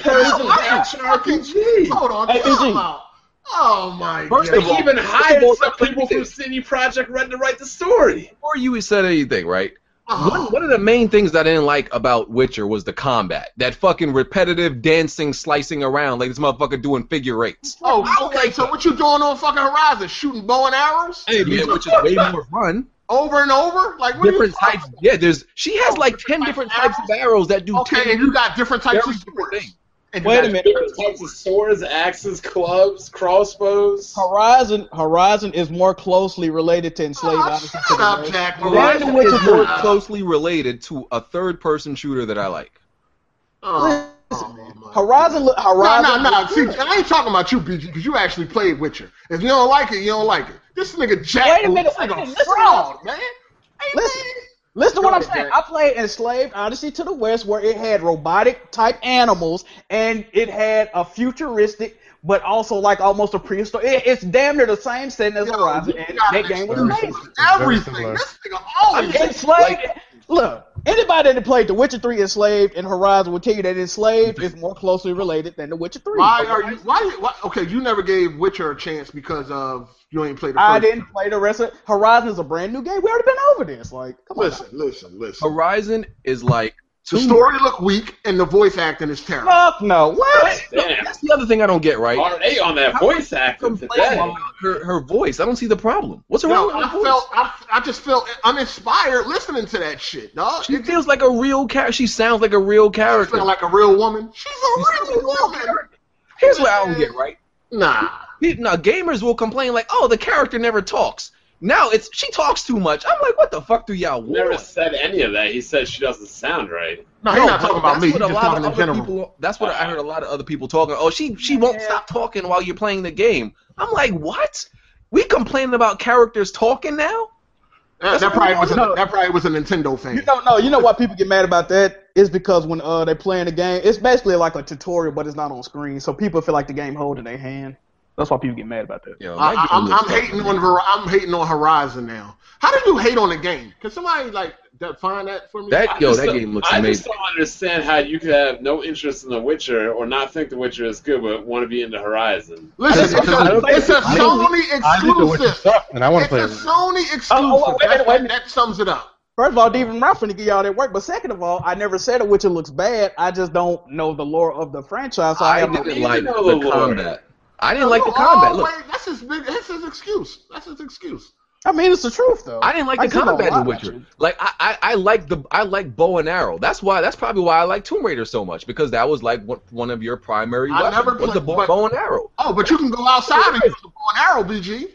Hold
person
on,
action RPG.
Hold on,
Hey,
time
PG.
out. Oh my
First
god.
of all-
Even
First of
hired
all,
some
that's
people from
everything.
City Project Red to write the story.
Before you said anything, right?
Oh.
One, one of the main things that I didn't like about Witcher was the combat. That fucking repetitive dancing, slicing around like this motherfucker doing figure eights.
Oh, okay. So what you doing on fucking Horizon? Shooting bow and arrows
Hey, man, which is way more fun.
over and over? Like what are you
Different
talking
types. Yeah, there's. She has like ten
different
different
types
types of arrows that do.
about? Okay,
10
and you got different types
very
of
different
swords.
things.
And you
Wait
got-
a minute.
Different types of swords, axes, clubs, crossbows.
Horizon. Horizon is more closely related to enslaved.
Oh,
Odyssey to
shut
the
up,
West.
Jack.
Horizon
Horizon
is
is
more
not-
closely related to a third-person shooter that I like.
Oh,
Listen,
oh, my
Horizon. look-
No,
Horizon.
no, no.
looks
See,
good.
I ain't talking about you, BG, because you actually played Witcher. If you don't like it, you don't like it. This nigga Jack,
Wait a minute,
this
wait a
nigga
minute, listen
fraud, man. Hey,
Listen.
man.
Listen to
Go
what I'm
ahead,
saying.
Jack.
I played Enslaved Odyssey to the West where it had robotic type animals and it had a futuristic but also like almost a prehistoric. It, it's damn near the same setting as
Yo,
Horizon
you
and
got
that
it.
game was
Very
amazing.
similar. Very
Everything.
similar.
This nigga always.
Enslaved. Look, anybody that played The Witcher 3 Enslaved and Horizon will tell you that Enslaved is more closely related than The Witcher 3.
Why are you? Why, why? Okay, you never gave Witcher a chance because of you ain't played the first.
I didn't play the rest of Horizon is a brand new game. We already been over this. Like, come on.
Listen, listen, listen.
Horizon is like
The
two
story look weak and the voice acting is terrible.
Fuck no. What?
Damn.
That's the another thing I don't get right.
RA on that voice acting
Complain
today.
about her, her voice. I don't see the problem. What's wrong
No,
with her
I
voice?
felt I, I just felt uninspired listening to that shit, dog.
she feels like a real character. She sounds like a real
I
character.
feel like a real woman. She's a real woman.
Here's what I don't get right.
Nah.
Pe- Now gamers will complain like, "Oh, the character never talks." Now it's she talks too much. I'm like, "What the fuck do y'all want?"
Never said any of that. He said she doesn't sound right.
No, he's not
but
talking about
that's
me. He's
what a
just
lot of
talking in
other
general.
People, that's what I heard a lot of other people talking. Oh, she she won't stop talking while you're playing the game. I'm like, what? We complaining about characters talking now?
that, that probably was a, that probably was a Nintendo thing.
You know, no, you know why people get mad about that is because when uh they playing the game, it's basically like a tutorial, but it's not on screen, so people feel like the game holding their hand. That's why people get mad about that.
Yo,
I,
that
I,
game
I'm,
looks
I'm
fucking-
hating on Ver- I'm hating on Horizon now. How did you hate on the game? Can somebody like define that for me?
That yo,
just
that
don't-
game looks
I
amazing.
just don't understand how you could have no interest in The Witcher or not think The Witcher is good, but want to be into Horizon.
Listen, it's
I
a,
don't think-
it's a
I don't
Sony
I think the Witcher
exclusive.
sucks, and I want to
It's a
play it.
Sony exclusive.
oh, wait a minute, wait a
that, that sums it up.
First of all, Demon Ralph finna get y'all that work, but second of all, I never said it, which it looks bad. I just don't know the lore of the franchise, so I,
I
have no
didn't
you
like
know the
the
lore.
combat. I didn't like the
Oh,
combat.
oh,
Look,
wait, that's his big. That's his excuse. That's his excuse.
I mean, it's the truth though.
I didn't like
I
the
give a
combat in The
lot
Witcher.
about you.
Like I, I, I like the I like bow and arrow. That's why that's probably why I like Tomb Raider so much because that was like one- one of your primary
I
weapons
never
was the
played-
bow,
but-
bow and arrow.
Oh, but you can go outside and use the bow and arrow, BG.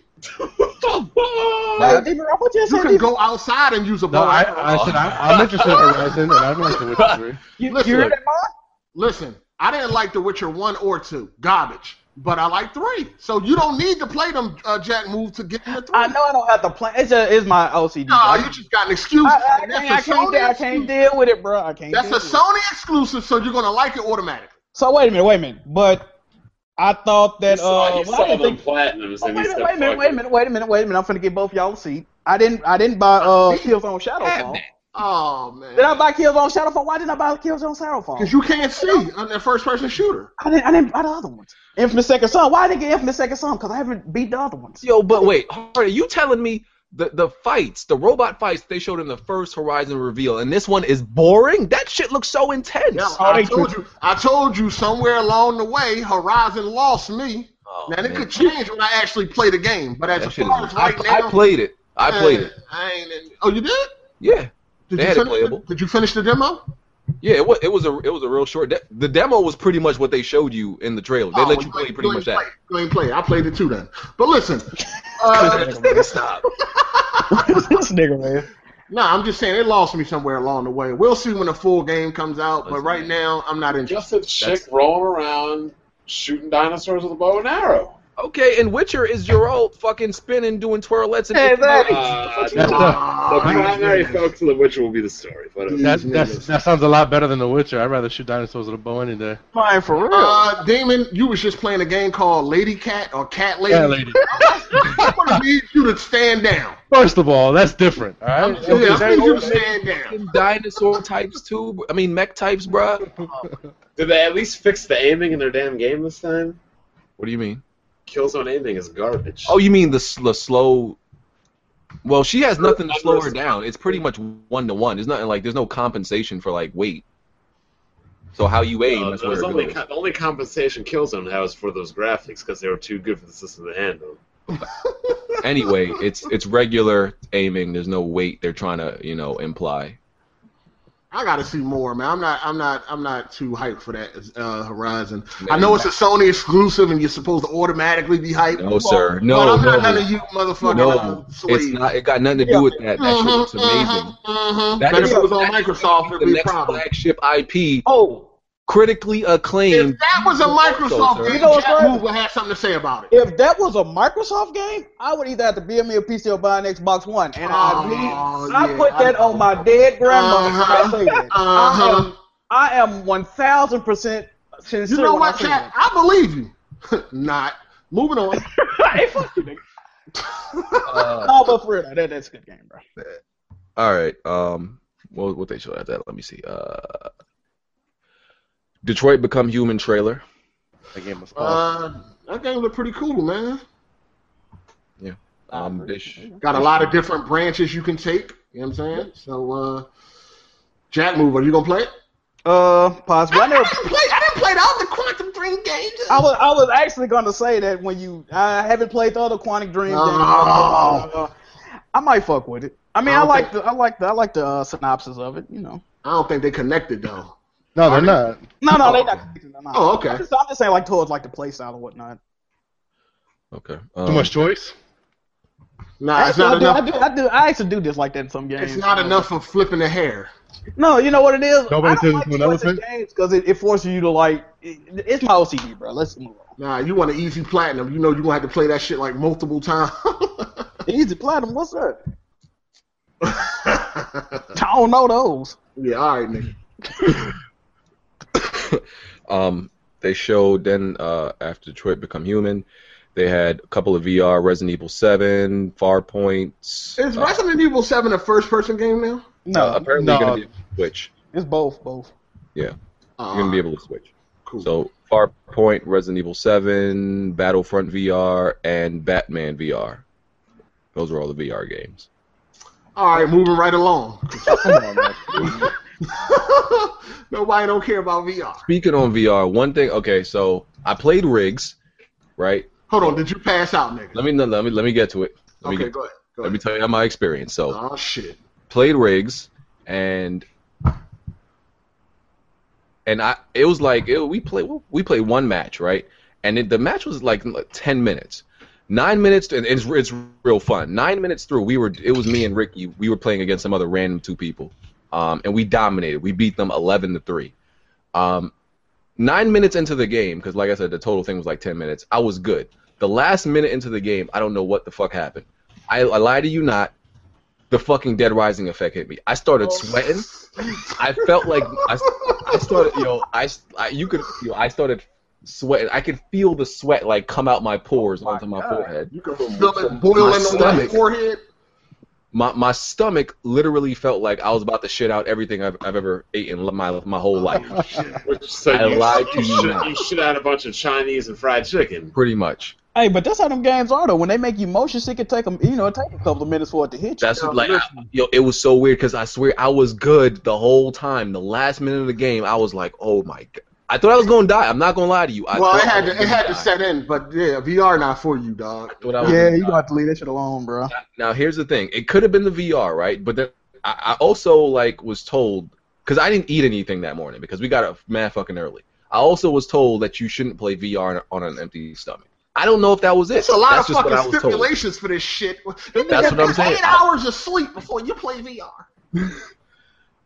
Like, Demon Ralph, what you
You
said?
can
Demon?
go outside and use a
No,
bow
I,
and arrow.
I said I, I'm interested in Horizon, and I'd like The Witcher 3.
You,
Listen.
you hear that, Mark?
Listen, I didn't like The Witcher one or two, garbage. But I like three, so you don't need to play them uh, Jack move to get into three.
I know I don't have to plan. It's just it's my OCD.
No,
I-
you just got an excuse.
I, I,
and
can't, I,
that's a
can't,
Sony
I can't
exclusive.
deal with it, bro. I can't.
That's a
deal with it.
Sony exclusive, so you're gonna like it automatically.
So wait a minute, wait a minute. But I thought
You
that
saw,
uh,
you
well,
saw
I didn't
them
think-
platinums
Oh,
and
wait,
he
a
said,
minute, wait a minute,
fuck
wait a
it.
minute, wait a minute, wait a minute. I'm finna get both y'all a seat. I didn't, I didn't buy uh Killzone Shadowfall.
Oh man,
Did I buy Killzone Shadowfall? Why didn't I buy Killzone Shadowfall?
because you can't see on that first-person shooter.
I didn't, I didn't buy the other ones. Infamous Second Son. Why I didn't get Infamous Second Son? Because I haven't beat the other ones.
Yo, but wait, are you telling me the the fights, the robot fights they showed in the first Horizon reveal, and this one is boring? That shit looks so intense.
Yeah, I told you. I told you somewhere along the way, Horizon lost me.
Oh,
Now it
man.
could change when I actually play the game, but as
That shit is-
far as right
I,
now,
I played it. I played
eh,
it.
I ain't. in- Oh, you did?
Yeah,
Did
They
you
had it
finish
playable.
Did you finish the demo?
yeah. It was, it was a it was a real short. De- the demo was pretty much what they showed you in the trailer. They
Oh,
let you
ain't-
play pretty
ain't
much that.
play- You ain't play. it. I played it too then. But listen, uh,
Nigga, stop.
this nigga, man.
No, I'm just saying it lost me somewhere along the way. We'll see when the full game comes out, but
Listen,
right
man.
now I'm not interested.
Just a chick rolling around shooting dinosaurs with a bow and arrow.
Okay, and Witcher is your old fucking spinning, doing twirlettes and
Hey, that-
Uh,
That's
the
the-
the
Ah,
primary focus of the Witcher will be the story. But
That, that's, that sounds a lot better than The Witcher. I'd rather shoot dinosaurs with a bow any day.
Fine for real.
uh, Damon, you was just playing a game called Lady Cat or Cat Lady.
Yeah, lady.
I'm gonna need you to stand down.
First of all, that's different, all
I'm,
right?
yeah, I'm gonna need you to stand down.
fucking dinosaur types too. I mean, mech types, bruh.
did they at least fix the aiming in their damn game this time?
What do you mean?
Killzone aiming is garbage.
Oh, you mean the, s- the slow? Well, she has nothing to slow her down. It's pretty much one to one. There's nothing like there's no compensation for like weight. So how you aim,
Uh,
that's
there
where
was
it
only
goes.
co- the only compensation Killzone had was for those graphics because they were too good for the system to handle.
Anyway, it's it's regular aiming. There's no weight they're trying to you know imply.
I gotta see more, man. I'm not. I'm not. I'm not too hyped for that uh, Horizon. I
Maybe
know it's a Sony exclusive, and you're supposed to automatically be hyped.
No, sir. No,
but I'm
no,
not none of you motherfucking
no.
uh,
It's
slaves.
not. It got nothing to do with that. That shit looks amazing.
Mm-hmm,
That
Better
is-
if it was on
that is
Microsoft,
The
it'd be a
next
problem.
flagship IP,
oh,
critically acclaimed.
If that was a Microsoft game,
You
know what's
Jack
right?
Move would have something to say about it.
if that was a Microsoft game, I would either have to build me a PC or buy an Xbox One, and I
Oh,
believe- I
yeah,
put
I-
that on my dead grandmother.
Uh-huh.
I say that. I am
Uh-huh.
I am one thousand percent sincere.
You know
when
what,
I say
Jack? I believe you. Not. Moving on.
that. Hey, fuck you, nigga.
Uh,
No, but for real, that, that's a good game, bro.
All right. Um. What what they showed at that? Let me see. Uh. Detroit Become Human trailer.
That game
Oh.
was awesome.
Uh, that game looked pretty cool, man.
Um. They sh-
Got a lot of different branches you can take. You know what I'm saying? So, uh, Jack Move, are you going to play it?
Uh, possibly. I,
I,
never,
haven't played, I didn't play all the Quantum Dream games.
I was I was actually gonna say that when you I haven't played the other Quantic Dream games.
No.
I might fuck with it. I mean,
I
I,
don't
like
think-
the I like the I like the uh, synopsis of it. You know.
I don't think they connected though.
No, they're not.
No, no,
Oh,
they
okay.
not. they're not.
Oh, okay.
I'm just, I'm just saying like towards like the play style and whatnot.
Okay.
Too
Um,
much choice.
Nah, it's
Actually,
not
I,
enough.
do, I do. I do. I actually do dislike that in some games.
It's not enough for flipping the hair.
No, you know what it is.
Nobody
I don't like
says it's an
choice in
elephant?
games because it, it forces you to like. It, it's my OCD, bro. Let's move on.
Nah, you want an easy platinum. You know you're gonna have to play that shit like multiple times.
Easy platinum. What's that? I don't know those.
yeah, all right, nigga.
um, they showed then uh, after Detroit Become Human, they had a couple of VR, Resident Evil 7, Farpoint.
Is
uh,
Resident Evil Seven a first person game now?
No,
uh, apparently you're
No.
gonna be able to switch.
it's both. Both.
Uh,
You're gonna be able to switch.
cool.
So Farpoint, Resident Evil 7, Battlefront VR, and Batman VR. Those are all the VR games.
all right, moving right along.
Come on, man.
Nobody don't care about VR.
Speaking on VR, one thing. Okay, so I played Rigs, right?
Hold on, did you pass out, nigga?
Let me let me let me get to it. Let me
okay,
get-
go ahead. Go
let me
ahead.
tell you my experience. So
Oh shit.
played rigs and and I it was like it, we play we played one match right and it, the match was like ten minutes nine minutes and it's it's real fun nine minutes through we were it was me and Ricky we were playing against some other random two people um, and we dominated we beat them eleven to three um, nine minutes into the game because like I said the total thing was like ten minutes I was good the last minute into the game I don't know what the fuck happened I, I lie to you not the fucking Dead Rising effect hit me. I started
Oh.
sweating. I felt like I, I started, yo, I, I you could, yo, I started sweating. I could feel the sweat like come out my
Oh
pores onto my forehead.
You can feel it boiling on my
stomach.
forehead.
My my stomach literally felt like I was about to shit out everything I've, I've ever eaten in my my whole life.
Which, so
I
you,
lied to
you,
you
shit,
not.
you shit out a bunch of Chinese and fried chicken.
Pretty much.
Hey, but that's how them games are though. When they make you motion sick, it take them. You know, it take a couple of minutes for it to hit you.
That's what, like, I, yo, it was so weird because I swear I was good the whole time. The last minute of the game, I was like, oh my god. I thought I was gonna die. I'm not gonna lie to you. I
Well,
thought
it
I
had
was
to it
gonna
had to
die.
set in, but yeah, VR not for you, dog.
I thought I was
yeah,
gonna
you
die.
gonna have to leave that shit alone, bro.
Now here's the thing. It could have been the VR, right? But then I, I also like was told because I didn't eat anything that morning because we got up mad fucking early. I also was told that you shouldn't play VR on, on an empty stomach. I don't know if that was it.
It's a lot
That's
of
just what I
fucking
was told.
stipulations for this shit. They
That's
niggas
what I'm
got
saying.
Eight hours of sleep before you play VR.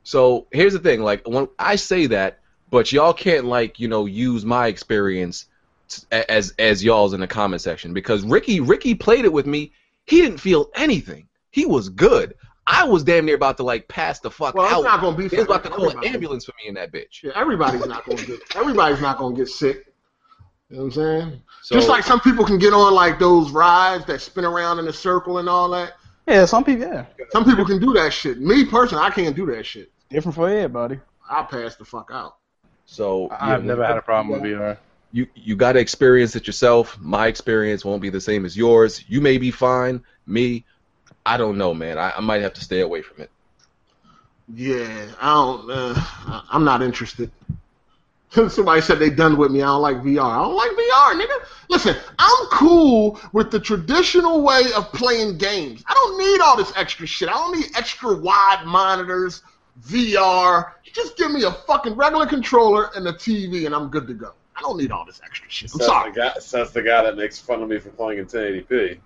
So here's the thing, like when I say that, but y'all can't like you know use my experience t- as as y'all's in the comment section because Ricky Ricky played it with me. He didn't feel anything. He was good. I was damn near about to like pass the fuck
Well,
out.
it's not gonna be. for
They was about to call an
everybody.
ambulance for me in that bitch.
Yeah, everybody's not gonna get. Everybody's not gonna get sick. You know what I'm saying?
So,
Just like some people can get on like those rides that spin around in a circle and all that.
Yeah, some people. Yeah,
Some people can do that shit. Me personally, I can't do that shit.
different for everybody.
I pass the fuck out.
so
I've
yeah,
never had a problem with VR.
you you got to experience it yourself. My experience won't be the same as yours. You may be fine. Me, I don't know, man. I, I might have to stay away from it.
Yeah, I don't. Uh, I- I'm not interested. Somebody said they done with me. I don't like VR. I don't like VR, nigga. Listen, I'm cool with the traditional way of playing games. I don't need all this extra shit. I don't need extra wide monitors, VR. Just give me a fucking regular controller and a TV, and I'm good to go. I don't need all this extra shit. I'm
says
sorry.
The guy, says the guy that makes fun of me for playing in 1080p.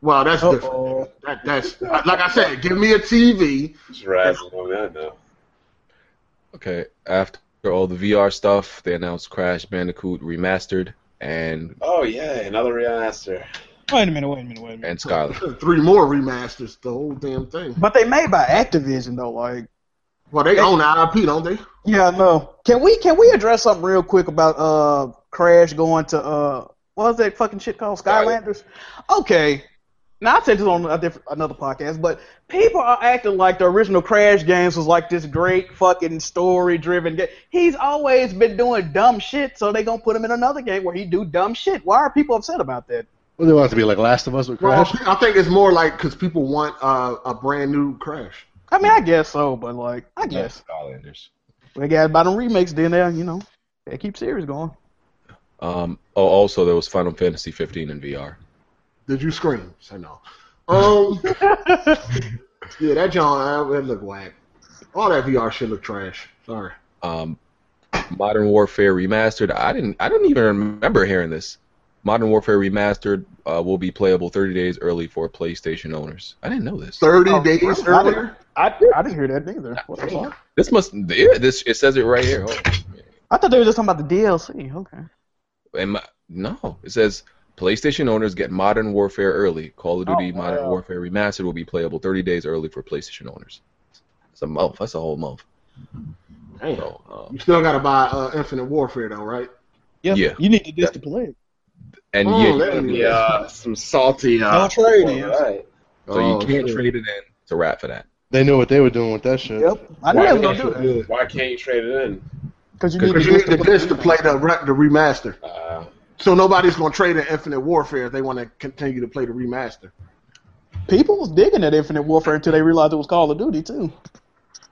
Well, that's different.
Uh-oh.
That, that's like I said. Give me a TV.
Just razzing on that now.
Okay, after all the VR stuff, they announced Crash Bandicoot remastered and
Oh yeah, another remaster.
Wait a minute. Wait a minute. Wait a minute.
and Skyler.
Three more remasters. The whole damn thing.
But they made by Activision though. Like,
Well, they own IP, don't they?
yeah, no. Can we can we address something real quick about uh Crash going to uh what was that fucking shit called Skylanders? Okay. Now I'll take this on a different, another podcast, but people are acting like the original Crash games was like this great fucking story-driven game. He's always been doing dumb shit, so they gonna put him in another game where he do dumb shit. Why are people upset about that?
What do they want it to be like Last of Us with
Well,
Crash?
I think it's more like because people want uh, a brand new Crash.
I mean, I guess so, but like, I guess.
Skylanders.
We got about them remakes, then they, you know, they keep series going.
Um, oh, also there was Final Fantasy 15 in VR.
Did you scream? Say no. Um, yeah, that John, that look whack. All that VR shit look trash. Sorry.
Um, Modern Warfare Remastered. I didn't. I didn't even remember hearing this. Modern Warfare Remastered uh, will be playable 30 days early for PlayStation owners. I didn't know this.
Thirty days
I didn't-
earlier.
I, I didn't hear that neither. What the fuck?
This must. Yeah, this it says it right here. Oh, Hold on.
I thought they were just talking about the DLC. Okay.
Am I- no, it says PlayStation owners get Modern Warfare early. Call of Duty
Oh,
Modern
wow.
Warfare Remastered will be playable 30 days early for PlayStation owners. It's a month. That's a whole month.
Damn.
So, um,
You still gotta buy uh, Infinite Warfare though, right?
Yeah.
You need to disc to play it.
and
Oh,
yeah,
that
you-
is-
Yeah, uh, some salty. Uh,
Don't trade in.
Right.
so you
Oh,
can't
shit.
trade it in. It's a wrap for that.
They knew what they were doing with that shit.
Yep. I knew
Why
they was
can't
gonna do
you-
that.
Yeah.
Why can't you trade it in?
Cause you need to
Because you need
disc
the
to play.
disc to play the re- the remaster.
Uh,
So nobody's gonna trade in Infinite Warfare if they want to continue to play the remaster.
People was digging at Infinite Warfare until they realized it was Call of Duty too.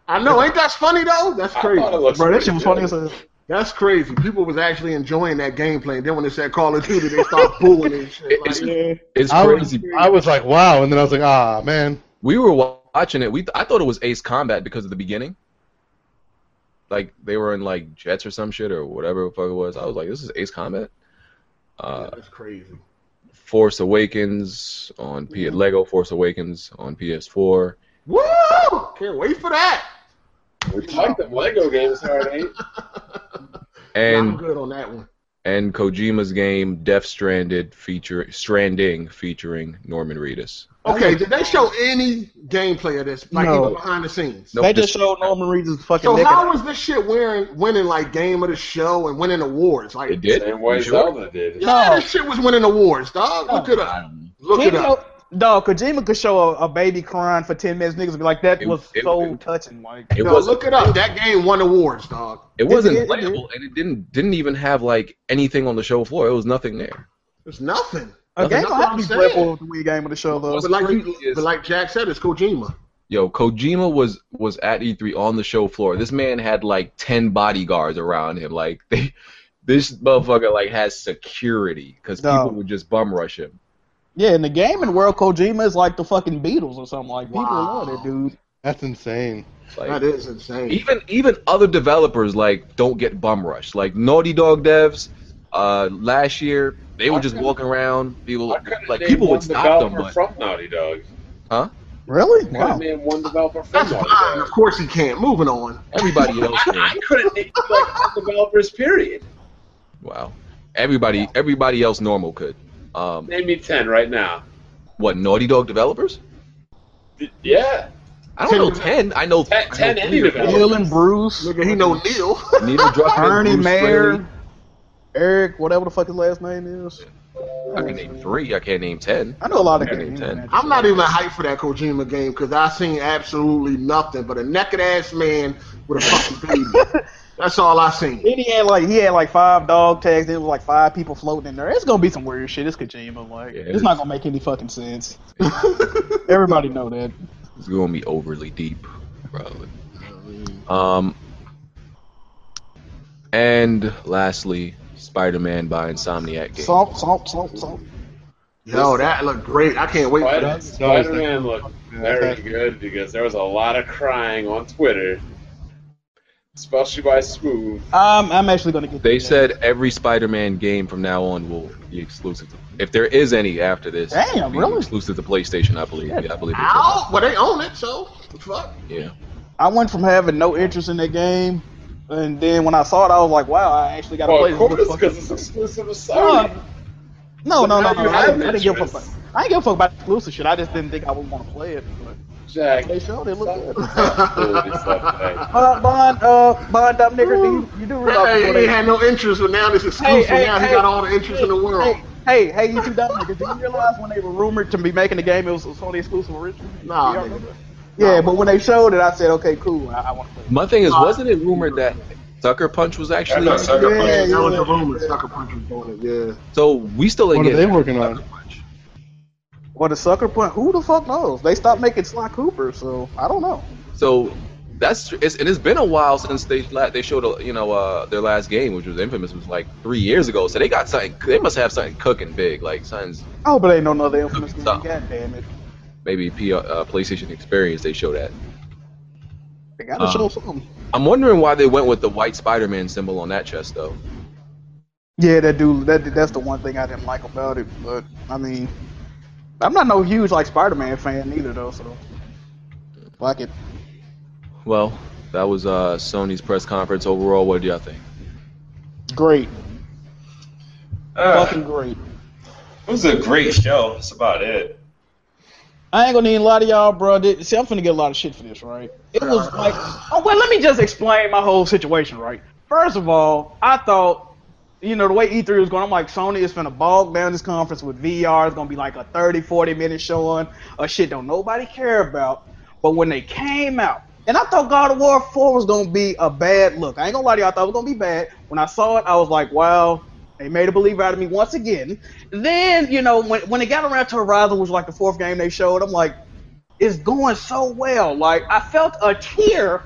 I know, ain't that funny though? That's
I
crazy.
thought it looked
Bro, that
pretty
shit was
good.
funny as hell.
That's crazy. People was actually enjoying that gameplay. And then when they said Call of Duty, they start booing and shit. Like,
It's, it's
I was,
crazy.
I was like, wow, and then I was like, ah, man.
we were wa- watching it. We I thought it was Ace Combat because of the beginning. Like they were in like jets or some shit or whatever the fuck it was. I was like, this is Ace Combat. Uh,
yeah, that's crazy.
Force Awakens on P- Lego Force Awakens on PS4.
Woo! Can't wait for that.
we like the Lego games, hard ain't.
I'm
And
good on that one.
and Kojima's game Death Stranded feature Stranding featuring Norman Reedus.
Okay, did they show any gameplay of this, like
No.
even behind the scenes?
No,
they
this-
just showed Norman Reedus fucking
So
dick.
how was this shit wearing, winning like game of the show and winning awards? Like,
It did.
Same way
You sure?
Zelda did.
yeah,
No.
this shit was winning awards, dog. Look it up. Look
He
it up.
know- Dog, Kojima could show a, a baby crying for ten minutes. Niggas would be like, "That
It-
was
it-
so
it-
touching." Like,
It
no,
wasn't.
look it up. That game won awards, dog.
It wasn't
it- it-
playable, and it didn't didn't even have like anything on the show floor. It was nothing there.
There's nothing.
a game
that's
don't
what
have to
I'm
be
saying.
playable to win a game of the show, though.
But like, you,
crazy is-
but like Jack said, it's Kojima.
Yo, Kojima was was at E3 on the show floor. This man had like ten bodyguards around him. Like they, this motherfucker like has security because
No.
people would just bum rush him.
Yeah, in the gaming world, Kojima is like the fucking Beatles or something. Like, people
Wow.
love that dude.
That's insane.
Like
That is insane.
even even other developers like don't get bum rushed. Like Naughty Dog devs, uh, last year they were just walking around. People
I couldn't
like
name
people
one
would stop them,
developer
but
from Naughty Dog.
Really?
Couldn't
Wow.
name one developer from
That's
Naughty
fine.
Dog.
Of course he can't. Moving on.
everybody else.
I, I couldn't name like one developers. Period.
Wow, everybody everybody else normal could. Um,
Name me ten right now.
what Naughty Dog developers?
Yeah.
I don't know ten. I know
Ten-
I know
ten
three
indie
or four.
developers.
Neil and Bruce,
Look at he know Neil.
Neil Druckmann,
Ernie
Bruce
Mayer,
Straley.
Eric, whatever the fuck his last name is.
I can name three. I can't name ten.
I know a lot of
Yeah,
games.
ten.
man.
I'm not even hyped for that Kojima game because I seen absolutely nothing but a naked ass man with a fucking baby. That's all I seen.
Then he had like he had like five dog tags. There was like five people floating in there. It's gonna be some weird shit. It's Kojima. Like
Yeah, it
it's
is.
not gonna make any fucking sense. Everybody know that.
It's gonna be overly deep, probably. Um, and lastly, Spider-Man by Insomniac Games.
Salt, salt, salt, salt.
Yo, that looked great. I can't wait for
Spider-
that.
Spider-Man looked very good because there was a lot of crying on Twitter, especially by Smooth.
Um, I'm actually gonna get.
They
that.
said every Spider-Man game from now on will be exclusive. To, if there is any after this,
Damn,
it'll be
really?
exclusive to PlayStation, I believe. Yeah, I believe. it's-
Ow! Well, they own it, so fuck.
Yeah.
I went from having no interest in that game, and then when I saw it, I was like, wow, I actually gotta
Well,
play
Oh, of
this.
course,
motherfucker.
because it's exclusive to
No,
Sony.
no, no, no,
Now
no.
you
I,
have
didn't, I didn't give a fuck.
interest.
I didn't give a fuck about exclusive shit. I just didn't think I would want to play it. But
Jack,
they showed it. Look good.
Absolutely.
Uh, Bond, uh, Bond, up nigger, do you, you do realize
Hey, he had no interest, but now it's exclusive.
Hey, hey,
now he
hey.
got all the interest in the world.
Hey, hey, hey, you two dumb niggas, do you realize when they were rumored to be making the game, it was, it was Sony exclusive originally?
Nah,
You
nigga.
remember? Yeah, but when they showed it, I said, okay, cool, I, I want to play it.
My thing is, wasn't it rumored that Sucker Punch was actually
Yeah, Sucker
Punch.
Yeah, that was
yeah.
the rumor. Sucker Punch was doing it. Yeah.
so we still ain't
What are
getting
they working on?
Sucker Punch.
Or the sucker punch, who the fuck knows? They stopped making Sly Cooper, so I don't know.
So that's tr- it's, and it's been a while since they la- they showed a, you know uh, their last game, which was infamous, was like three years ago. So they got something. They must have something cooking big, like something's
Oh, but ain't no other infamous game.
Stop.
God damn it.
maybe P- uh, PlayStation Experience. They showed that.
They gotta
Um,
Uh.
show something.
I'm wondering why they went with the white Spider-Man symbol on that chest though.
Yeah, that dude. That that's the one thing I didn't like about it. But I mean, I'm not no huge like Spider-Man fan either, though. So fuck it.
Well, that was uh, Sony's press conference overall. What do y'all think?
Great,
Uh,
fucking great.
it was a great show. That's about it.
I ain't gonna need a lot of y'all, bro. Did- See, I'm finna get a lot of shit for this, right? It was like, oh well, let me just explain my whole situation, right? First of all, I thought, you know, the way E3 was going, I'm like, Sony is finna bog down this conference with VR. It's gonna be like a 30, 40 minute showing of shit don't nobody care about. But when they came out, and I thought God of War 4 was gonna be a bad look. I ain't gonna lie to y'all, I thought it was gonna be bad. When I saw it, I was like, wow, they made a believer out of me once again. Then, you know, when when it got around to Horizon, which was like the fourth game they showed, I'm like, it's going so well. Like I felt a tear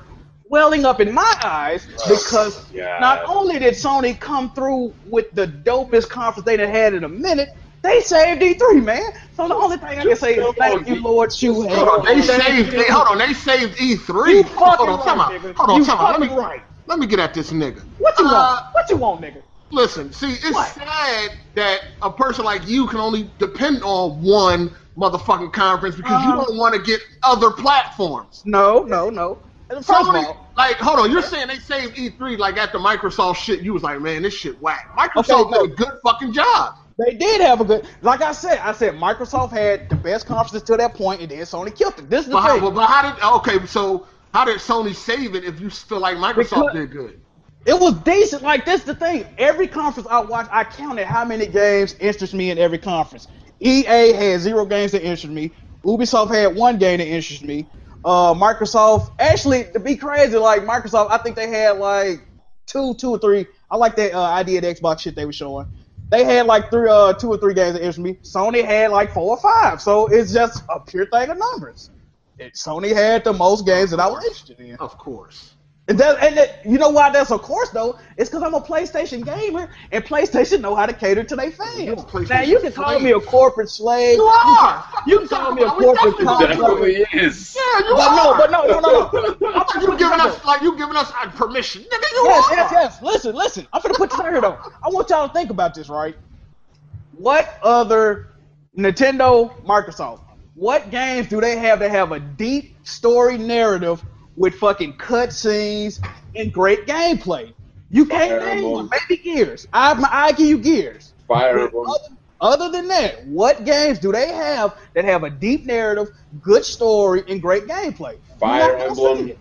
welling up in my eyes because
Yeah.
not only did Sony come through with the dopest conference they'd had in a minute, they saved D3, man. So the only thing I can say is thank you, Lord, you
Hold on, they saved. They, hold on, they saved E3.
You
hold
fucking
on, time
right,
out.
nigga.
Hold on,
You
time out. Let
fucking
me
right.
let me get at this nigga.
What you
Uh,
want? What you want, nigga?
Listen, see, it's
What?
sad that a person like you can only depend on one motherfucking conference because you
Uh-huh.
don't want to get other platforms.
No, no, no. First of
Sony,
all,
like, hold on, you're saying they saved E3 like after Microsoft shit. You was like, man, this shit whack. Microsoft
no.
did a good fucking job.
They did have a good, like I said, I said Microsoft had the best conferences to that point, and then Sony killed it. This is the
But how,
thing.
but how did okay? So how did Sony save it if you feel like Microsoft
Because-
did good?
It was decent. Like this, the thing. Every conference I watched, I counted how many games interest me in every conference. EA had zero games that interested me. Ubisoft had one game that interested me. Uh, Microsoft, actually, to be crazy, like Microsoft, I think they had like two, two or three. I like that uh, idea of Xbox shit they were showing. They had like three, uh, two or three games that interested me. Sony had like four or five. So it's just a pure thing of numbers. It, Sony had the most games that I was interested in.
Of course.
And That, and that, you know why that's of course though? It's because I'm a PlayStation gamer, and PlayStation know how to cater to their
You're a
fans.
PlayStation
Now you can call
slave.
me a corporate slave.
You are.
You can call me a
We
corporate
definitely
complex.
Definitely is.
Yeah, you
But no,
are.
but no, no, no, no.
How about you giving us like you giving us uh, permission? Nigga, you
Yes,
are.
yes, yes. Listen, listen. I'm gonna put your shirt on. I want y'all to think about this, right? What other Nintendo, Microsoft? What games do they have that have a deep story narrative with fucking cutscenes and great gameplay? You can't
Fire
name
Emblem.
one. Maybe Gears. I, I give you Gears.
Fire
But
Emblem.
Other, other than that, what games do they have that have a deep narrative, good story, and great gameplay?
Fire
You're not gonna
Emblem.
see it.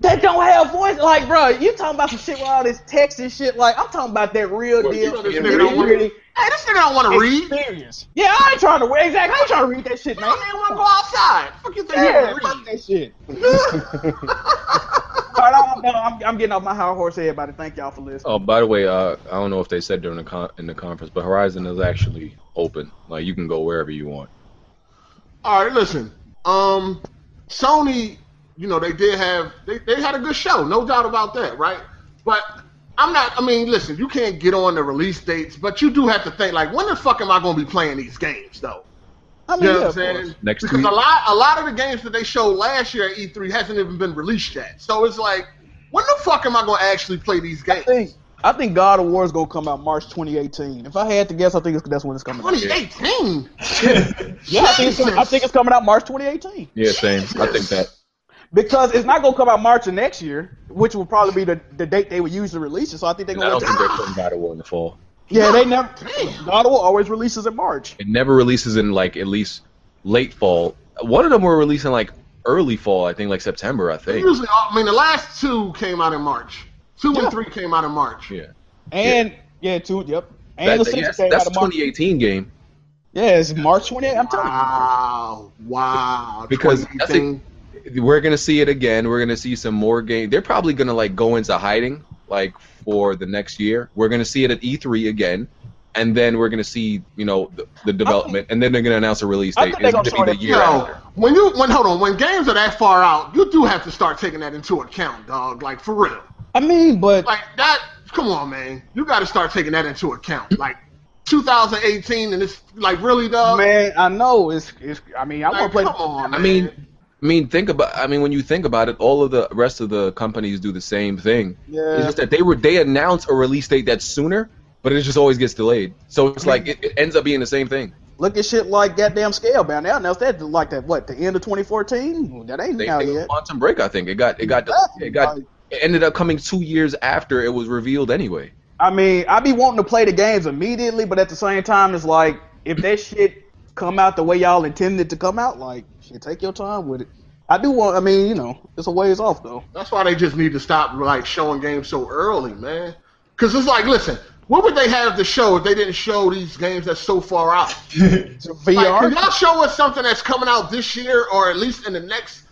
That don't have voice. Like, bro, you talking about some shit with all this text and shit. Like, I'm talking about that real
Well, you
deal.
know
this
Really,
nigga don't wanna
really
Hey, this nigga don't want to read. He
Experience. Yeah, I ain't trying to read. Exactly. I ain't trying to read that shit, man.
don't even want to go outside. Fuck you think he
Yeah,
wanna
fuck
read?
that shit. All right, I'm, I'm, I'm getting off my high horse, everybody. Thank y'all for listening.
Oh, by the way, uh, I don't know if they said during the con- in the conference, but Horizon is actually open. Like you can go wherever you want.
All right, listen. Um, Sony, you know they did have they, they had a good show, no doubt about that, right? But I'm not. I mean, listen, you can't get on the release dates, but you do have to think like, when the fuck am I going to be playing these games though?
I
You
mean,
know
yeah,
what I'm
of course.
saying?
Next
because
week.
a lot a lot of the games that they showed last year at E3 hasn't even been released yet. So it's like, when the fuck am I going to actually play these
I
games?
think I think God of War is gonna come out March 2018. If I had to guess, I think it's, that's when it's coming out.
2018.
Yeah, I think, it's, I think it's coming out March 2018
Yeah, same. I think that.
because it's not gonna come out March of next year, which will probably be the, the date they would usually release it. So I think they're
And I
gonna.
don't
Wait
think they're putting God of War in the fall.
yeah, they never.
Damn.
God of War always releases in March.
It never releases in like at least late fall. One of them were releasing like early fall. I think like September. I think.
Usually, I mean, the last two came out in March. Two and three came out in March.
Yeah.
And yeah, two. Yep.
That-
And the
that-
sixth
yes,
came
that's
out
the
of March.
2018 game
Yeah, it's March 28. I'm telling you.
Wow. Wow.
Because that's a-
2018.
we're gonna see it again. We're gonna see some more game. They're probably gonna like go into hiding like for the next year. We're gonna see it at E3 E again. and then we're gonna see you know the, the development, and then they're gonna announce a release
I
date.
think
and It's
they're
gonna
gonna
be the year
short it.
after.
Yo, when you when hold on, when games are that far out, you do have to start taking that into account, dog. Like for real.
I mean, but
Like that. Come on, man. You got to start taking that into account. Like 2018, and it's like really, dog.
man, I know it's. it's I mean, I
uh, like,
want to play.
Come on,
I
man.
mean, I mean, think about. I mean, when you think about it, all of the rest of the companies do the same thing. It's
Yeah.
just that they were they announce a release date that's sooner, but it just always gets delayed. So it's like it, it ends up being the same thing.
Look at shit like goddamn Scalebound. They announced that like that what the end of 2014. That ain't
They,
out
they
yet.
Quantum Break, I think it got it got
Exactly.
it got
Like,
it ended up coming two years after it was revealed anyway.
I mean, I be wanting to play the games immediately, but at the same time, it's like if that shit come out the way y'all intended to come out, like shit, take your time with it. I do want. I mean, you know, it's a ways off though.
That's why they just need to stop like showing games so early, man. Because it's like, listen, what would they have to show if they didn't show these games that's so far out? Like,
VR.
can y'all show us something that's coming out this year or at least in the next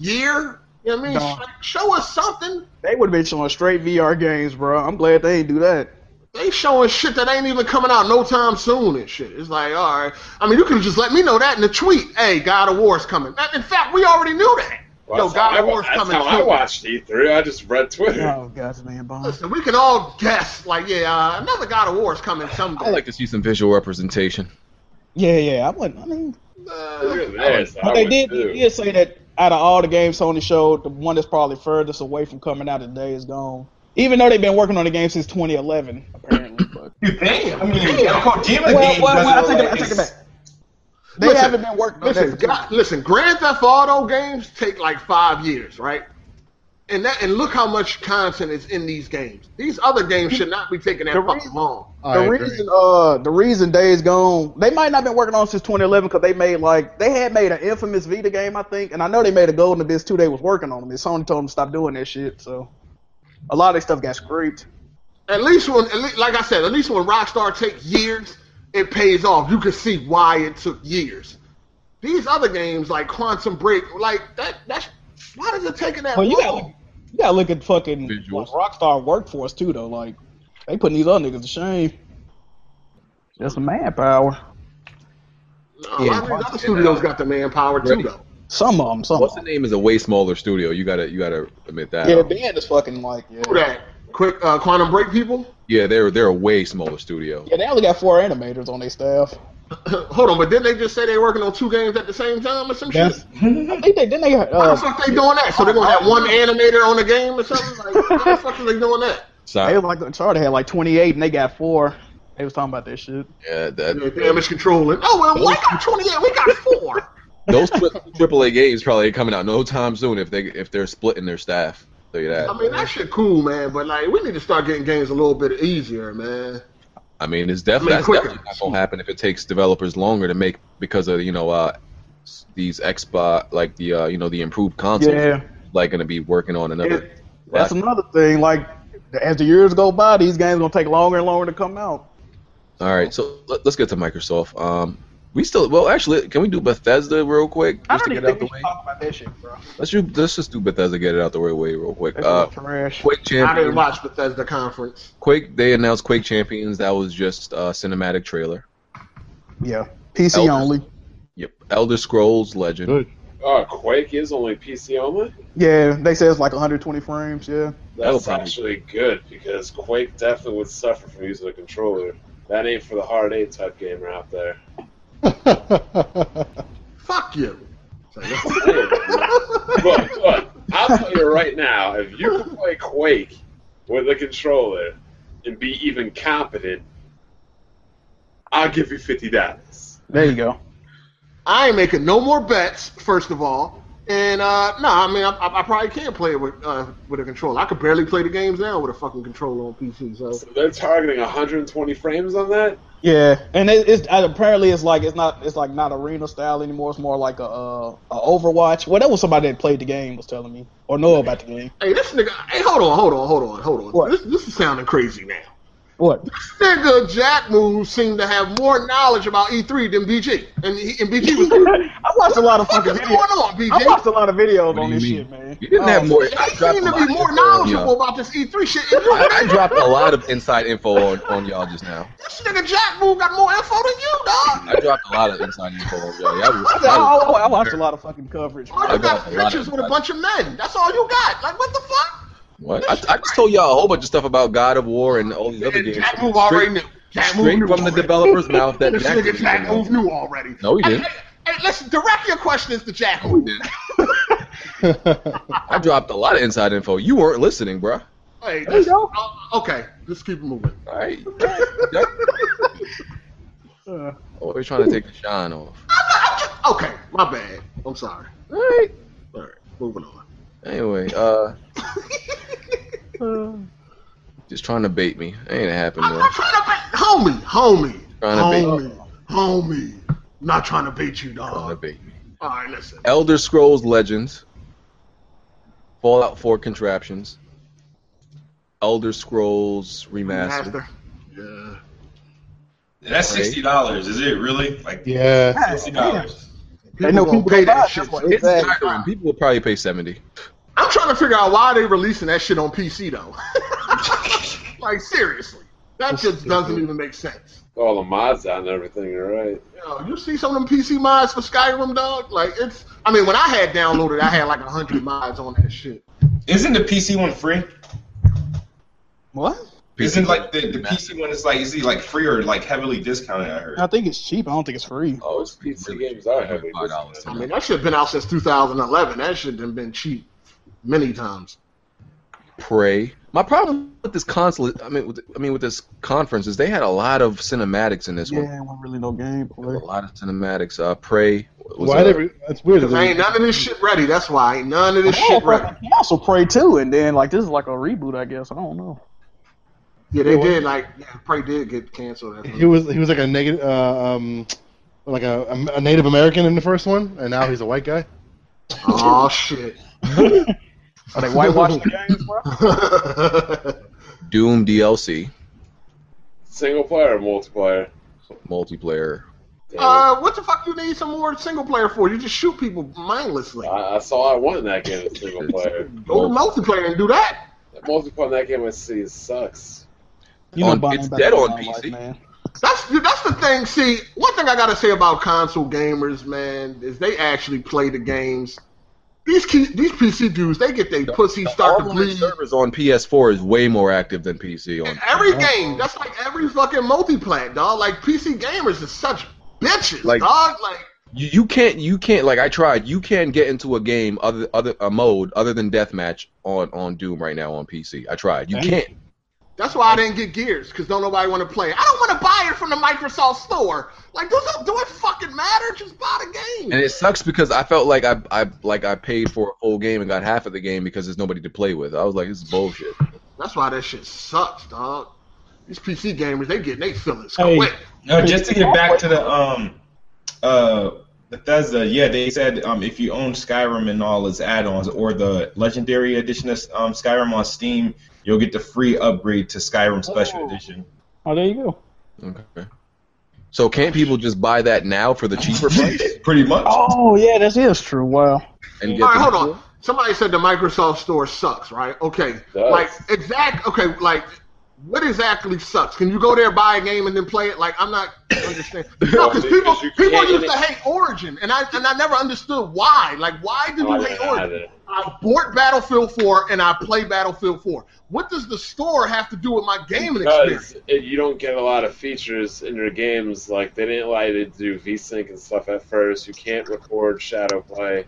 year? You know what I mean?
No.
Like, show us something.
They would have been showing straight VR games, bro. I'm glad they ain't do that.
They showing shit that ain't even coming out no time soon and shit. It's like, all right. I mean, you could just let me know that in the tweet. Hey, God of War's coming. That- In fact, we already knew that.
Well,
Yo,
that's
God
how I,
of
wa-
War's
that's
coming
how I
soon.
watched E3. I just read Twitter.
Oh god, man, bomb.
Listen, we can all guess, like, yeah, uh, another God of War's coming someday.
I like to see some visual representation.
Yeah, yeah. I wouldn't. I mean,
Uh,
Look at this, I
But they
would
did,
too.
they did say that out of all the games Sony showed, the one that's probably furthest away from coming out today is gone. Even though they've been working on the game since 2011, apparently. But
You think? I mean, yeah. Kojima
well, well,
game
well, I
doesn't
take it, I
like-
take it back. They
Listen,
haven't been working on
listen,
that.
God, listen, Grand Theft Auto games take like five years, right? And that, and look how much content is in these games. These other games should not be taking that
The
fucking
reason-
long.
I
the
agree.
reason, uh, the reason Days Gone, they might not been working on it since 2011 because they made like they had made an infamous Vita game, I think, and I know they made a Golden Abyss too. They was working on them, and Sony told them to stop doing that shit. So a lot of their stuff got scraped.
At least when, at least, like I said, at least when Rockstar takes years, it pays off. You can see why it took years. These other games like Quantum Break, like that, that's why does it taking that
Well, you
long?
gotta, you gotta look at fucking
Visuals.
like, Rockstar workforce too, though. Like they putting these other niggas to shame. Just manpower.
No, a lot of these other studios got the manpower too,
Ready.
though.
Some of them, some.
What's
Of
the
'em.
name is a way smaller studio. You gotta you gotta admit that.
Yeah,
Um,
band is fucking like yeah.
Who that? Quick, uh, Quantum Break people.
yeah, they're they're a way smaller studio.
Yeah, they only got four animators on their staff.
Hold on, but didn't they just say they working on two games at the same time or some shit?
That's-
I think they then they
How
uh,
the fuck they doing that? So they're gonna have one animator on the game or something? Like, how the fuck are they doing that?
So
they was like Uncharted had like twenty eight and they got four. They was talking about that shit.
yeah,
Yeah,
that,
damage controlling. Oh well, we got twenty eight, we got four.
those tri- AAA games probably ain't coming out no time soon if they if they're splitting their staff. Tell you that.
I mean that shit cool, man. But like, we need to start getting games a little bit easier, man.
I mean, it's
I mean,
definitely that's
quicker.
definitely not gonna happen if it takes developers longer to make because of you know uh s- these Xbox like the uh you know the improved consoles
Yeah,
like gonna be working on another.
that's another thing. Like as the years go by, these games gonna take longer and longer to come out.
All right, so let, us get to Microsoft. Um, we still well actually can we do Bethesda real quick
I
just
don't even
to get it
think
out the
we
way?
should talk about that shit, bro.
Let's do let's just do Bethesda get it out the way way real quick.
That's
Uh,
trash.
Quake
I didn't
Champions.
watch Bethesda conference.
Quake they announced Quake Champions. That was just a cinematic trailer.
Yeah, PC
Elders.
only.
Yep. Elder Scrolls Legend.
Good.
Oh, Quake is only PC only?
Yeah, they say it's like 120 frames. Yeah,
That'll
That's
probably-
actually good because Quake definitely would suffer from using a controller. That ain't for the hard A type gamer out there.
Fuck you.
Look, look, I'll tell you right now, if you can play Quake with a controller and be even competent, I'll give you fifty dollars.
there you go.
I ain't making no more bets. First of all. And uh, no, I mean I, I I probably can't play it with uh, with a controller. I could barely play the games now with a fucking controller on PC. So
So they're targeting 120 frames on that?
Yeah, and it, it's and apparently it's like it's not it's like not arena style anymore. It's more like a, uh, a Overwatch. Well, that was somebody that played the game was telling me or know about the game.
Hey, this nigga. Hey, hold on, hold on, hold on, hold on.
What?
This, this is sounding crazy now.
What?
Nigga Jack Moon seemed to have more knowledge about E3 than BG. And, he, and BG was like,
I watched a lot of
what the
fucking
fuck is
videos.
going on, BG?
I watched a lot of videos
What
on
do you
this
mean?
shit, man.
You didn't have more. I
Oh, You
dropped
seem
a
to
lot
be more
of info on
knowledgeable
y'all.
about this E3 shit. And you,
I, I dropped a lot of inside info on, on y'all just now.
this nigga Jack Moon got more info than you, dog.
I dropped a lot of inside info on y'all. y'all was,
I, said, I,
oh,
I, I watched a lot of fucking coverage.
All
I
you got
got a lot
pictures
of
with a bunch of men. That's all you got. Like, what the fuck?
what? I, I just told y'all a whole bunch of stuff about God of War and all these other
And
games.
Jack Moon already knew. Jack Moon
Straight
knew
from the
already.
developer's mouth that
This
Jack
nigga
didn't
Jack
know.
Moon knew already.
No, he
Hey,
didn't.
hey, hey, listen, direct your questions to Jack Moon.
I dropped a lot of inside info. You weren't listening, bruh.
Hey,
There you
that's-
go.
uh, okay, let's keep it moving.
All right. Jack-
Uh,
Always trying to take the shine off.
I'm not- I'm just- okay, my bad. I'm sorry.
All right.
All right, moving on.
Anyway, uh,
uh,
just trying to bait me. Ain't it happening,
I'm
man.
not trying to bait, homie, homie,
Trying to
homie, homie. Not trying to bait you,
Trying to
dog.
bait me.
All right, listen.
Elder Scrolls Legends, Fallout 4 Contraptions, Elder Scrolls Remastered.
Master. Yeah.
That's sixty dollars. Is it really? Like
yeah.
sixty dollars?
They know
gonna
people go buy it.
shit.
That's what-
It's
exactly.
tiring. People will probably pay 70.
I'm trying to figure out why they releasing that shit on PC though. like seriously, that
That's
just doesn't
stupid.
even make sense.
All the mods out and everything, all right?
Yo, you see some of them PC mods for Skyrim, dog? Like it's. I mean, when I had downloaded, I had like hundred mods on that shit.
Isn't the PC one free?
what?
Isn't like the, the PC one is like is it like free or like heavily discounted? I heard.
I think it's cheap. I don't think it's free.
Oh, it's
PC games are heavily
$5
I
tonight.
mean, that shit been out since 2011. That shit done been cheap many times.
Prey. My problem with this console, I mean, with, I mean, with this conference is they had a lot of cinematics in this
yeah,
one.
I don't really no
A
gameplay.
lot of cinematics. Uh, Prey. was,
Why
uh,
did we, That's weird.
Cause ain't none of this shit ready. That's why ain't none of this
I
shit
also-
ready.
I also pray too, and then like this is like a reboot, I guess. I don't know.
Yeah, they did. Like, yeah, Prey did get canceled. That's what-
He was he was like a negative, uh, um, like a, a Native American in the first one, and now he's a white guy.
Oh shit.
Are they whitewashing the games, bro?
Doom DLC
Single player or multiplayer?
multiplayer.
Damn.
uh, what the fuck you need some more single player for? You just shoot people mindlessly.
Uh,
I, I saw I won in that game in single player.
Go to multiplayer and do that.
That multiplayer in that game I see sucks.
You know,
On-
Bonnie
Oh, it's
better
dead
than
on
my life,
PC.
man.
That's that's the thing. See, one thing I gotta say about console gamers, man, is they actually play the games. These key, these PC dudes, they get their pussy
The
start to
online
bleed.
servers on PS4 is way more active than PC. On
Every game, that's like every fucking multiplat, dog. Like PC gamers is such bitches,
Like-
dog. Like
you, you can't you can't like I tried. You can't get into a game other other a mode other than deathmatch on on Doom right now on PC. I tried. You
Dang.
can't.
That's why I didn't get Gears, because don't nobody want to play it. I don't want to buy it from the Microsoft store. Like, does it, do it fucking matter? Just buy the
And
game.
it sucks because I felt like I I like I paid for a full game and got half of the game because there's nobody to play with. I was like, this is bullshit.
That's why that shit sucks, dog. These PC gamers, they getting they feelings
Hey.
quick.
No, just to get back to the um uh Bethesda, yeah, they said um if you own Skyrim and all its add-ons or the Legendary Edition of um, Skyrim on Steam, you'll get the free upgrade to Skyrim Special
Oh.
Edition.
Oh, there you go.
Okay. So can't people just buy that now for the cheaper price
Pretty much.
Oh yeah, that is true. Wow.
and
All
get
right,
the-
hold on. Somebody said the Microsoft store sucks, right? Okay.
Does.
Like, exact. Okay, like, what exactly sucks? Can you go there, buy a game, and then play it? Like, I'm not understanding. No, because people
Because you
people
can't get
used
it.
to hate Origin, and I and I never understood why. Like, why did
Oh, I
you hate
didn't
Origin?
either.
I bought Battlefield 4 and I play Battlefield 4. What does the store have to do with my gaming experience?
Because it, you don't get a lot of features in your games. Like they didn't allow you to do VSync and stuff at first. You can't record shadow play.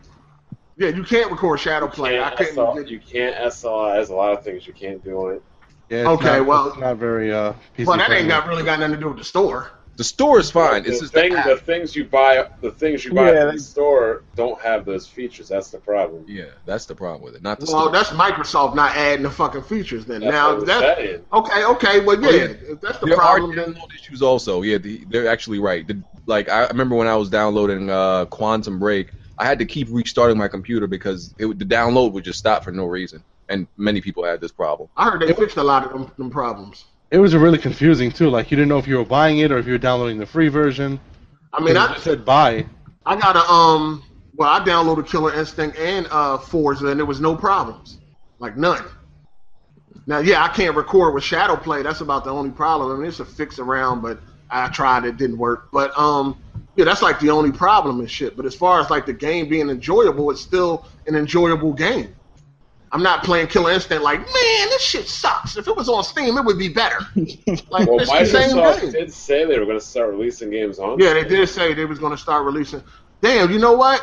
Yeah, you can't record Shadow Play. I
Can't
couldn't.
SL,
get-
you can't SLIs a lot of things you can't do on it.
Yeah, it's
Okay,
not,
well-
it's not very uh. PC
Well, that ain't
friendly.
got really got nothing to do with the store.
The store is fine. It's
the,
just
thing,
the
the
app.
things you buy, the things you buy
Yeah,
from
they-
the store don't have those features. That's the problem.
Yeah, that's the problem with it. Not the
Well,
store.
that's Microsoft not adding the fucking features. Then
That's
now
what I'm
that
saying.
okay, okay, well yeah,
Well, yeah.
if that's the
there
problem.
are
Then
download issues also. Yeah, the, they're actually right. The, like I remember when I was downloading uh, Quantum Break, I had to keep restarting my computer because it, would- the download would just stop for no reason. And many people had this problem.
I heard they fixed a lot of them, them problems.
It was really confusing too. Like you didn't know if you were buying it or if you were downloading the free version.
I mean,
It
I
just said buy.
I got a um. Well, I downloaded Killer Instinct and uh Forza, and there was no problems, like none. Now, yeah, I can't record with Shadow Play. That's about the only problem. I mean, it's a fix around, but I tried it, didn't work. But um, yeah, that's like the only problem and shit. But as far as like the game being enjoyable, it's still an enjoyable game. I'm not playing Killer Instinct like, man, this shit sucks. If it was on Steam, it would be better. Like
Well,
it's the same game.
Microsoft did say they were going to start releasing games on.
Yeah, they did say they was gonna start releasing. Damn, you know what?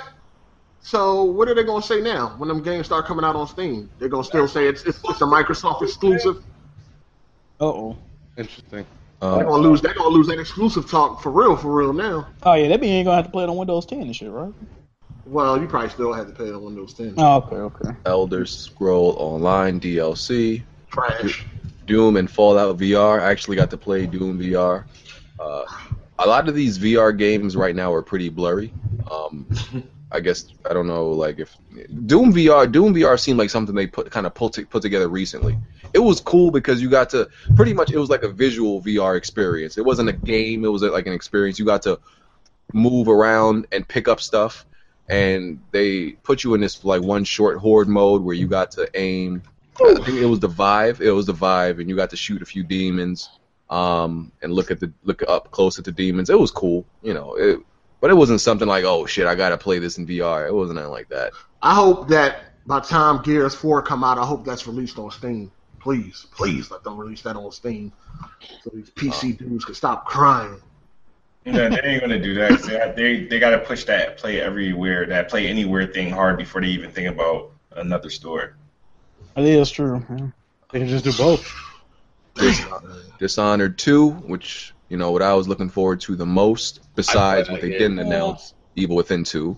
So what are they gonna say now when them games start coming out on Steam? They're gonna still say it's it's, it's a Microsoft exclusive.
Uh oh.
Interesting.
They're
Um,
gonna lose. They're gonna lose that exclusive talk for real, for real now.
Oh yeah, that means you ain't gonna have to play it on Windows 10 and shit, right?
Well, you probably still have to pay on Windows 10.
Oh, okay, okay.
Elder Scroll Online DLC,
Trash.
Doom and Fallout VR. I actually got to play Doom VR. Uh, a lot of these VR games right now are pretty blurry. Um, I guess I don't know, like if Doom VR, Doom VR seemed like something they put kind of put, put together recently. It was cool because you got to pretty much it was like a visual VR experience. It wasn't a game; it was like an experience. You got to move around and pick up stuff, and they put you in this like one short horde mode where you got to aim. I think it was the Vive. It was the Vive, and you got to shoot a few demons um, and look at the look up close at the demons. It was cool, you know. It, but it wasn't something like, oh shit, I gotta play this in VR. It wasn't nothing like that.
I hope that by the time Gears 4 come out, I hope that's released on Steam. Please, please let them release that on Steam, so these PC dudes can stop crying.
No, they ain't gonna do that. 'cause They they, they got to push that play everywhere, that play anywhere thing hard before they even think about another store.
It is true. yeah.
They can just do both.
uh,
Dishonored 2, which you know what I was looking forward to the most, besides
that
what they
game.
didn't announce, Evil Within 2.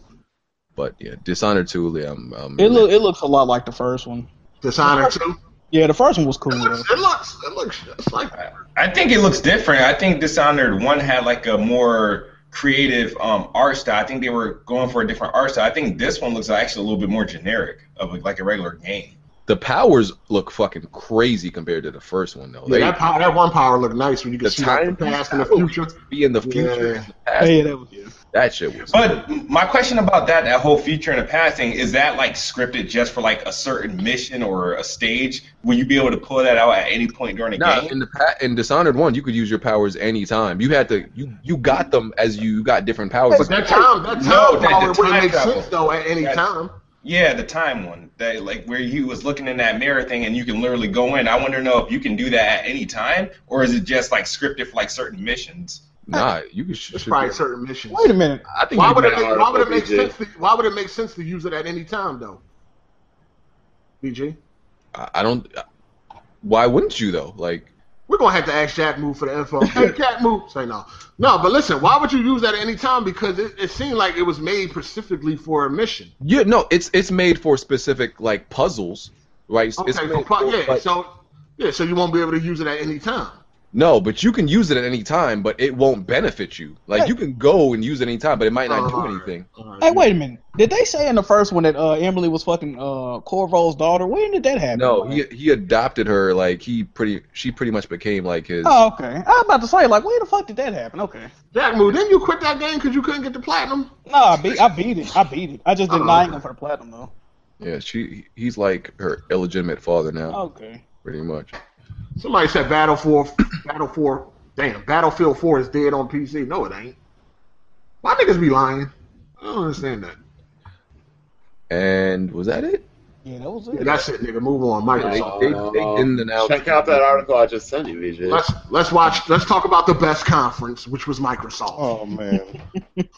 But yeah, Dishonored 2, yeah, I'm, I'm
It look it looks a lot like the first one.
Dishonored 2.
Yeah, the first one was cool
It
though.
looks. It looks. It looks. It's like
I think it looks different. I think Dishonored one had like a more creative um, art style. I think they were going for a different art style. I think this one looks actually a little bit more generic of like a regular game.
the powers look fucking crazy compared to the first one though.
Yeah, that, power, that one power looked nice when you
The
could see like,
time
the past and the
travel.
future.
they be in the future,
Yeah.
and the past.
Yeah, that was
That shit was.
But my question about that, that whole feature in the past thing, is that like scripted just for like a certain mission or a stage? Will you be able to pull that out at any point during the
Nah,
game?
in the pa- in Dishonored one, you could use your powers anytime. You had to you you got them as you, you got different powers.
But that time, that time
No, that- the
power would
time
make
travel.
sense though at any
Yes.
time.
Yeah, the time one. That like where he was looking in that mirror thing and you can literally go in. I wonder know if you can do that at any time or is it just like scripted for like certain missions?
nah, you could. Sh-
It's
should
probably
be-
certain missions.
Wait a minute.
I think
Why
you
would
could-
it make, why would it make sense? To, why would it make sense to use it at any time though? BG,
I I don't. uh, Why wouldn't you though? Like,
we're gonna have to ask Jack Move for the info. Hey, Jack Move, say no, no. But listen, why would you use that at any time? Because it, it seemed like it was made specifically for a mission.
yeah, no, it's it's made for specific like puzzles, right? It's-
Okay,
it's
so
made
pro-
for,
yeah,
like-
so yeah, so you won't be able to use it at any time.
no, but you can use it at any time, but it won't benefit you. Like, you can go and use it any time, but it might not do
Alright,
anything.
alright.
Hey, wait a minute. Did they say in the first one that uh, Emily was fucking uh, Corvo's daughter? When did that happen?
No, he he adopted her. Like, he pretty she pretty much became like his.
Oh, okay. I was about to say, like, when the fuck did that happen? Okay.
Jack Move, didn't you quit that game because you couldn't get the platinum?
No, I beat, I beat it. I beat it. I just
Uh-huh.
didn't. I ain't going for the platinum though.
Yeah, she he's like her illegitimate father now,
Oh.
Okay.
pretty much.
Somebody said Battle Four, Battle Four. Damn, Battlefield Four is dead on PC. No, it ain't. Why niggas be lying? I don't understand that.
And was that it?
Yeah, that was
Yeah,
it.
that's it, nigga. Move on,
They,
Microsoft.
they, they didn't announce.
Uh, Check out that article I just sent you, VJ.
Let's let's watch. Let's talk about the best conference, which was Microsoft.
Oh man.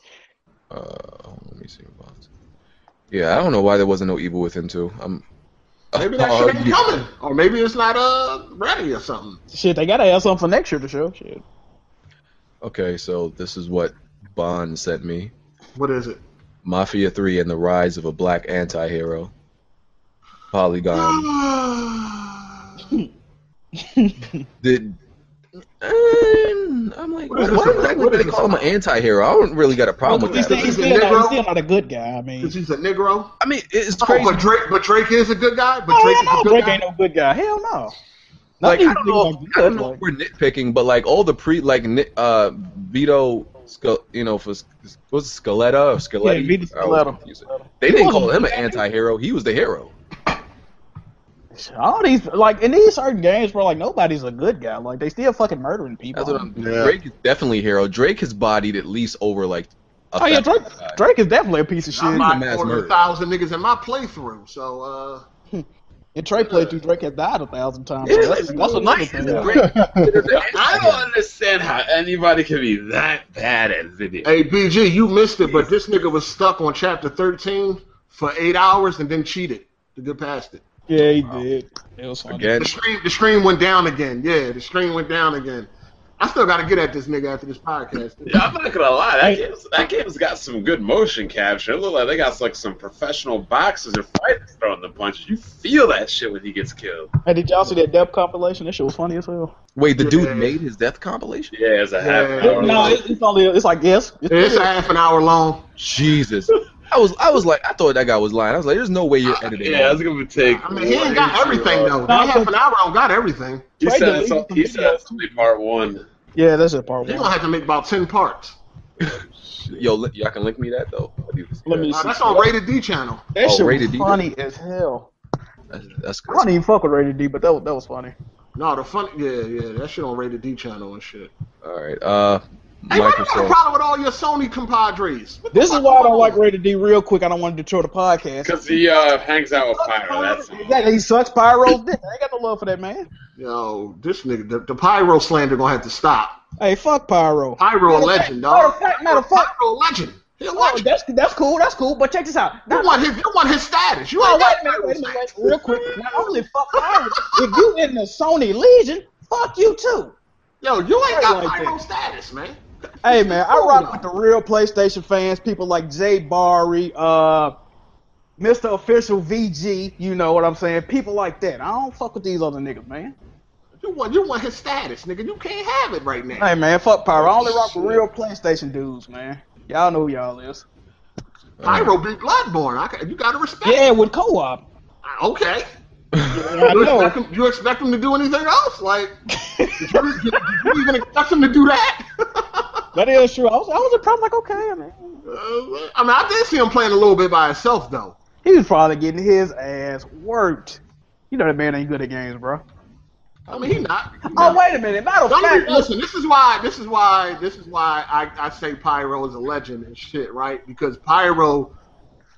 Uh, let me see. What else. Yeah, I don't know why there wasn't no Evil Within 2. I'm,
Maybe that
Uh,
shit ain't
yeah.
coming, or maybe it's not uh ready or something.
Shit, they gotta have something for next year to show. Shit.
Okay, so this is what Bond sent me.
What is it?
Mafia 3 and the Rise of a Black Anti-Hero. Polygon. Did... Um, I'm like,
What is this
why, why
about?
exactly
What
do
is
they
this
call him an
about?
anti-hero? I don't really got a problem
But
with
he's,
Because
that.
still,
they-
he's,
He's a
still not, he's
Negro.
still not a good guy. I mean,
Because he's a Negro.
I mean, it's
Oh,
crazy.
but Drake, but Drake is a good guy. But
oh,
Drake is
hell
a
no,
good
Drake
guy.
ain't no good guy. Hell no.
Like I
these
don't know,
niggas are
I don't
good,
know if
like-
we're nitpicking, but like all the pre like ni- uh Vito, Sc- you know for was Scaletta or Scaletti?
Yeah, Vito
I always
Scaletta.
confuse it. They didn't call him an anti-hero. He was the hero.
All these like in these certain games, bro, like nobody's a good guy. Like they still fucking murdering people.
That's what I'm.
Yeah.
Drake is definitely a hero. Drake has bodied at least over like. a
oh yeah, Drake,
thousand guys.
Drake is definitely a piece of
Nah,
I
He's
shit.
my- a
might
mass
order
murderer.
a thousand niggas in my playthrough. So uh,
And Trey played through Drake has died a thousand times.
Yeah,
so that's,
like,
that's another
Mike
thing.
is Drake. considered the
I don't understand how anybody can be that bad at video.
hey BG, you missed it, but this nigga was stuck on chapter thirteen for eight hours and then cheated to get past it.
Yeah, he did. It was funny.
Again,
The stream, the stream went down again. Yeah, the stream went down again. I still got to get at this nigga after this podcast.
Yeah, I'm not gonna lie, that game's, that game's got some good motion capture. It look like they got like some professional boxers or fighters throwing the punches. You feel that shit when he gets killed.
Hey, did y'all see that Depp compilation? That shit was funny as hell.
wait, the
Yeah.
dude made his death compilation.
Yeah, it's a half
Yeah.
hour.
No,
long.
it, it's only it's like yes. It's,
It's a half an hour long.
Jesus, I was I was like I thought that guy was lying. I was like, there's no way
Ah,
you're editing.
yeah,
all
it's gonna take.
I mean, he ain't
way
got
too
everything
long.
though. That half an hour don't got everything.
He
Right,
said
the-
it's all- he said it's only part one.
yeah, that's a part
He
one.
gonna have to make about ten parts.
Yo, li- y'all can link me that though. I need to see
Let
that.
me
Nah, Uh, that's on Rated D channel.
That
Oh,
shit
rated
was
D.
funny as hell.
That's, that's
I don't even fuck with rated D, but that was, that was funny.
No, the fun. Yeah, yeah, that shit on Rated D channel and shit.
All right. Uh,
Hey, why you got a
Microsoft.
problem with all your Sony compadres? What the
This is
fuck
why I
going
don't like
on?
rated D. Real quick, I don't want to destroy the podcast.
Because he uh, hangs out with Pyro. That's all.
Exactly, he sucks Pyro's dick. I ain't got no love for that man.
Yo, this nigga, the, the pyro slander gonna have to stop.
Hey, fuck
Pyro
Pyro.
a
Matter of
legend, dog.
fact- matter of fact- matter of fact-
Pyro a legend. He a
Oh,
legend.
that's that's cool. That's cool. But check this out.
You
Not
want his, you want his status. You
Oh,
ain't
wait
got
a minute, wait
Pyro's
a minute,
status.
wait, real quick. Not only fuck Pyro, if you in the Sony Legion, fuck you too.
Yo, you ain't got
Like that.
pyro status, man.
Hey man, I rock with the real PlayStation fans, people like Jay Barry, uh, Mr. Official VG, you know what I'm saying? People like that. I don't fuck with these other niggas, man.
You want, you want his status, nigga. You can't have it right now.
Hey man, fuck Pyro. I only rock with real PlayStation dudes, man. Y'all know who y'all is.
Pyro beat Bloodborne. I, ca- you gotta respect.
Yeah, with co-op.
I- Okay.
I
You
know.
expect, him, you expect him to do anything else? Like, did you, did you even expect him to do that?
That is true. I was, I was probably like, okay, I mean,
Uh, I mean, I did see him playing a little bit by himself, though.
he was probably getting his ass worked. You know that man ain't good at games, bro.
I mean, he not. He
Oh
not.
wait a minute, matter of
Don't
fact,
even- listen, this is why. This is why. This is why I, I say Pyro is a legend and shit, right? Because Pyro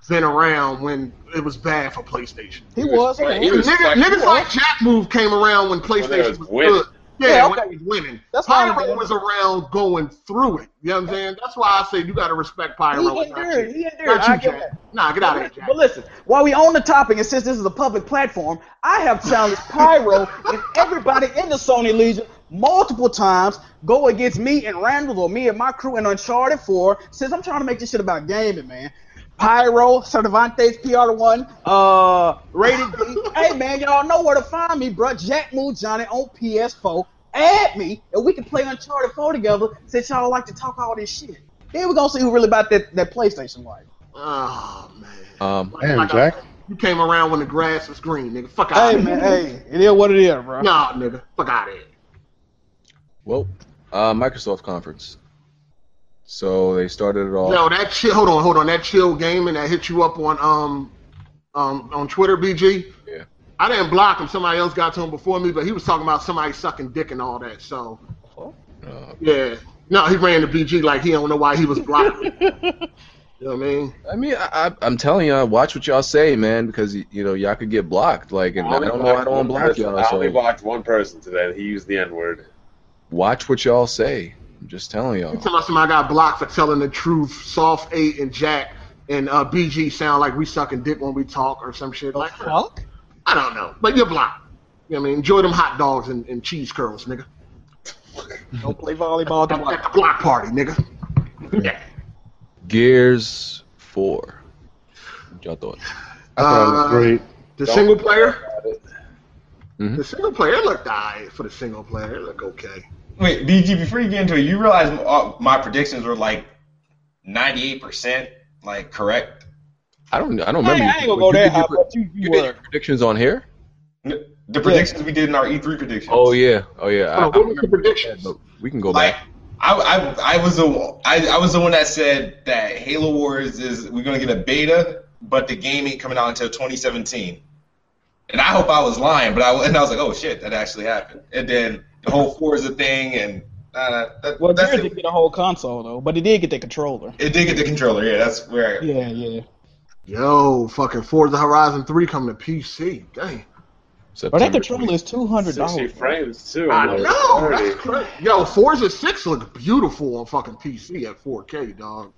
been around when it was bad for PlayStation.
he was.
He was
Nigga,
like-
niggas like Jack Move came around when PlayStation
was
was,
winning.
good. Yeah,
Yeah,
when
okay.
it was winning.
That's fine,
Pyro
man.
was around going through it. You know what I'm saying? That's why I say you got to respect Pyro.
He
and not
endured.
you.
He endured.
Not you,
I get
Jack.
that.
Nah, get out of here,
But-
Jack.
But listen, while we on the topic, and since this is a public platform, I have challenged Pyro and everybody in the Sony Legion multiple times. Go against me and Randall, or me and my crew in Uncharted 4. Since I'm trying to make this shit about gaming, man. Pyro, Cervantes, PR1, uh, Rated D. hey man, y'all know where to find me, bruh. Jack Moon Johnny on PS4. Add me, and we can play Uncharted 4 together since y'all like to talk all this shit. Then we're gonna see who really about that, that PlayStation life.
Oh man.
Um,
Damn,
Like I-
Jack.
You came around when the grass was green, nigga. Fuck out
Hey
of
man,
here.
hey, it is what it is, bro.
Nah, nigga. Fuck out of here.
well, uh, Microsoft conference. So they started it off.
Yo, that chill. Hold on, hold on. That chill gaming that hit you up on um um on Twitter, BG.
Yeah.
I didn't block him. Somebody else got to him before me, but he was talking about somebody sucking dick and all that. So
Uh,
yeah, no, he ran to BG like he don't know why he was blocked. you know what I mean?
I mean, I, I, I'm telling y'all, watch what y'all say, man, because y- you know y'all could get blocked. Like, and I
only
don't know,
blocked
I don't
one
block
person.
y'all.
I only
So
blocked one person today. and He used the N word.
watch what y'all say. I'm just telling
You
y'all.
tell us somebody got blocked for telling the truth. Soft eight and Jack and uh, BG sound like we sucking dick when we talk or some shit like that.
Fuck.
I don't know, but you're blocked. You know what I mean? Enjoy them hot dogs and, and cheese curls, nigga.
Don't play volleyball.
At,
Don't
at the block party, nigga. Yeah.
Gears Four. What y'all thought?
I thought it was
Uh,
great.
The single player,
Mhm.
the single player it looked alright for the single player. It looked okay.
Wait, BG, before you get into it, you realize uh, my predictions were like 98% like correct.
I don't. I don't
I
remember.
ain't,
you-
I ain't gonna go
you
that
did your
high,
pre-
but you, you
you did your
were.
predictions on here.
N- The predictions we did in our E3 predictions.
Oh yeah, oh yeah. I,
Oh,
I
what was the predictions?
remember. we can go
Like
back.
I, I, I was the I, I was the one that said that Halo Wars is we're gonna get a beta, but the game ain't coming out until 2017. And I hope I was lying, but I and I was like, oh shit, that actually happened. And then the whole Forza thing and uh, that,
Well,
that's
Gears
it.
didn't get a whole console though, but it did get the controller.
It did get the controller. Yeah, that's where.
Yeah, yeah.
Yo, fucking Forza Horizon 3 coming to PC. Dang.
But
September
that controller is two hundred
60
dollars.
frames
Oh,
too.
I
man.
know.
Thirty.
That's crazy. Yo, Forza 6 look beautiful on fucking PC at 4K, dog.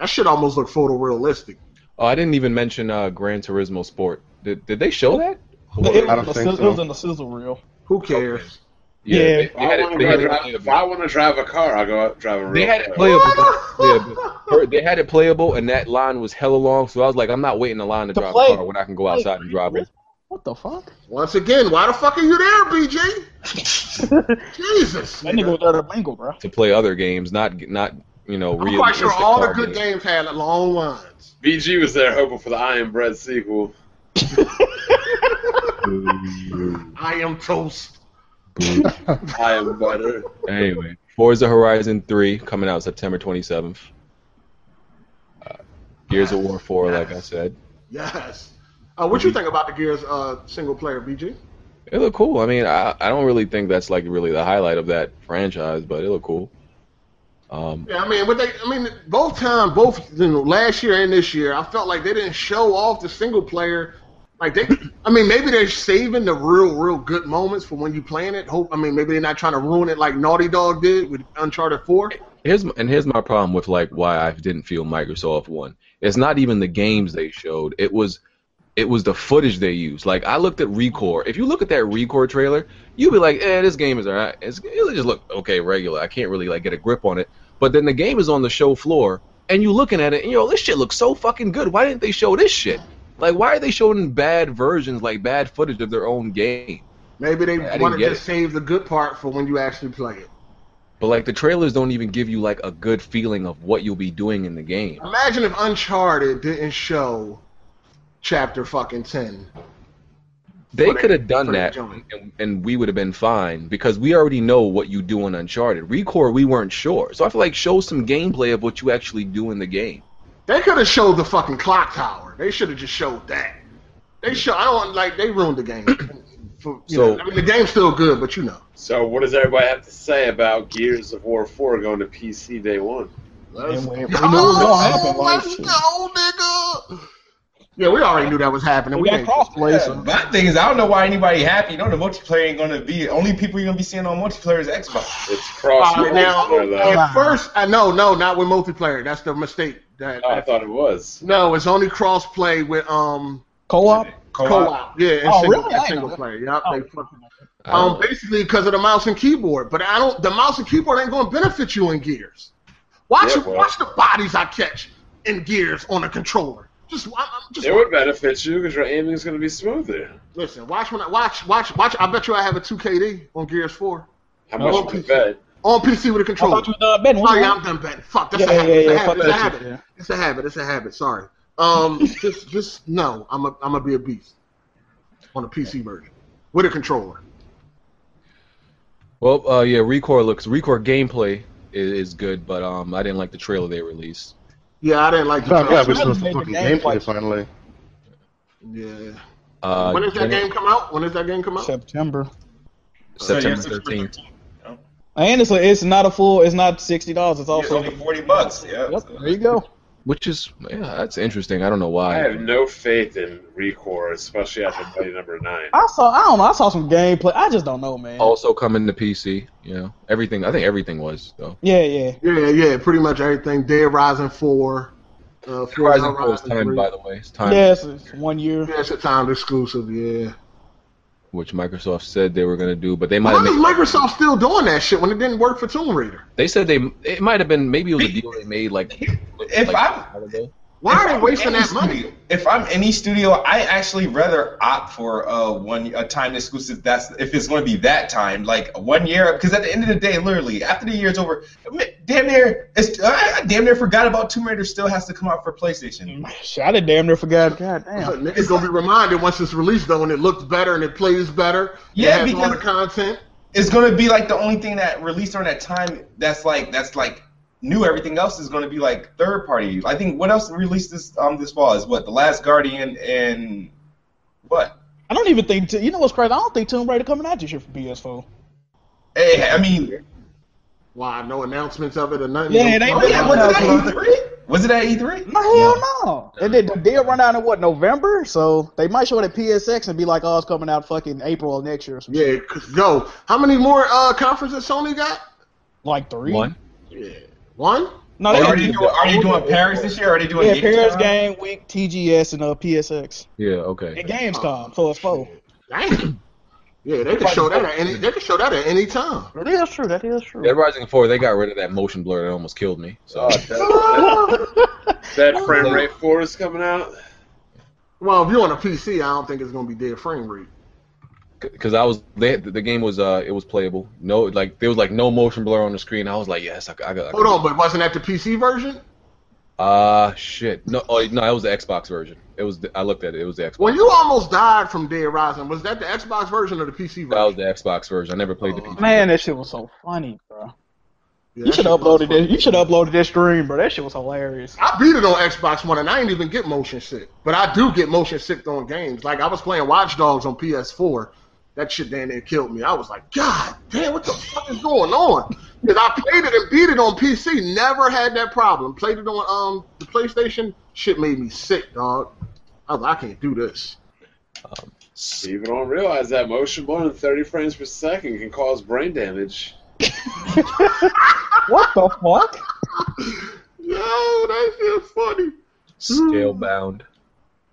That shit almost look photorealistic.
Oh, I didn't even mention uh, Gran Turismo Sport. Did, did they show that?
It,
I don't
was in the sizzle-
think so.
it was in the sizzle reel.
Who cares?
Yeah,
they,
If
they had
I
it. They had it
want to
playable.
drive, a car, I'll go out and drive a real
They had it
car.
playable. Yeah, but- but they had it playable, and that line was hella long. So I was like, I'm not waiting in line to,
To
drive
play.
a car when I can go outside and drive it.
What the fuck?
Once again, why the fuck are you there, BJ? Jesus.
That nigga
nigga.
was there to mingle, bro.
To play other games, not not you know.
I'm quite sure
realistic
all the
car
good games
games.
had long lines.
BG was there hoping for the Iron Bread sequel.
I am toast.
I am butter.
Anyway, Forza Horizon 3 coming out September 27th. Uh, Gears of War 4, like I said.
Yes. Uh, what you think about the Gears uh, single player, BG?
It looked cool. I mean, I, I don't really think that's like really the highlight of that franchise, but it looked cool. Um,
Yeah, I mean, but they, I mean, both time, both you know, last year and this year, I felt like they didn't show off the single player. Like they, I mean, maybe they're saving the real, real good moments for when you playing it. Hope, I mean, maybe they're not trying to ruin it like Naughty Dog did with Uncharted Four.
here's m- and here's my problem with like why I didn't feel Microsoft won. It's not even the games they showed. It was it was the footage they used. Like I looked at Recore. If you look at that Recore trailer, you'd be like, "Eh, this game is alright. It's, it'll just look okay, regular. I can't really like get a grip on it." But then the game is on the show floor, and you looking at it, and you know this shit looks so fucking good. Why didn't they show this shit? Like, why are they showing bad versions, like bad footage of their own game?
Maybe they
I didn't
want to
get
just save the good part for when you actually play it.
But like the trailers don't even give you like a good feeling of what you'll be doing in the game.
Imagine if Uncharted didn't show Chapter fucking ten.
They
for the-
could have done
for the
that,
joint.
and, and we would have been fine because we already know what you do in Uncharted. Recore, we weren't sure, so I feel like show some gameplay of what you actually do in the game.
They could have showed the fucking clock tower. They should have just showed that. They show. I don't like. They ruined the game. For, you
So-
know, I mean, the game's still good, but you know.
So, what does everybody have to say about Gears of War 4 going to PC day one?
Let's
And we- we
go,
knew it was gonna happen, like,
let's
shit.
go, nigga. Yeah, we already knew that was happening.
We,
We
got
ain't
crossplay.
Yeah,
so-
my thing is, I don't know why anybody happy. You know, the multiplayer ain't gonna be only people you're gonna be seeing on multiplayer is Xbox.
It's
All
cross
right, now,
though.
at first, I no, no, not with multiplayer. That's the mistake. That,
Oh, I thought it was.
no, it's only crossplay with um
Co-op.
Co-op.
co-op. Yeah, and
Oh,
single,
really? I
and
didn't
single
know that.
player. Yup,
Oh.
they fucking-
I don't
um,
know.
basically because of the mouse and keyboard. But I don't. The mouse and keyboard ain't going to benefit you in Gears. Watch,
Yeah, well.
watch the bodies I catch in Gears on a controller. Just, i I'm just
It would benefit you because your aiming's going to be smoother.
Listen, watch when I watch, watch, watch. I bet you I have a 2KD on Gears 4
How
No.
much would it bet?
on PC with a
I
controller.
thought you were done betting.
Oh yeah, I'm done betting. Fuck, that's a
yeah, yeah,
habit.
yeah, yeah. Fuck
It's a
that
habit.
shit, yeah.
It's a habit. It's a habit. It's a habit. Sorry. Um, just, just no. I'm a, I'm gonna be a beast on a PC version with a controller.
Well, uh, yeah, Recore looks Recore gameplay is, is good, but um, I didn't like the trailer they released.
Yeah, I didn't like the.
Oh, God,
trailer.
we still have some fucking gameplay finally.
Yeah.
Uh,
when does that
Jan-
game come out? When does that game come out?
September.
September
So, yeah,
13th.
And it's, a, it's not a full. It's not sixty dollars. It's
It's
also.
only forty bucks. Yeah.
Yep, there you go.
Which is yeah, that's interesting. I don't know
I
why.
have no faith in Recore, especially after play number 9.
I saw. I don't know. I saw some gameplay. I just don't know, man.
also coming to PC, you know, everything. I think everything was though.
Yeah, yeah.
Yeah, yeah. Pretty much everything. Dead Rising 4. Uh, Forza
Horizon Four is timed,
3.
by the way. It's timed,
Yeah, it's, it's one year.
Yeah, it's a timed exclusive. Yeah.
which Microsoft said they were gonna do, but they might
Why
have
is
made.
Microsoft still doing that shit when it didn't work for Tomb Raider?
They said they it might have been maybe it was a deal they made like
If
like,
I'm-
a while ago.
Why
If
are they
I'm
wasting
any
that money?
studio- If I'm any studio, I actually rather opt for uh, one a time exclusive. That's if it's going to be that time, like one year. Because at the end of the day, literally after the year's over, m- damn near, it's, I, I damn near forgot about Tomb Raider. Still has to come out for PlayStation.
Shit, I done damn near forgot. God damn.
Niggas gonna be reminded once it's released though, and it looks better and it plays better.
Yeah,
it has all
because-
the content.
It's going to be like the only thing that released during that time. That's like that's like new. Everything else is going to be like third party. I think what else released this um this fall is what the Last Guardian and what.
I don't even think. T- you know what's crazy? I don't think Tomb Raider coming out this year for PS4.
Hey, Eh, I mean,
Why no announcements of it or nothing?
Oh, Yeah, it E ain't-
no,
was it at E3? Was it at E E3?
No hell no. And then the deal run out in what November, so they might show it at PSX and be like, "Oh, it's coming out fucking April of next year." Or some shit.
yeah, 'cause, yo, how many more uh, conferences Sony got?
Like three.
One.
Yeah, one.
No,
Are,
they
they doing, are you doing Paris this year? Or are they doing
yeah,
Gamescom?
Paris Game Week, TGS, and uh, PSX,
Yeah, okay.
and Gamescom. So it's four.
Damn. Yeah, they could show that at any. They could show that at any time.
That is true. That is true.
Dead Rising Four, they got rid of that motion blur that almost killed me. So
Oh.
That frame rate four is coming out.
Well, if you're on a PC, I don't think it's gonna be dead frame rate.
because I was they, the game was uh it was playable. No, like there was like no motion blur on the screen. I was like, yes, I, got- I got. I
Hold
got-
on, but wasn't that the PC version?
Ah, shit. No, oh, no, that was the Xbox version. It was. The, I looked at it. It was the Xbox.
When you almost died from Dead Rising, was that the Xbox version or the PC version?
that was the Xbox version. I never played
Oh.
the PC.
Man, that shit was so funny, bro.
Yeah,
You
that
should
shit
have
was
uploaded
fun.
that. You should have uploaded that stream, bro. That shit was hilarious.
I beat it on Xbox One, and I ain't even get motion sick. But I do get motion sick on games. Like I was playing Watch Dogs on PS4. That shit damn near killed me. I was like, God damn, what the fuck is going on? Because I played it and beat it on PC. Never had that problem. Played it on um the PlayStation. Shit made me sick, dog. I was like, I can't do this.
People don't realize that motion blur and 30 frames per second can cause brain damage.
What the fuck?
Yo, that shit's funny.
Scale bound.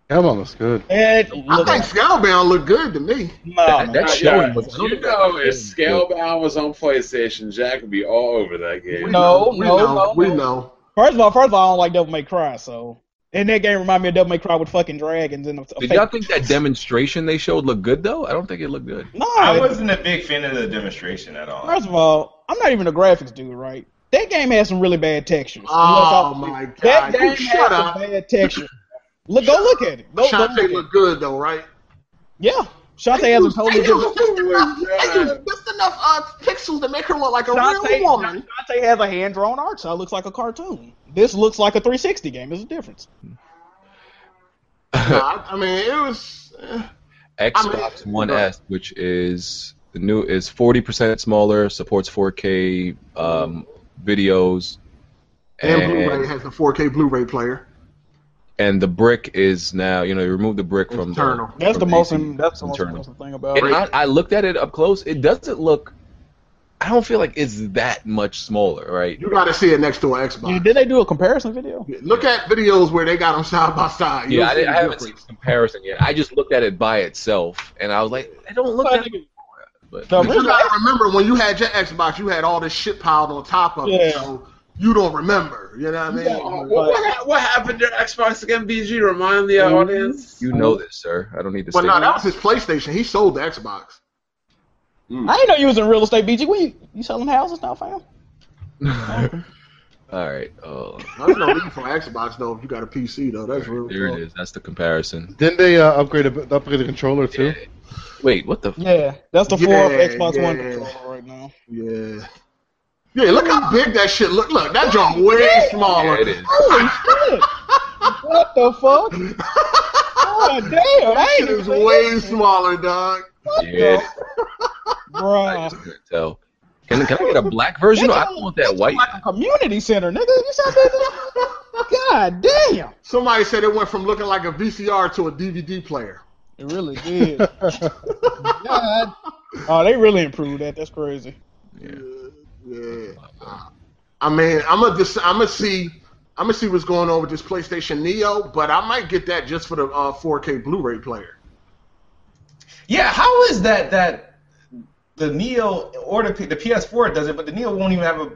Hellbound looks good.
That
I
look,
think Scalebound looked good to me.
no,
That,
man.
that showing was.
you know, if Scalebound was on PlayStation, Jack would be all over that game.
No,
we
no,
know,
no,
we
no.
know.
First of all, first of all, I don't like Devil May Cry. So, and that game remind me of Devil May Cry with fucking dragons and a, a
Did
fake-
y'all think that demonstration they showed looked good though? I don't think it looked good.
No,
I wasn't a big fan of the demonstration at all.
First of all, I'm not even a graphics dude, right? That game has some really bad textures.
Oh,
Let's all-
my God.
That game
You
has
shut
some
up.
bad textures. Look, go look at it. Go, go
Shantae
look at it.
looked good though, right?
Yeah, Shantae has a
used-
totally
they
different.
used just enough,
God.
they used just enough uh, pixels to make her look like a
Shantae,
real woman.
Shantae has a hand drawn art style. Looks like a cartoon. This looks like a 360 game. There's a difference.
Nah, I- I mean, it was. eh.
Xbox One S, which is the new, is forty percent smaller, supports four K um, videos,
And, Blu-ray
and,
has a 4K Blu-ray player.
and the brick is now you know you remove the brick from
Internal.
The,
That's the
from
most.
AC,
That's the most
internal.
impressive thing about
And
it.
I, I looked at it up close. It doesn't look. I don't feel like it's that much smaller, right?
You got to see it next to an
Yeah,
Xbox.
did they do a comparison video?
Look at videos where they got them side by side. You'll
Yeah, I,
see
didn't,
the
I haven't seen
difference.
the comparison yet. I just looked at it by itself, and I was like, I don't look that.
The
But,
But you
original
got to remember when you had your Xbox, you had all this shit piled on top of
Yeah.
it, so you don't remember. You know what I
Oh,
mean?
what, what, what happened to Xbox again, BG? Remind the
Mm-hmm.
audience.
you know this, sir. I don't need to.
But
say
no, that was his PlayStation. He sold the Xbox.
I didn't know you was in real estate, BG. What you, you selling houses now, fam?
All right. Oh,
There's no need for Xbox though. If you got a PC though, that's real.
there it is. That's the comparison.
Didn't they uh, upgrade a, upgrade the controller too?
Wait, what the? F-
Yeah, that's the
Yeah,
fourth Xbox One
yeah.
controller right now.
Yeah. Yeah, look how big that shit look. Look, that junk way
yeah,
smaller.
it is.
Holy shit! what the fuck? Oh damn! I
That shit
ain't
is
even seen
way
that shit.
smaller, dog.
What
Yeah,
the-
I
Bruh.
just couldn't tell. Can, can I get a black version? I don't want that white.
Like a community center, nigga. You sound like God damn!
Somebody said it went from looking like a VCR to a DVD player.
It really did. God. Oh, they really improved that. That's crazy.
Yeah.
Yeah. I mean, I'm gonna just, I'm gonna see, I'm gonna see what's going on with this PlayStation Neo, but I might get that just for the uh, 4K Blu-ray player.
Yeah, how is that that the Neo or the, P- the PS4 does it, but the Neo won't even have a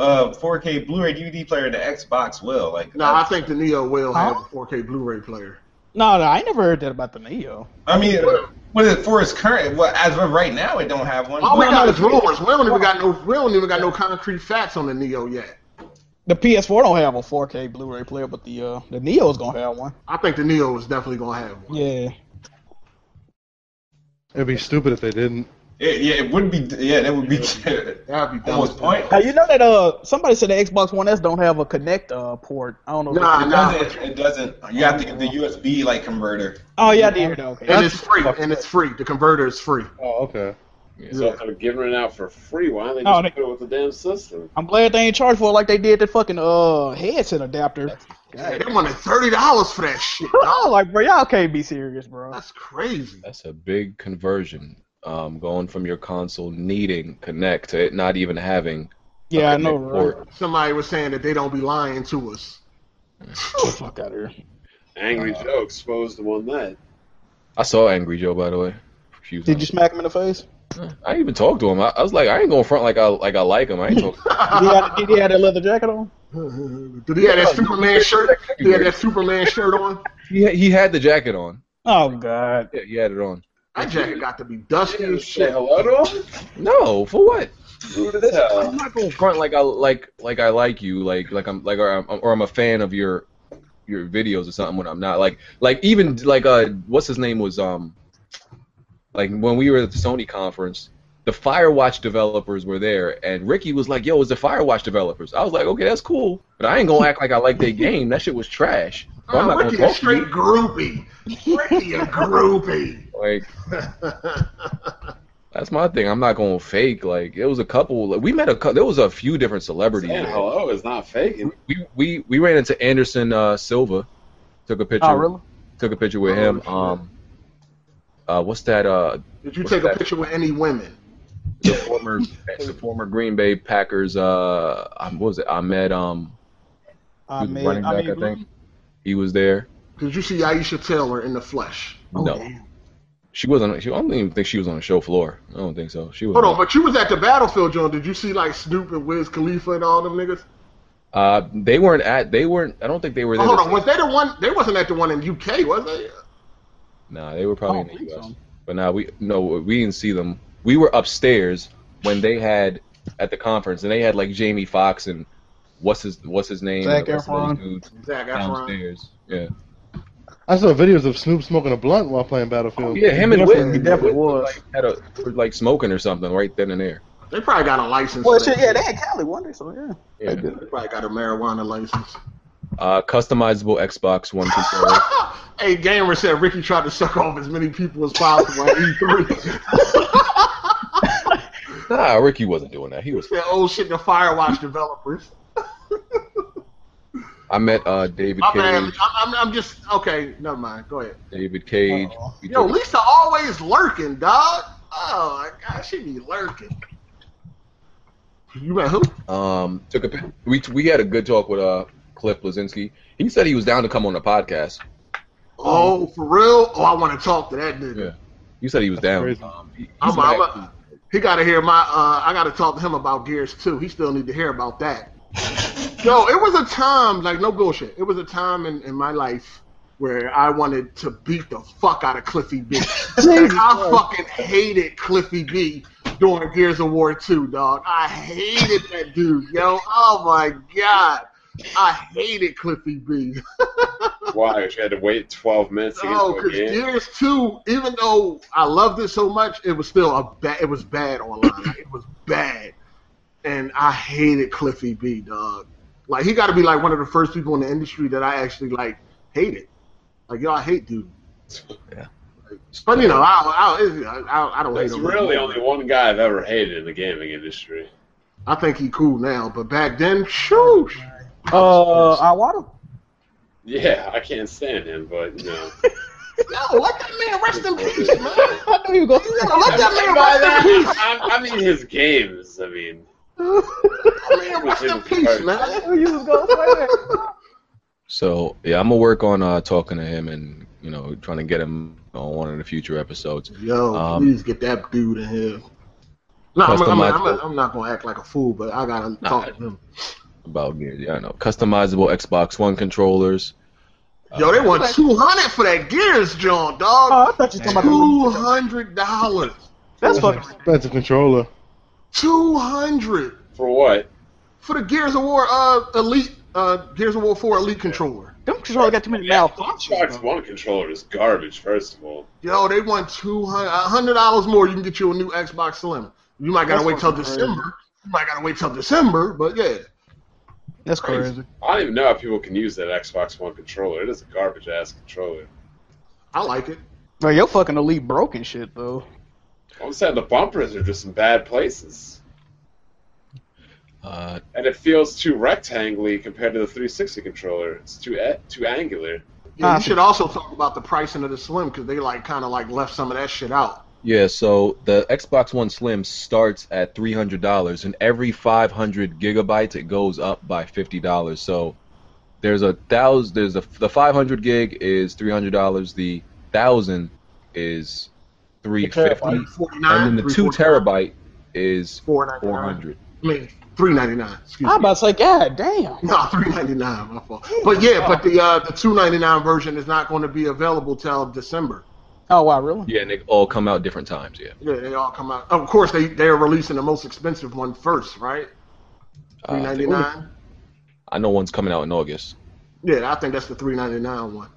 uh, 4K Blu-ray DVD player, the Xbox will. Like,
No, I think the Neo will have a 4K Blu-ray player.
No, no, I never heard that about the Neo.
I mean, what is for its current? Well, as of right now, it don't have one.
All we
Well,
got is rumors. We don't even got no. We don't even got no concrete facts on the Neo yet.
The PS4 don't have a 4K Blu-ray player, but the uh, the Neo's gonna have one.
I think the Neo is definitely gonna have one.
Yeah.
It'd be stupid if they didn't.
it- yeah, it would be. Yeah, that would be
That'd be dumb.
almost
as
point.
hell.
Now you know that uh somebody said the Xbox One S don't have a connect uh port. I don't know. if
Nah,
it's-
It
nah.
doesn't. It doesn't. You have to get the USB like converter.
Oh yeah, I did hear that. Okay.
And it's free. And it's free. The converter is free.
Oh, okay.
So if they're giving it out for free, why don't Oh, they just
No, they-
put it with the damn system?
I'm glad they ain't charged for it like they did the fucking uh headset adapter.
Yeah, they wanted thirty dollars for that shit.
Oh, like bro, y'all can't be serious, bro.
That's crazy.
That's a big conversion. Um, going from your console needing Connect to it not even having. a
Yeah, I know,
Kinect
right?
port.
Somebody was saying that they don't be lying to us.
Oh, fuck out here.
Angry
Uh,
Joe exposed them on that.
I saw Angry Joe by the way. Excuse
Did
me.
you smack him in the face?
I didn't even talk to him. I, I was like, I ain't going front like I like I like him. I ain't talking.
Did he have, did he have that leather jacket on?
Did he have that Superman shirt? He had that Superman shirt on.
he had- he had the jacket on.
Oh god.
Yeah, he had it on.
That jacket got to be dusty
Yeah,
as
say
shit.
hello to him?
No, for what?
Rude as hell.
I'm not going front like I like like I like you like like I'm like or I'm or I'm a fan of your your videos or something when I'm not like like even like uh what's his name was um like when we were at the Sony conference the Firewatch developers were there and Ricky was like yo it's the Firewatch developers I was like okay that's cool but I ain't gonna act like I like their game that shit was trash so I'm
Oh,
not
Ricky
gonna
a
talk to
straight
you
groupie. Ricky a groupie.
like that's my thing I'm not gonna fake like it was a couple like, we met a cou- there was a few different celebrities
Saying
there.
hello is not faking.
we we we ran into Anderson uh, Silva, took a picture.
Oh really?
Took a picture with him.
Oh, shit.
Um, uh, what's that? Uh,
Did you
What's
take a
that?
picture with any women?
the former the former Green Bay Packers. Uh, um, what was it? Ahmed. Um,
I
he was
mean,
running
I
back,
mean,
I think. He was there.
Did you see Aisha Taylor in the flesh?
oh,
no,
damn.
she wasn't. She, I don't even think she was on the show floor. I don't think so. She was.
Hold on, but you was at the battlefield, John. Did you see like Snoop and Wiz Khalifa and all them niggas?
Uh, they weren't at. They weren't. I don't think they were
Oh,
there.
hold on, was they the one? They wasn't at the one in UK, was they?
Nah, they were
I
probably
don't
in
think
the U.S.
so.
But now we no, we didn't see them. We were upstairs when they had at the conference, and they had like Jamie Foxx and what's his what's his name?
Zac
and the rest of those
Efron.
dudes
Zach Efron.
downstairs. Yeah,
I saw videos of Snoop smoking a blunt while playing Battlefield.
Oh,
yeah, him and
Definitely-
Whit.
he definitely
Whit
was.
Like, had a were, like smoking or something right then and there.
They probably got a license.
Well,
for
shit,
that
yeah, they had Cali one day, so yeah.
Yeah.
They did.
They probably got a marijuana license.
Uh, customizable Xbox One controller.
hey, Gamer said Ricky tried to suck off as many people as possible at E E3.
nah, Ricky wasn't doing that. He was.
said, oh shit, the Firewatch developers.
I met uh, David
My man, I'm,
Cage.
I'm, I'm just, okay, never mind. Go ahead.
David Cage.
Oh.
We
Yo,
took-
Lisa always lurking, dog. Oh my god, she be lurking. You met who?
um, took a pic- we we had a good talk with uh Cliff Blazinski. He said he was down to come on the podcast.
Oh, for real? Oh, I want to talk to that nigga.
Yeah. You said he was down.
crazy.
Um, he- he's
I'm,
back.
I'm a, he got to hear my. Uh, I got to talk to him about Gears too. He still need to hear about that. Yo, it was a time like no bullshit. It was a time in, in my life where I wanted to beat the fuck out of Cliffy B. Like, I fucking hated Cliffy B during Gears of War 2, dog. I hated that dude, yo. Oh my god. I hated Cliffy B.
Why? If you had to wait 12 minutes to get
Oh,
to a
because
game?
Gears Two, even though I loved it so much, it was still a bad. It was bad online. Like, it was bad, and I hated Cliffy B. Dog, like he got to be like one of the first people in the industry that I actually like hated. Like y'all hate dude.
Yeah.
But you know, I I, I, I don't hate
There's
him.
really
anymore.
only one guy I've ever hated in the gaming industry.
I think he cool now, but back then, shoosh.
Uh, I want
Yeah, I can't stand him, but you know.
Yo, let that man rest in peace, man.
I knew you were
Yo, let
By
that man rest in peace.
that, I, I mean his games. I mean,
gonna.
Let that man rest in peace,
I
man.
knew you was gonna say that.
So yeah, I'm gonna work on uh, talking to him and you know trying to get him on one of the future episodes.
Yo,
Um,
please get that dude in here. No, I'm, I'm, I'm,
Customizable.
I'm not gonna act like a fool, but I gotta
Nah.
talk to him.
About gear, yeah, I know. Customizable Xbox One controllers. Uh,
Yo, they want two hundred for that Gears John, dog.
Oh, I thought you were talking about
Two hundred dollars.
that's
That's an
fucking
expensive controller.
Two hundred
For what?
for the Gears of War uh Elite uh Gears of War Four Elite controller.
them controllers got too many malfunctions.
Xbox
bro.
One controller is garbage. First of all,
Yo, they want two hundred hundred dollars more. You can get you a new Xbox Slim. You might gotta
That's
wait till
fucking crazy.
December. You might gotta wait till December, but yeah.
That's crazy.
I don't even know how people can use that Xbox One controller. It is a garbage ass controller.
I like it.
Bro, your fucking elite broken shit though.
I'm saying the bumpers are just in bad places,
Uh,
and it feels too rectangly compared to the 360 controller. It's too a- too angular.
Yeah, you
Awesome.
should also talk about the pricing of the Slim because they like kind of like left some of that shit out.
yeah, so the Xbox One Slim starts at three hundred dollars, and every five hundred gigabytes it goes up by fifty dollars. So there's a thousand. There's a the five hundred gig is three hundred dollars. The thousand is three fifty, and then the two terabyte is
four ninety
four
nine.
hundred.
I mean, three ninety nine. Excuse
I'm
me.
about to say, God damn.
No, three ninety nine. My fault. But yeah, but the uh, the two ninety nine version is not going to be available till December.
Oh wow, really?
Yeah, and they all come out different times. Yeah,
Yeah, they all come out. Of course, they they're releasing the most expensive one first, right?
Uh,
Three ninety nine.
I know one's coming out in August.
Yeah, I think that's the three ninety nine one.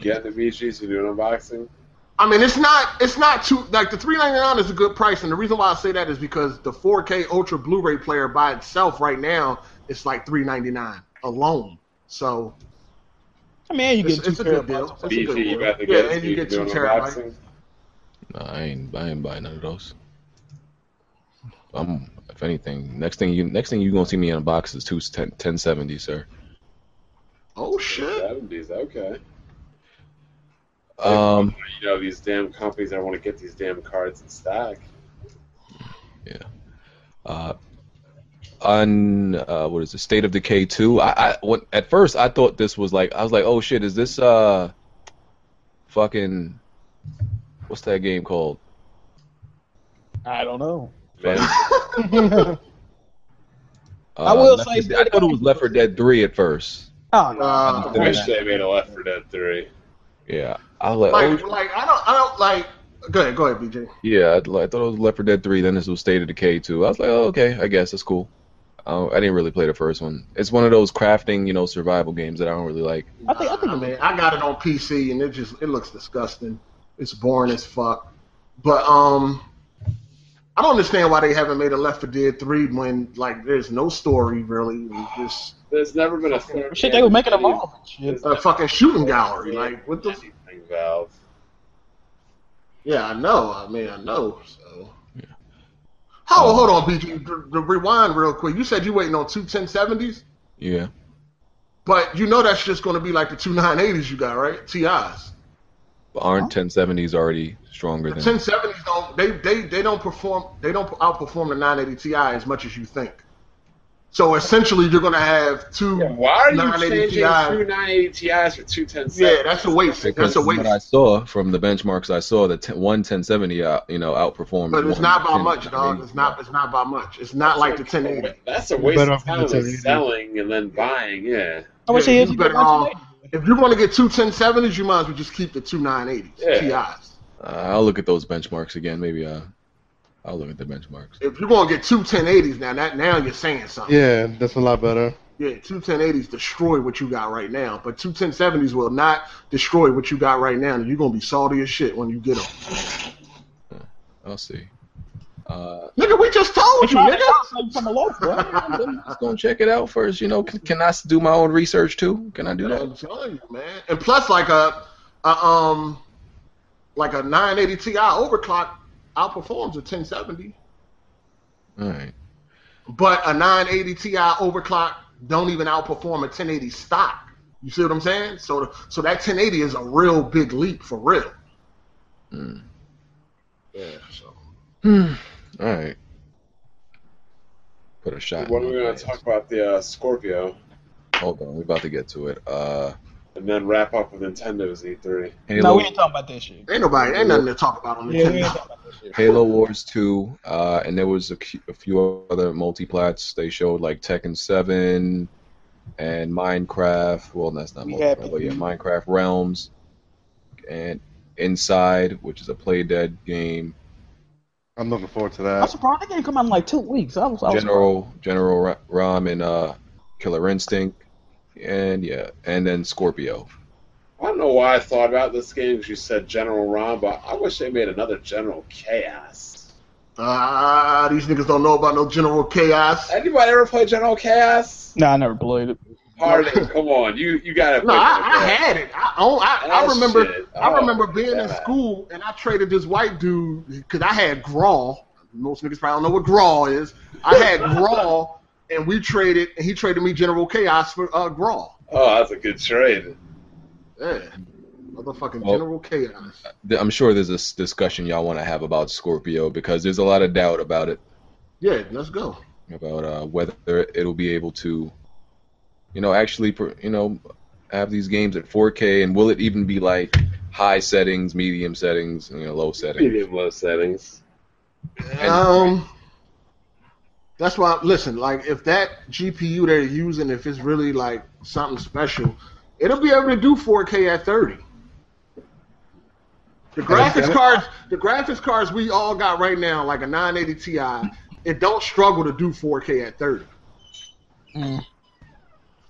Get the VGs to do an unboxing.
I mean, it's not it's not too like the three ninety nine is a good price, and the reason why I say that is because the four K Ultra Blu Ray player by itself right now it's like three ninety nine alone. So
I mean, you
it's,
get
it's
two
a good deal.
terabytes.
It's a
VG, you
good
got
deal.
to
Yeah,
get
and you get two
do an
terabytes.
unboxing.
Nah, I ain't, I ain't buying none of those. Um, if anything, next thing you next thing you gonna see me unbox is two ten ten seventy, sir.
Oh shit!
70s, okay.
Um,
You know these damn companies. I want to get these damn cards in stock.
uh, on uh, what is it? State of Decay two. I, I when, at first I thought this was like I was like, oh shit, is this uh, fucking, what's that game called?
I don't know.
Man,
Uh,
will
Left
say
for Dead- I thought it was Left 4 Dead three at first.
Oh no.
Uh,
I wish they made a Left 4 Dead 3.
Yeah, I was like, oh
like, like I don't, I don't like. Go ahead, go ahead, BJ.
Yeah, I, I thought it was Left 4 Dead 3. Then this was State of Decay 2. I was like, oh, okay, I guess that's cool. Uh, I didn't really play the first one. It's one of those crafting, you know, survival games that I don't really like.
I think- I think-
mean, I got it on PC and it just it looks disgusting. It's boring as fuck. But um, I don't understand why they haven't made a Left 4 Dead 3 when like there's no story really. It's Just
There's never been a third.
Shit, they were making them all and shit.
There's
a
never
fucking shooting
been a
gallery.
third
Like what the? f-
anything, Valve.
Yeah, I know. I mean, I know. So. Oh, hold on, BG. To- to Rewind real quick. You said you waiting on two 1070s,
Yeah.
but you know that's just going to be like the two 980s you got, right? TIs.
But aren't 1070s already stronger
The
than.
1070s don't they, they they don't perform they don't outperform the 980 Ti as much as you think. So essentially, you're gonna have two. Yeah,
Why are you
980
changing two
Ti.
980 Ti's for two 1070s?
that's a waste.
Because
That's a
from what I
waste.
saw from the benchmarks I saw, the ten, one 1070, uh, you know, outperformed.
But it's
one
not by
10
much, dog. It's not. It's not by much. It's not like the 1080.
That's a
You're
waste
better
of
off with
time
the
of
1080.
selling and then buying. Yeah,
How much
Yeah,
it is?
you
You
better
got
off-
180?
If you want to get two 1070s, you might as well just keep the two 980s
Yeah.
Ti's.
Uh, I'll look at those benchmarks again. Maybe uh, I'll look at the benchmarks.
If you're gonna get two 1080s now, that now you're saying something.
Yeah, that's a lot better.
Yeah, two 1080s destroy what you got right now, but two 1070s will not destroy what you got right now. And you're gonna be salty as shit when you get them.
I'll see. Uh,
Nigga, we just told
But
you,
you
nigga.
nigga? From the local. I mean, I'm
I'm just going to check it out first. You know, can, can I s- do my own research too? Can I do that?
I'm telling you, man. And plus, like a, a um, like a 980 Ti overclock outperforms a 1070,
All right.
but a 980 Ti overclock don't even outperform a 1080 stock. You see what I'm saying? So, the, so that 1080 is a real big leap for real.
Mm.
Yeah. So.
Hmm. All right. Put a shot.
what
in
are we
my
going
glass.
to talk about the uh, Scorpio?
Hold on, we're about to get to it. Uh,
and then wrap up with E Nintendo's E3.
Halo,
No, we ain't talking about that shit.
Ain't nobody, ain't nothing to talk about on the
Yeah, we ain't
channel.
talking about that shit.
Halo Wars 2, uh, and there was a, cu- a few other multiplats. They showed like Tekken 7 and Minecraft. Well, that's not
We
multiplat,
happy.
but yeah, Minecraft Realms and Inside, which is a Play Dead game.
I'm looking forward to
I'm
that.
surprised that game come out in like two weeks. I was, I was
General General Ra- Rom and uh, Killer Instinct, and yeah, and then Scorpio.
I don't know why I thought about this game because you said General Ron, but I wish they made another General Chaos.
Ah, these niggas don't know about no general chaos.
Anybody ever play General Chaos?
No, I never played it.
Harding, come on, you you gotta.
No,
play
I,
General
I
Chaos.
had it. I, own- I, I
That
remember.
shit.
I
Oh,
remember being in
yeah.
school and I traded this white dude because I had Grawl. Most niggas probably don't know what Grawl is. I had Grawl and we traded, and he traded me General Chaos for uh, Grawl.
Oh, that's a good trade.
Yeah. Motherfucking
Well-
General Chaos.
Th- I'm sure there's this discussion y'all want to have about Scorpio because there's a lot of doubt about it,
Yeah, let's go.
about uh, whether it'll be able to, you know, actually, pr- you know, have these games at 4K, and will it even be like high settings, medium settings, you know, low settings?
Medium low settings.
And-
Um, that's why. Listen, like if that GPU they're using, if it's really like something special, it'll be able to do 4K at 30. The graphics cards, the graphics cards we all got right now, like a 980 Ti, it don't struggle to do 4K at 30.
Mm.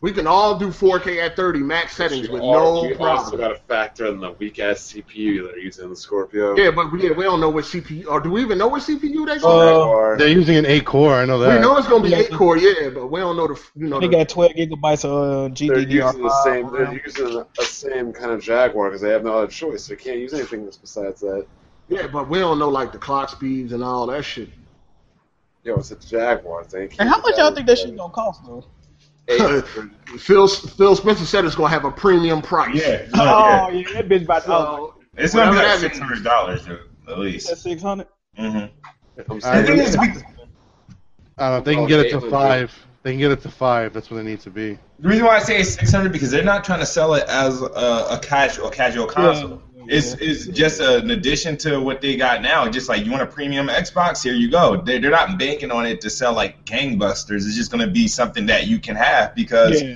We can all do 4K at 30 max settings
You
with
are-
no
Oh, you also
problem.
got to factor in the weak ass CPU that are using in the Scorpio.
Yeah, but yeah, we don't know what CPU, or do we even know what CPU they?
That
gonna
bar.
They're using an eight core. I know
make? we
that.
know it's gonna be
Yeah.
eight core, yeah, but we don't know the you know
They
the-
got 12 gigabytes of uh,
they're using the same.
GDDR5.
They're
RAM.
using the, the same kind of Jaguar because they have no other choice. They can't use anything else besides that.
Yeah, but we don't know like the clock speeds and all that shit.
Yo, it's a Jaguar. Thank you.
And how much y'all think that shit gonna cost though?
Phil Phil Spencer said it's gonna have a premium price.
Yeah, no, yeah.
Oh, yeah, that bitch about
So
Oh.
It's gonna be
Oh. whatever
like
that
six hundred dollars at least.
six hundred.
hmm
I,
The thing is, we-
I don't know. They
Oh,
can get it to five. They can get it to five. That's where they need to be.
The reason why I say it's 600 because they're not trying to sell it as a, a casual a casual console. It's it's just an addition to what they got now. Just like you want a premium Xbox, here you go. They they're not banking on it to sell like gangbusters. It's just gonna be something that you can have because
Yeah.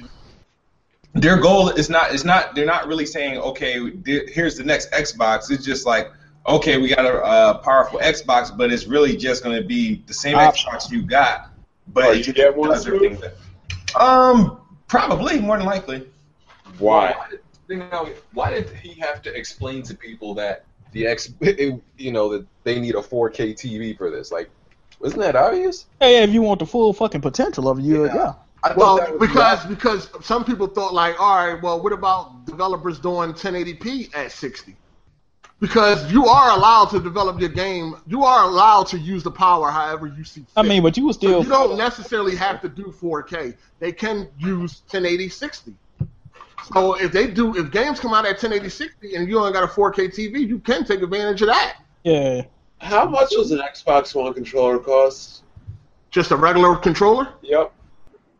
their goal is not is not they're not really saying okay th- here's the next Xbox. It's just like okay we got a, uh powerful Xbox, but it's really just gonna be the same
Option.
Xbox you got, but
Oh,
it
you
just
get one
does
too?
everything better. Um, probably more than likely.
Why?
You know, why did he have to explain to people that the X, you know, that they need a 4K TV for this? Like, isn't that obvious?
Hey, if you want the full fucking potential of it, you yeah.
Yeah. I thought that
well,
was
because because some people thought like, all right, well, what about developers doing 1080p at 60? Because you are allowed to develop your game, you are allowed to use the power however you see fit.
I mean, but you was
So
still
you don't necessarily have to do 4K. They can use 1080 60. So if they do, if games come out at 1080 60 and you only got a 4K TV, you can take advantage of that.
yeah.
How much does an Xbox One controller cost?
Just a regular controller,
Yep.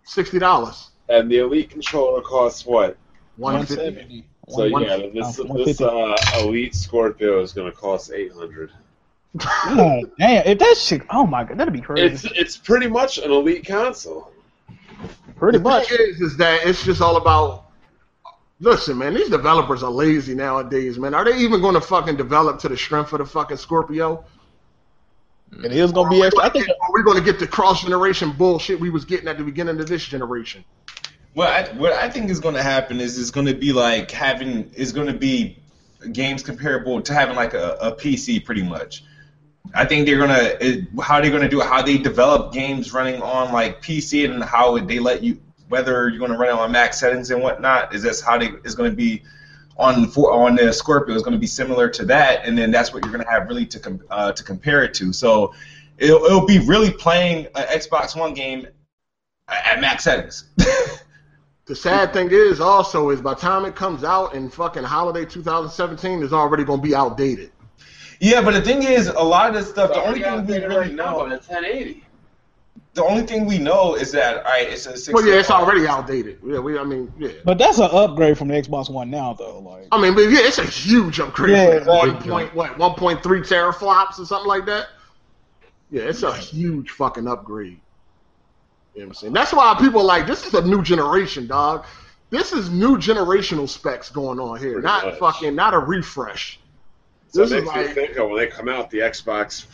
sixty dollars,
And the Elite controller costs what?
one fifty.
So
One-
yeah, this
uh,
this
150.
uh, Elite Scorpio is gonna cost eight hundred.
God damn, if that shit, oh my god, that'd be crazy.
It's it's pretty much an Elite console.
Pretty
The
much.
thing is, is that it's just all about. Listen, man, these developers are lazy nowadays, man. Are they even going to fucking develop to the strength of the fucking Scorpio?
It is gonna be extra. I think.
Are we going to get the cross generation bullshit we was getting at the beginning of this generation?
Well, I, what I think is going to happen is it's going to be like having is going to be games comparable to having like a, a PC pretty much. I think they're gonna it, how they're gonna do it, how they develop games running on like PC and how they let you whether you're gonna run it on Mac settings and whatnot is that's how they is gonna be on for on the Scorpio is gonna be similar to that and then that's what you're gonna have really to com, uh, to compare it to. So it'll, it'll be really playing an Xbox One game at at max settings.
The sad thing is also is by the time it comes out in fucking holiday 2017, it's already going to be outdated.
Yeah, but the thing is, a lot of this stuff, the only thing we really know,
ten eighty.
the only thing we know is that all right, it's a six.
Well, yeah, it's already outdated. Yeah, we, I mean, yeah.
But that's an upgrade from the Xbox One now, though. Like,
I mean, but yeah, it's a huge upgrade.
Yeah,
Like,
exactly.
One point what? One point three teraflops or something like that. Yeah, it's a huge fucking upgrade. You know what I'm saying? That's why people are like this is a new generation, dog. This is new generational specs going on here,
Pretty
not
much.
fucking, not a refresh.
So
This
it
is
makes me
like-
think of when they come out the Xbox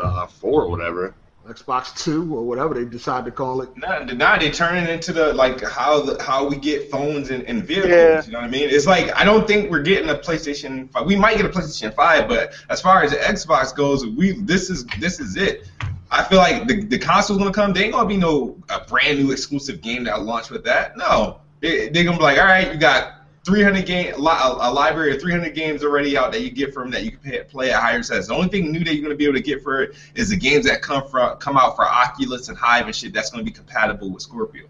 uh, Four or whatever.
Xbox Two or whatever they decide to call it.
Now, now they turning into the like how the, how we get phones and, and vehicles.
Yeah.
You know what I mean? It's like I don't think we're getting a PlayStation. 5. We might get a PlayStation Five, but as far as the Xbox goes, we this is this is it. I feel like the the console's gonna come. They ain't gonna be no a brand new exclusive game that launch with that. No, they they gonna be like, all right, you got. 300 game li- a a library of 300 games already out that you get from that you can pay, play at higher sets. The only thing new that you're gonna be able to get for it is the games that come from come out for Oculus and Hive and shit that's going to be compatible with Scorpio.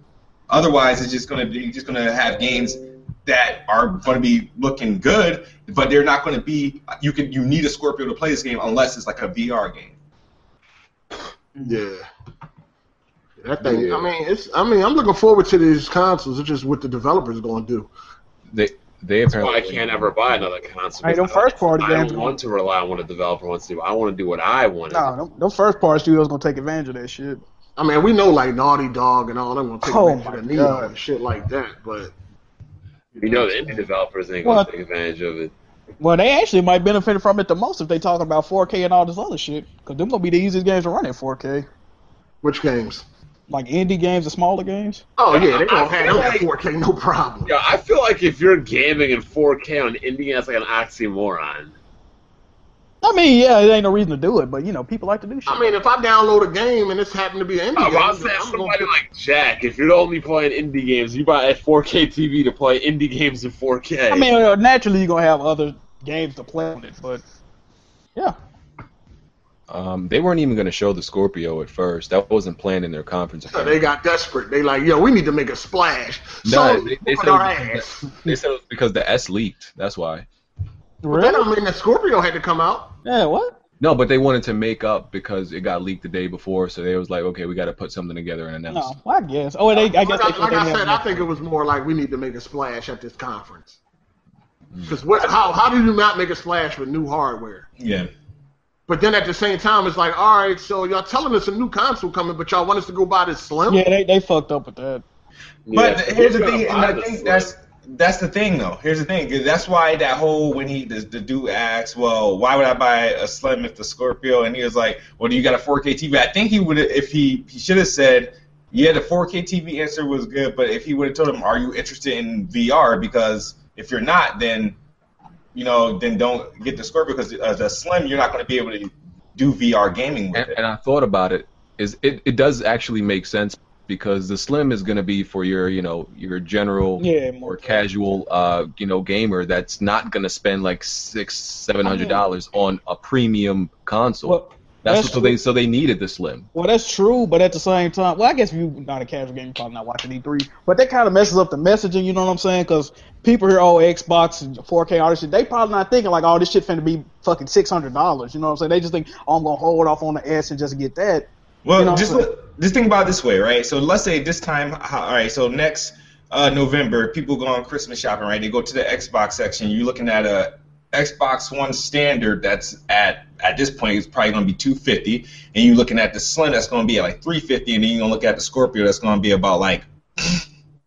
Otherwise, it's just going to be you're just going to have games that are going to be looking good, but they're not going to be you can you need a Scorpio to play this game unless it's like a VR game.
Yeah. That thing. I mean, it's. I mean, I'm looking forward to these consoles. It's just what the developers going to do.
They they
That's
apparently
why I can't ever buy another console.
Hey, them
because I don't-
first party
I
games
don't want to rely on what a developer wants to do. I want to do what I want. to
no, them, them first party studios gonna take advantage of that shit.
I mean, we know like Naughty Dog and all them going to take
Oh
advantage of
my
the Neo
God.
and shit like that, but
do. You know, the indie developers ain't
Well-
gonna take advantage of it.
Well, they actually might benefit from it the most if they talking about 4K and all this other shit, because them gonna be the easiest games to run in 4K,
which games?
like indie games and smaller games.
Oh yeah, they
I
gonna have
feel
them
like-
at 4K, no problem.
Yeah, I feel like if you're gaming in 4K on indie, that's like an oxymoron.
I mean, yeah, it ain't no reason to do it, but you know, people like to do shit.
I mean, if I download a game and it's happened to be an indie
Oh,
game,
I'm saying
I'm gonna
somebody like Jack, if you're only playing indie games, you buy a 4K TV to play indie games in 4K.
I mean, uh, naturally you're gonna have other games to play on it, but yeah,
um, they weren't even going to show the Scorpio at first. That wasn't planned in their conference.
So they got desperate. They like, yo, we need to make a splash.
No,
So
they- they
whooping
said-
our ass.
They said it was because the S leaked. That's why.
That don't mean that Scorpio had to come out.
Yeah, what?
No, but they wanted to make up because it got leaked the day before, so they was like, okay, we got to put something together and announce.
No, well, I guess. Oh, they, I guess
like,
they
I, like I
they
said,
have-
I think it was more like we need to make a splash at this conference.
Mm.
Because what? How how do you not make a splash with new hardware?
Yeah,
But then at the same time, it's like, all right, so y'all telling us a new console coming, but y'all want us to go buy this Slim?
yeah, they, they fucked up with that.
But
Yeah,
here's the
who's gonna
thing, and
buy
I
this
think
one?
that's that's the thing though. Here's the thing. 'cause That's why that whole when he the, the dude asks, well, why would I buy a Slim if the Scorpio? And he was like, well, do you got a 4K TV? I think he would if he he should have said, yeah, the 4K TV answer was good, but if he would have told him, are you interested in VR? Because if you're not, then you know, then don't get the Scorpio because uh, the Slim you're not going to be able to do VR gaming with
And,
it.
and I thought about it. Is it, it does actually make sense because the Slim is going to be for your you know your general
Yeah,
or
more
casual uh you know gamer that's not going to spend like six seven hundred dollars on a premium console.
Well,
that's
that's
what, so
true.
they so they needed the Slim.
Well, that's true, but at the same time, well, I guess if you're not a casual game, you're probably not watching E3. But that kind of messes up the messaging, you know what I'm saying? Because people hear, oh, Xbox and 4K, all this shit. They probably not thinking, like, oh, this shit finna be fucking $600, you know what I'm saying? They just think, oh, I'm going to hold off on the S and just get that.
Well,
You know,
just
so-
look- just think about it this way, right? So let's say this time, h- all right. So next uh, November, people go on Christmas shopping, right? They go to the Xbox section. You're looking at a Xbox One standard that's at at this point it's probably going to be 250, and you're looking at the Slim that's going to be at like 350, and then you're going to look at the Scorpio that's going to be about like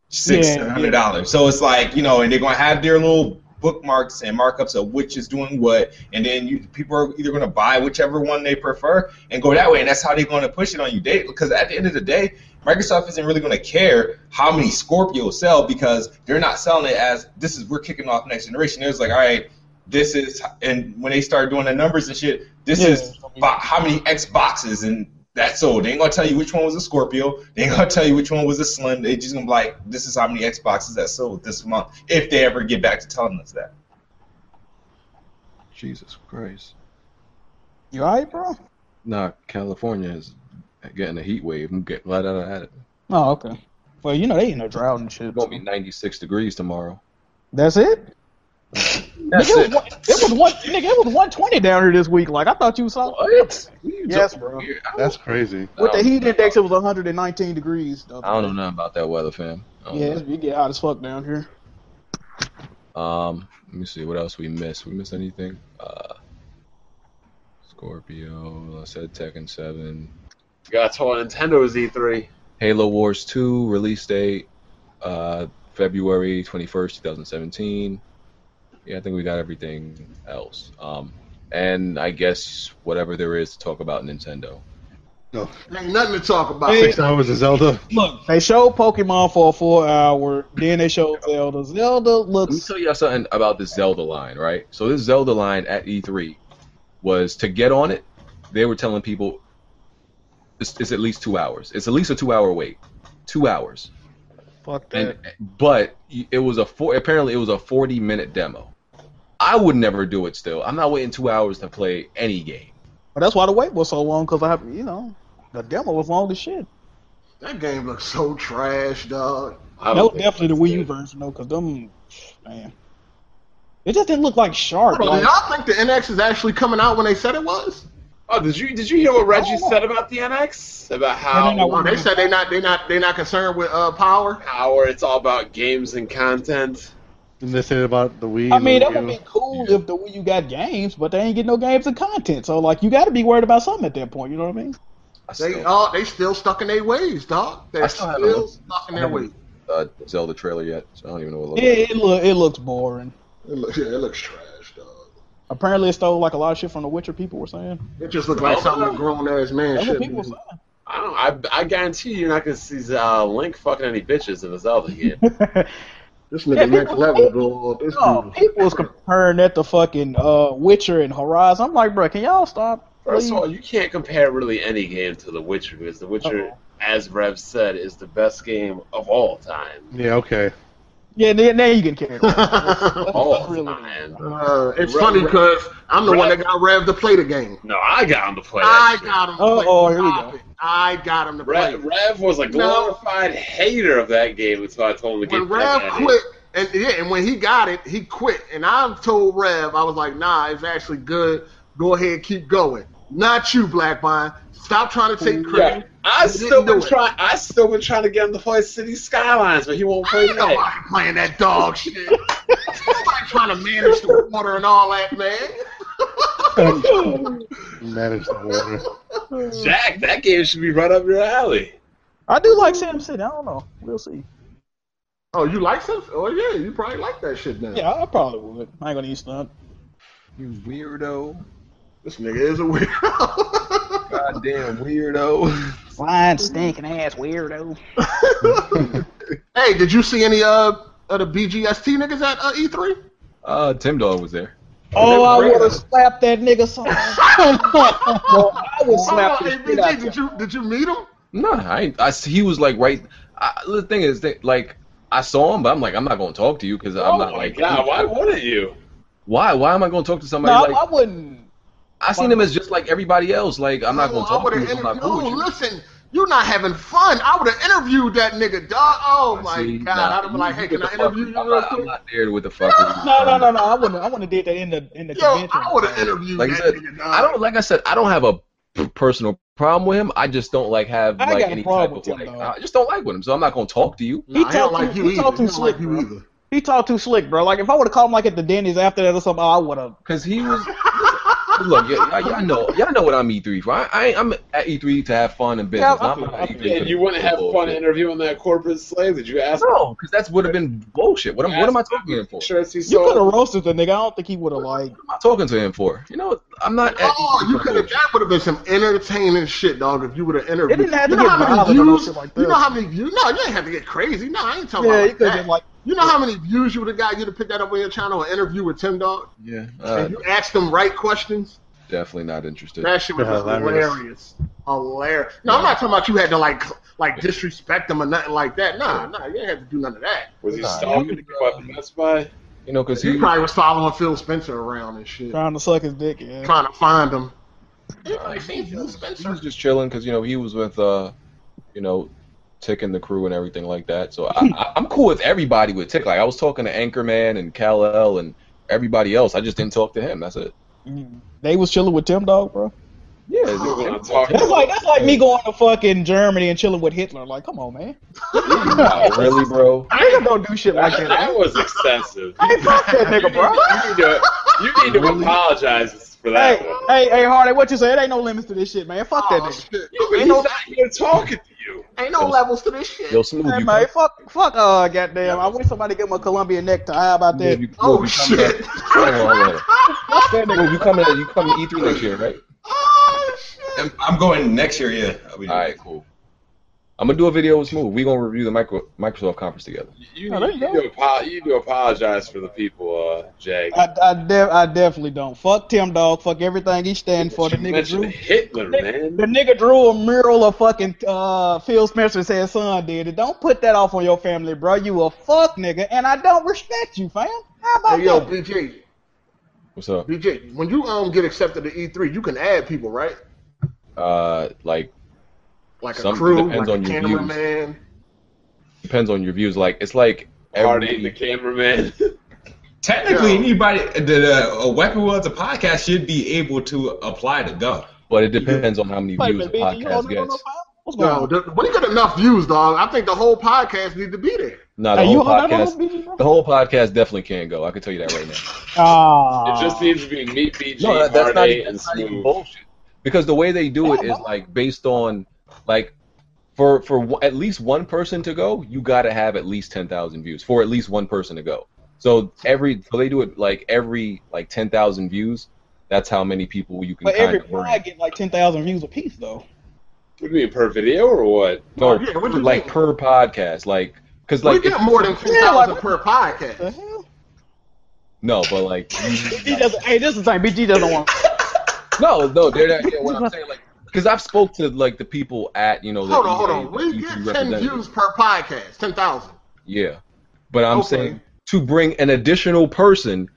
six
Yeah,
seven hundred dollars. So it's like you know, and they're going to have their little bookmarks and markups of which is doing what, and then you, people are either going to buy whichever one they prefer and go that way, and that's how they're going to push it on you. They, because at the end of the day, Microsoft isn't really going to care how many Scorpios sell because they're not selling it as this is we're kicking off next generation. It's like all right, this is, and when they start doing the numbers and shit, this
Yeah.
is fi- how many Xboxes and that's sold. They ain't gonna tell you which one was a Scorpio. They ain't gonna tell you which one was a Slim. They just gonna be like, this is how many Xboxes that sold this month if they ever get back to telling us that.
Jesus Christ.
You alright, bro?
Nah, California is getting a heat wave. I'm getting right out of it.
Oh, okay. Well, you know, they in a drought and shit.
It's gonna be 96 degrees tomorrow.
That's it? Nigga, it, was one, it was one, nigga, it was one twenty down here this week. Like I thought you saw.
What? What are you
Yes,
talking
bro.
about here? I don't-
That's crazy.
With the heat index, it was one hundred and nineteen degrees. the other
I don't
day.
know nothing about that weather, fam. Um, I don't
Yeah, it's, you get hot as fuck down here.
know. Um, let me see what else we missed. We missed anything? Uh, Scorpio. I said Tekken Seven.
Got told Nintendo's E3.
Halo Wars 2 release date uh, February 21st, 2017. Yeah, I think we got everything else. Um, and I guess whatever there is to talk about Nintendo.
Ain't nothing to talk about.
Six hours of Zelda.
Look, they showed Pokemon for a four hour, then they showed Zelda. Zelda
Let me
looks
tell y'all something about this Zelda line, right? So this Zelda line at E3 was to get on it. They were telling people it's, it's at least two hours. It's at least a two-hour wait. Two hours.
fucked
And but it was a four. Apparently, it was a forty-minute demo. I would never do it. Still, I'm not waiting two hours to play any game.
But that's why the wait was so long because I have you know the demo was long as shit.
That game looks so trash, dog.
I
That
don't
was
think
definitely the
it's
Wii U
good.
version though, because them man, it just didn't look like sharp.
Hold on,
Like,
do y'all think the NX is actually coming out when they said it was?
Oh, did you did you hear what Reggie
Oh.
said about the NX? About how
No, no, no.
Oh, they said they not they not they not concerned with uh power.
power it's all about games and content.
And they said about the Wii.
I
and
mean,
the
that would
Wii U.
be cool if the Wii U got games, but they ain't get no games and content. So like, you got to be worried about something at that point. You know what I mean?
I
They
still,
all they still stuck in their ways, dog. They're
I still haven't
still
looked-
stuck in
I
their
haven't-
ways.
uh, Zelda trailer yet, so I don't even know what it looks
Yeah,
like.
it look it looks boring.
It looks, yeah, it looks trash, dog.
Apparently, it stole like a lot of shit from The Witcher. People were saying.
It just looked like something a grown ass man
That's what
should
people were
be.
saying.
I don't. I, I guarantee you, you're not gonna see uh, Link fucking any bitches in the Zelda game.
This
Yeah, Mm-hmm.
nigga
people-
next level, dog. This
No,
dude.
people was comparing that to fucking uh, Witcher and Horizon. I'm like, bro, can y'all stop?
First
Please?
of all, you can't compare really any game to The Witcher because The Witcher, as Rev said, is the best game of all time.
Yeah. Okay.
Yeah, then, then you can carry it.
Oh,
All
Really?
time.
Uh, it's
Rev-
funny
Rev-
because I'm the
Rev-
one that got Rev to play the game.
No, I got him to play.
I
That shit.
got him. to
Oh,
play
oh,
the
here we
topic.
go.
I got him to play.
Rev, Rev was a glorified hater of that game until I told him to
when
get back
Rev
at it.
quit, and yeah, and when he got it, he quit. And I told Rev, I was like, nah, it's actually good. Go ahead, keep going. Not you, Black Vine. Stop trying to take
Yeah,
credit.
I
You
still
didn't
been
do it.
trying. I still been trying to get him to play City Skylines, but he won't play
Ain't nobody
that.
playing that dog shit. Nobody trying to manage the water and all that, man.
Manage the water.
Jack, that game should be right up your alley.
I do like Sam City. I don't know. We'll see.
Oh, you like some? Oh yeah, you probably like that shit now.
Yeah, I probably would. I ain't gonna eat stunt.
You weirdo,
This nigga is a weirdo.
goddamn weirdo.
Flying, stinking ass weirdo.
hey, did you see any uh of the BGST niggas at uh, E3?
Uh, Tim Dog was there.
Oh, I
Remember-
would have slapped that nigga so Well, I would slap
Hold
the
on,
shit
ABG,
out
did
of
you did you meet him?
No, I, ain't- I he was like right. I, the thing is that like I saw him, but I'm like I'm not gonna talk to you because
Oh
I'm not
my
like
god, why wouldn't you?
why why am I gonna talk to
No,
somebody
I,
like
I wouldn't.
I seen him as just like everybody else. Like I'm not
No,
gonna
Oh, I
talk to
would've
you. if
inter-
I'm not cool with
no,
you.
listen, you're not having fun. I would have interviewed that nigga, dog. Oh
I
my
see.
god,
Nah,
I'd have been like,
you
hey,
get
can
the
I
fuck-
interview you
I'm
real
not, I'm
quick?
not there with the fucker.
No, no, no, no. I wouldn't. I wouldn't have did that in the in the
Yo,
convention.
I would have interviewed
Like I
that
said,
nigga, dog.
I don't like I said. I don't have a p- personal problem with him. I just don't like have
I
like
got a
any type
problem with
of
him,
like.
though.
I just don't like with him, so I'm not gonna talk to you.
Nah, he, don't
talked
like
too-
you
he
either.
talked too
he don't like
slick,
you
bro.
either.
He talked too slick, bro. Like if I would have called him like at the Denny's after that or something, I would have.
Cause he was. look, y- y- y'all know, y'all know what I'm E3 for. I, I, I'm at E3 to have fun and business.
I
I'm
feel-
not
I
at E3
feel-
for
And
the
you wouldn't have
bullshit.
fun interviewing that corporate slave? Did you ask?
No, because that's would have been bullshit. What am, what am I talking to him for?
Shirts he
You could
sold.
have roasted the nigga. I don't think he would have like.
What am I talking to him for? You know, I'm not. At
Oh,
E3
you
for
could have.
bullshit.
That would have been some entertaining shit, dog. If you would have interviewed.
It didn't have to
you know
get
how
violent
many
or no
views?
shit like
you
that.
know how many views? No, you ain't have to get crazy. No, I ain't talking
yeah,
about
you
like
could have
that.
been like.
You know how many views you would have got? You'd have picked that up on your channel, an interview with Tim Dog,
Yeah, uh,
and you asked them right questions.
definitely not interested.
That shit was just
Hilarious.
hilarious. Hilarious. No, I'm not talking about you had to like cl- like disrespect them or nothing like that. Nah, nah, you didn't have to do none of that.
Was he
Nah,
stalking
you-
to get by Best Buy?
You know, because
He
he.
probably was following Phil Spencer around and shit,
Trying to suck his dick, yeah.
trying to find him. He
Nah,
probably seen Phil
uh, he
Spencer.
was just chilling because you know he was with uh you know tick and the crew and everything like that so I, I, i'm cool with everybody with tick like i was talking to anchorman and cal and everybody else. I just didn't talk to him. That's it.
They was chilling with Tim Dog, bro.
Yeah,
We're gonna talk
That's
about-
like that's like me going to fucking Germany and chilling with Hitler. Like, come on, man.
Wow, really, bro.
I don't do shit like
that,
that.
that was excessive.
I ain't fuck that nigga, bro.
You need to, you need to apologize for that
Hey,
one.
hey, hey, Hardy, what you say? It ain't no limits to this shit, man. Fuck that
Aw,
nigga.
shit.
Yeah, but he's not here talking to you.
Ain't no
Yo,
levels to this shit.
Yo, smooth.
Hey,
you
man,
come-
fuck, fuck, uh, goddamn. I wish somebody give him a Colombian necktie. How about
Smooth,
that?
you-
oh,
Smooth, you come
shit.
back. Hold on, hold on. Smooth, you coming? You coming to E three next year, right?
oh, shit.
I'm, I'm going next year. Yeah. I'll be
All right, cool. I'm gonna do a video with Smooth. We gonna review the micro, Microsoft conference together.
You, you, need to apo- you need to apologize for the people, uh, Jag.
I, I, de- I definitely don't. Fuck Tim Dog. Fuck everything he stand for. The
You
nigga
mentioned
drew.
Hitler, man.
The nigga drew a mural of fucking uh, Phil Spencer's said son did it. Don't put that off on your family, bro. You a fuck nigga, and I don't respect you, fam. How about
Hey, yo,
that?
BJ,
What's up?
BJ, when you um get accepted to E3, you can add people, right?
Uh, like
Like a
Some-
crew, like
depends
a
on your views.
cameraman.
depends on your views. Like it's like
Party in the
every
cameraman.
Technically,
Yo.
anybody that uh, a weapon was a podcast should be able to apply to go.
but it depends on how many
Wait a
views the
minute, BG, you
podcast
holding on no
gets.
file? What's going
No,
on?
the, we got enough views, dog. I think the whole podcast need to be there.
No, the
Hey, you
whole
holding on
podcast.
no BG, bro?
The whole podcast definitely can't go. I can tell you that right now.
Ah.
it just needs to be me, BG,
No, that, that's not,
Hardy,
even,
and
that's not even
Smooth.
bullshit. Because the way they do it
Yeah,
is
why?
like based on like for for w- at least one person to go, you got to have at least ten thousand views for at least one person to go. So every so they do it like every like ten thousand views. That's how many people you can
But
kind
every
of bring.
pod get like ten thousand views a piece, though.
What do you mean, per video or what?
No,
Oh, Yeah, what you
like
mean?
per podcast, like because like
we get
if-
more than ten
Yeah,
thousand
like-
per podcast.
The hell?
no, but like
BG doesn't. Hey, this is the thing. BG doesn't want.
no, no, they're not. Yeah, what I'm saying, like because I've spoke to like the people at you know the E
Hold on, hold
EA,
on.
the
We
E3
get ten
representatives.
views per podcast, ten thousand.
Yeah, but I'm
Okay.
saying to bring an additional person,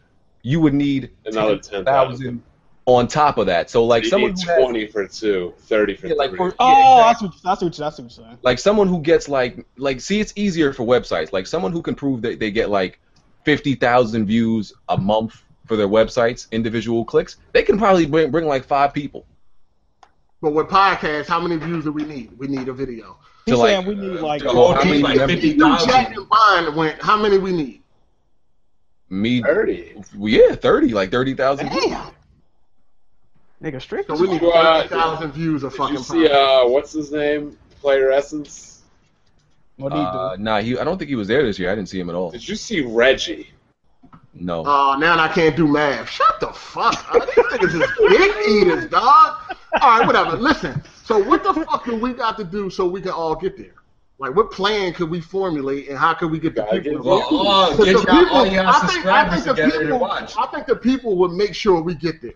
you would need
Another 10,000.
thousand on top of that. So like
you
someone
need
who has,
20 for two, 30 for
yeah, like
three.
for,
Oh,
yeah,
I
exactly.
see what I see what you- I see what you're saying.
like someone who gets like like see, it's easier for websites. Like someone who can prove that they get like fifty thousand views a month for their websites, individual clicks, they can probably bring bring like five people.
But with podcasts, how many views do we need? We need a video.
He's
like,
saying we need like.
The whole
how
team
many
like
members?
fifty
You, Jack,
thousand.
and Bond went. How many we need?
Me,
30.
yeah, thirty, like thirty thousand.
Damn. Nigga, strict.
So
as
we need
You, uh,
thirty thousand views of
Did
fucking
you see,
podcast.
uh, what's his name? Player Essence?
What do you do?
Uh, nah, he. I don't think he was there this year. I didn't see him at all.
Did you see Reggie?
No.
Oh, now I can't do math. Shut the fuck up. These niggas is big eaters, dog. All right, whatever. Listen. So what the fuck do we got to do so we can all get there? Like, what plan could we formulate, and how could we get the
Gotta
people?
get
involved?
votes.
Oh,
But the
get y'all, all
people-
y'all
I think- I
subscribers
think the
together to
people-
watch.
I think the people would make sure we get there.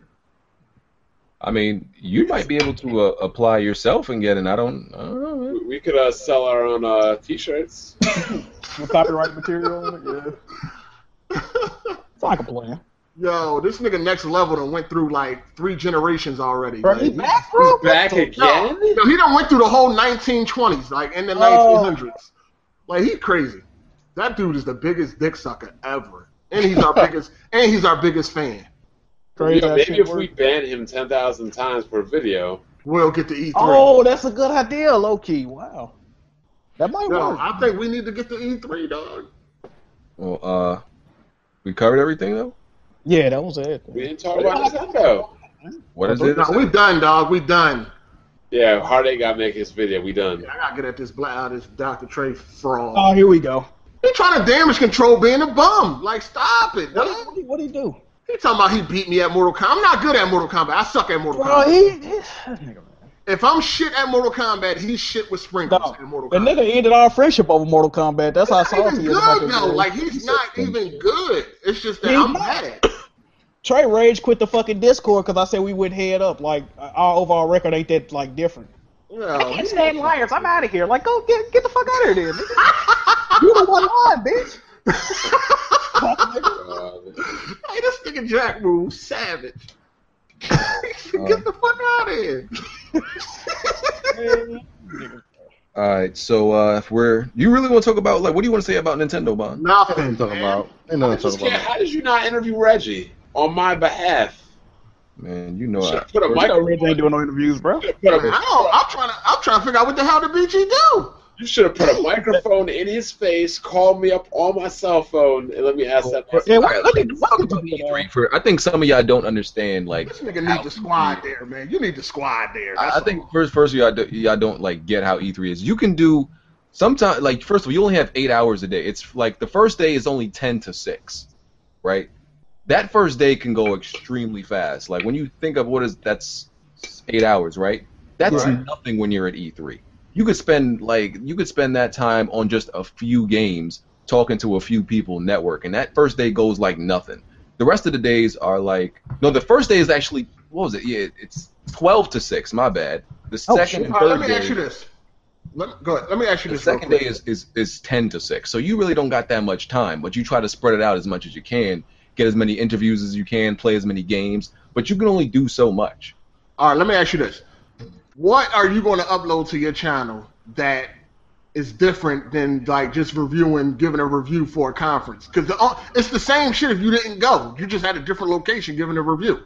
I mean, you might be able to uh, apply yourself and get in. I don't, I don't know, man.
We- We could uh, sell our own uh, t-shirts.
With copyright material on it, yeah. It's like a plan.
Yo, this nigga next level done went through like three generations already.
Bro,
like,
he back, bro?
Back
yo,
again?
yo, he done went through the whole 1920s, like in the
Oh.
1900s. Like he crazy. That dude is the biggest dick sucker ever, and he's our biggest, and he's our biggest fan.
Crazy
Yeah,
ass
maybe
shit
if
work.
we ban him 10,000 times per video.
We'll get E to E3.
Oh, that's a good idea, low key. Wow. That might
yo,
work.
I think we need to get to E3, dog.
Well, uh, we covered everything though.
yeah, that was it.
We didn't talk about Nintendo.
What is it?
No, we done, dog. We done.
Yeah, Hardy got to make his video. We done.
Yeah, I gotta get at this black, uh, this Dr. Trey fraud.
Oh, here we go.
He trying to damage control being a bum. Like, stop it.
What
dog.
do you, what do, you do?
He talking about he beat me at Mortal Kombat. I'm not good at Mortal Kombat. I suck at Mortal
Bro,
Kombat.
he, he- that nigga, man.
if I'm shit at Mortal Kombat, he's shit with sprinkles
Dog,
at Mortal
The
Kombat.
nigga ended our friendship over Mortal Kombat. That's how
He's not
salty
even
he is about
good
this
though.
game.
Like he's not even good. It's just that
He's
I'm
not.
mad.
Trey Rage quit the fucking Discord because I said we went head up. Like our overall record ain't that like different.
Yo,
Can't stand liars. I'm out of here. Like, go get get the fuck out of here, nigga. you the one lying, bitch. Fuck, nigga.
Uh,
hey, this nigga Jack Move savage.
Uh,
Get the fuck out of here.
All right, so uh, if we're you really want to talk about like what do you want to say about Nintendo, Bond?
Nothing.
Ain't talking
man.
about. Ain't nothing to
Just
talk about.
can't- how did you not interview Reggie on my behalf?
Man, you know
Should
I,
have put a
You know
microphone.
Ridge ain't doing no interviews, bro.
Put
I
a,
don't, I'm trying to. I'm trying to figure out what the hell the BG do.
you should have put a microphone in his face, called me up on my cell phone, and let me ask that.
Yeah,
question.
wait, let me talk about E3 for. I think some of y'all don't understand. Like,
This nigga needs the squad there, man. You need the squad there.
I, I
That's
think
all.
first, first of y'all, do, y'all don't like get how E3 is. You can do sometimes. Like, first of all, you only have eight hours a day. It's like the first day is only ten to six, right? That first day can go extremely fast. Like when you think of what is that's eight hours, right? That's
Right.
nothing when you're at E3. You could spend like you could spend that time on just a few games, talking to a few people, network, and that first day goes like nothing. The rest of the days are like no. The first day is actually what was it? Yeah, it's twelve to six. My bad. The
Oh,
second
shit.
and
All right, let
third
me ask you
day.
this. Let me, go ahead. Let me ask you
The
this. real
second day
quick.
is, is is ten to six. So you really don't got that much time, but you try to spread it out as much as you can, get as many interviews as you can, play as many games, but you can only do so much.
All right, let me ask you this. What are you going to upload to your channel that is different than like just reviewing, giving a review for a conference? Because it's the same shit if you didn't go. You just had a different location giving a review.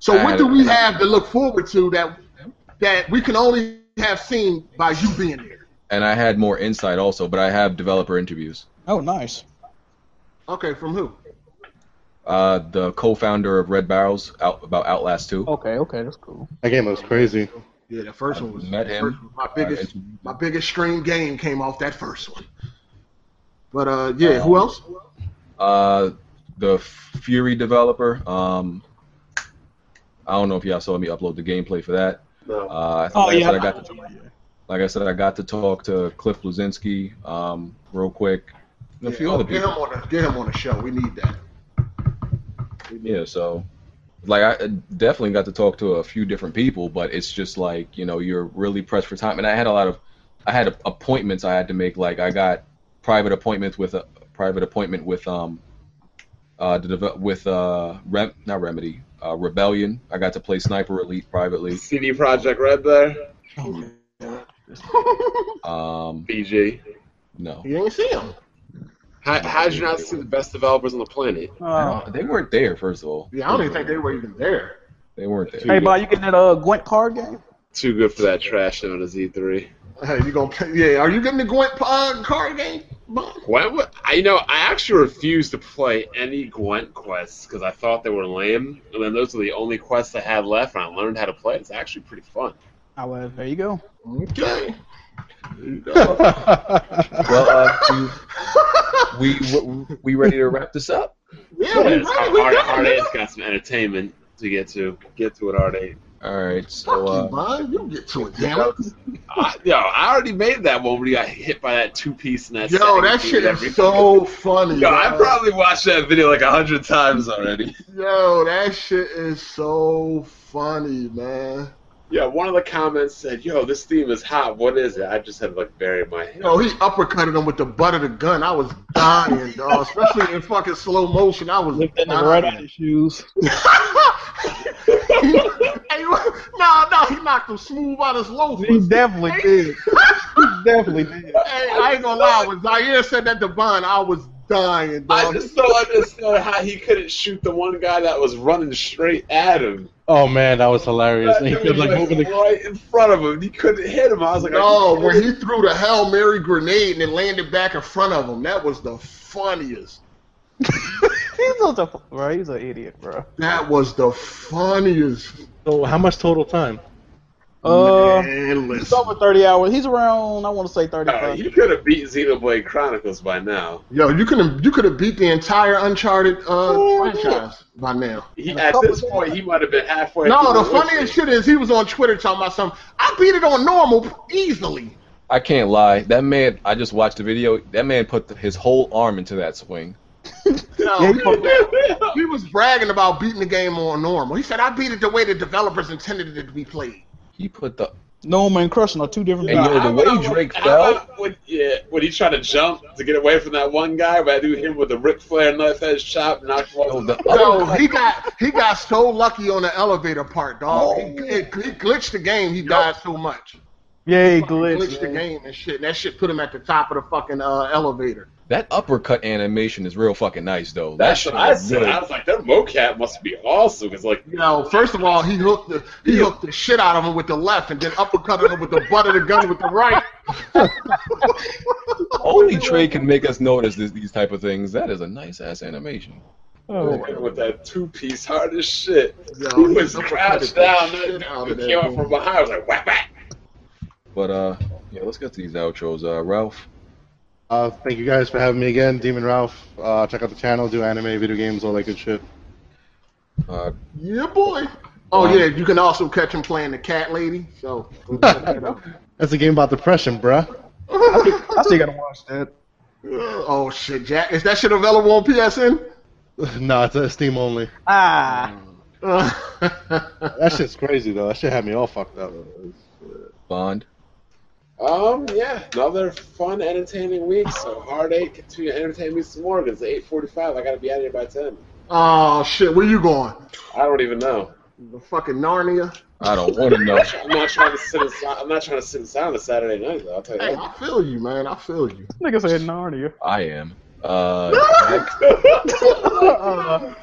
So
I
what do
don't
we
know.
have to look forward to that that we can only have seen by you being there?
And I had more insight also, but I have developer interviews.
Oh, nice.
Okay, from who?
Uh, the co-founder of Red Barrels out about Outlast 2.
Okay, okay, that's cool.
That game was crazy.
Yeah, the first one was
Met
the
him.
first one. my
Uh,
biggest
interview-
my biggest stream game came off that first one. But uh, yeah, who
Um,
else?
Uh, the Fury developer. Um, I don't know if y'all saw me upload the gameplay for that.
No.
Uh,
Oh,
like I
yeah.
said, I got to, like I said, I got to talk to Cliff Blazinski um, real quick. And a few
Yeah, oh,
other
get
people.
him on the get him on the show. We need that.
Yeah, so like I definitely got to talk to a few different people, but it's just like you know you're really pressed for time, and I had a lot of I had appointments I had to make. Like I got private appointments with a private appointment with um uh the deve- with uh Rem not remedy uh rebellion. I got to play sniper elite privately.
CD Project Red there.
Um
BG.
no,
You ain't see him.
How how'd you not see the best developers on the planet?
Uh,
they weren't there. First of all,
Yeah, I don't even think they were even there.
they weren't there.
hey, Bob, you getting that uh, Gwent card game?
Too good for that trash known as E3.
Hey, you gonna play? Yeah, are you getting the Gwent uh, card game? Bun?
Gwent, wa- I you know I actually refused to play any Gwent quests because I thought they were lame, and then those were the only quests I had left, and I learned how to play. It's actually pretty fun.
Oh, well, there you go.
Okay.
Well, uh, we, we we ready to wrap this up.
Yeah, we
Yes,
ready. We
Art, Art
got it.
has got some entertainment to get to. Get to it, Art Eight.
All right,
Fuck
so
you,
uh,
Bun. You get to it, damn it.
I, yo, I already made that one when you got hit by that two piece and that.
Yo,
sagging
that
dude
shit
every-
is so funny.
Yo, I
bro.
probably watched that video like a hundred times already.
Yo, that shit is so funny, man.
Yeah, one of the comments said, "Yo, this theme is hot. What is it?" I just had like buried my head.
Yo, he uppercutted him with the butt of the gun. I was dying, dog. Especially in fucking slow motion. I was
Lift that
dying.
nigga right out of his shoes.
hey, no, no, he knocked him smooth out his loafers.
He definitely did. He definitely did.
Hey, I ain't gonna lie. When Zaire said that to Bun, I was dying,
I
dog.
just don't understand how he couldn't shoot the one guy that was running straight at him.
Oh man, that was hilarious.
That
And he
dude
kept like
was
moving the
right in front of him. He couldn't hit him. I was like,
no, when he threw the Hail Mary grenade and it landed back in front of him, that was the funniest.
He's such a bro. He's an idiot, bro.
That was the funniest.
So how much total time?
Uh,
Man,
he's
listen.
over thirty hours. He's around. I want to say
"All right,
thirty-five.
Oh, you could have beat Xenoblade Chronicles by now.
Yo, you could have you could have beat the entire Uncharted uh, franchise by now.
He, at this point, he might have been halfway.
No,
through
the
Witcher.
funniest shit is he was on Twitter talking about something. I beat it on normal easily.
I can't lie. That man, I just watched the video. That man put the, his whole arm into that swing.
No,
Yeah,
he,
he
was, he was bragging about beating the game on normal. He said, "I beat it the way the developers intended it to be played."
He put the
Norman and Crushing are two different.
Hey,
guys.
yo, the
How
way
about-
Drake
how
fell-
about When, yeah, when he tried to jump to get away from that one guy, but I do him with a Ric Flair knife edge chop, knocked him
oh,
off.
the
So
uppercut.
he got he got
Oh.
so lucky on the elevator part, dog. He, it, he glitched the game. He died so much.
Yay,
Glitched
glitch.
the
man.
game and shit. And that shit put him at the top of the fucking uh, elevator.
That uppercut animation is real fucking nice though. That
That's
shit
what I
is
said.
good.
I was like, that mocap must be awesome. It's like,
You know, first of all, he hooked the he hooked the shit out of him with the left, and then uppercutted him with the butt of the gun with the right.
Only Trey can make us notice this, these type of things. That is a nice ass animation.
with that two piece hard as shit.
Yo,
He was
uppercutted
crouched
the
down.
shit
That
out
dude
of
came
that
up from
dude.
behind. I was like, whack, whack.
But uh, yeah, let's get to these outros. Uh, Ralph,
Uh, thank you guys for having me again, Demon Ralph. Uh, check out the channel, do anime, video games, all that good shit.
uh,
Yeah, boy. Oh yeah, you can also catch him playing the cat lady. So go check that out.
That's a game about depression, bruh.
I still gotta watch that.
Oh shit, Jack, is that shit available on PSN?
nah, it's uh, Steam only.
Ah,
Uh,
That shit's crazy though. That shit had me all fucked up.
Bond.
Um, yeah, another fun, entertaining week. So hard eight, continue to entertain me some more. 'cause It's eight forty-five. I gotta be out of here by ten.
oh shit, where you going?
I don't even know.
The fucking Narnia.
I don't want to know.
I'm not trying to sit. In, si- I'm not trying to sit in silence Saturday night. Though I'll tell you
Hey, I feel you, man. I feel you.
nigga said Narnia.
I am. Uh,
Uh,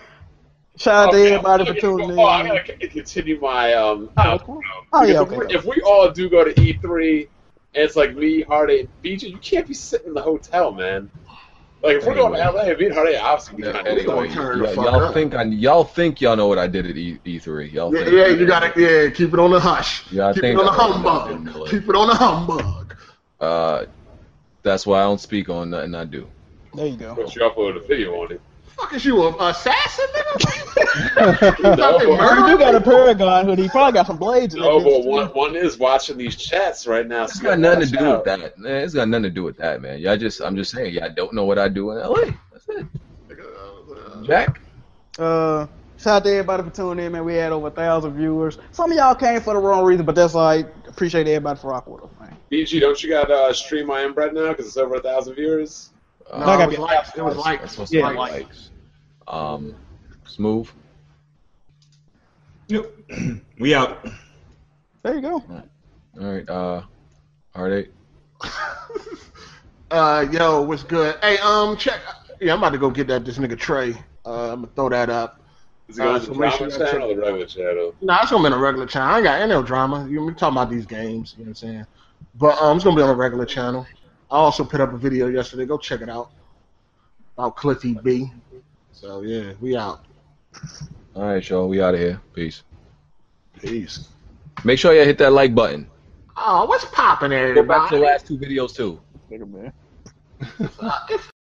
shout out to everybody for tuning in.
Oh, I'm gonna continue my um.
Oh,
outro.
cool. Oh,
Because
yeah,
if,
okay.
we, if we all do go to E3, and it's like me, Hard eight, BJ, you can't be sitting in the hotel, man. Like if we're going to LA, me and Hard eight, obviously we
yeah,
can't.
anyway,
Don't turn the
y-
fuck
y'all
up.
think I, y'all think y'all know what I did at E- E3. Y'all
Yeah,
think,
yeah, you gotta yeah, keep it on the hush.
Yeah, I
keep
think
it on the
I know what I did in
humbug.
LA.
Keep it on the humbug.
Uh, that's why I don't speak on nothing I do.
There you go.
But you upload a video on it.
Fuck is you a assassin, nigga? you
No,
out there
but-
He do
murdering
got a
people?
Paragon hoodie. He probably got some blades in that
No,
bitch,
but
too.
one, one is watching these chats right now.
It's
so
got nothing to
watch
do
out.
with that. Man, it's got nothing to do with that, man. Y'all just, I'm just saying, y'all don't know what I do in LA. That's it. Jack,
Uh, shout out to everybody for tuning in, man. We had over a thousand viewers. Some of y'all came for the wrong reason, but that's all right. Appreciate everybody for rocking with us, man.
BG, don't you got uh, stream I am bread now because it's over a thousand viewers?
No,
I
uh, it
gotta
was
be-
likes. It was
Um, That's
likes.
supposed to
Yeah,
be
likes.
likes. Um, smooth.
Yep. we out.
There you go.
All right. Uh, all right.
Uh, yo, what's good? Hey, um, check. Yeah, I'm about to go get that this nigga Trey. Uh, I'm gonna throw that up.
Is it going
Uh,
to
so
the
make sure
drama
you check-
channel or the regular channel?
Nah, it's gonna be on a regular channel. I ain't got any no drama. You we talking about these games? You know what I'm saying? But um, it's gonna be on a regular channel. I also put up a video yesterday. Go check it out about Cliffy B. So yeah, we out.
All right, y'all. We out of here. Peace.
Peace.
Make sure you hit that like button.
Oh, what's popping,
Go back to the
everybody?
last two videos too.
Fuck, it's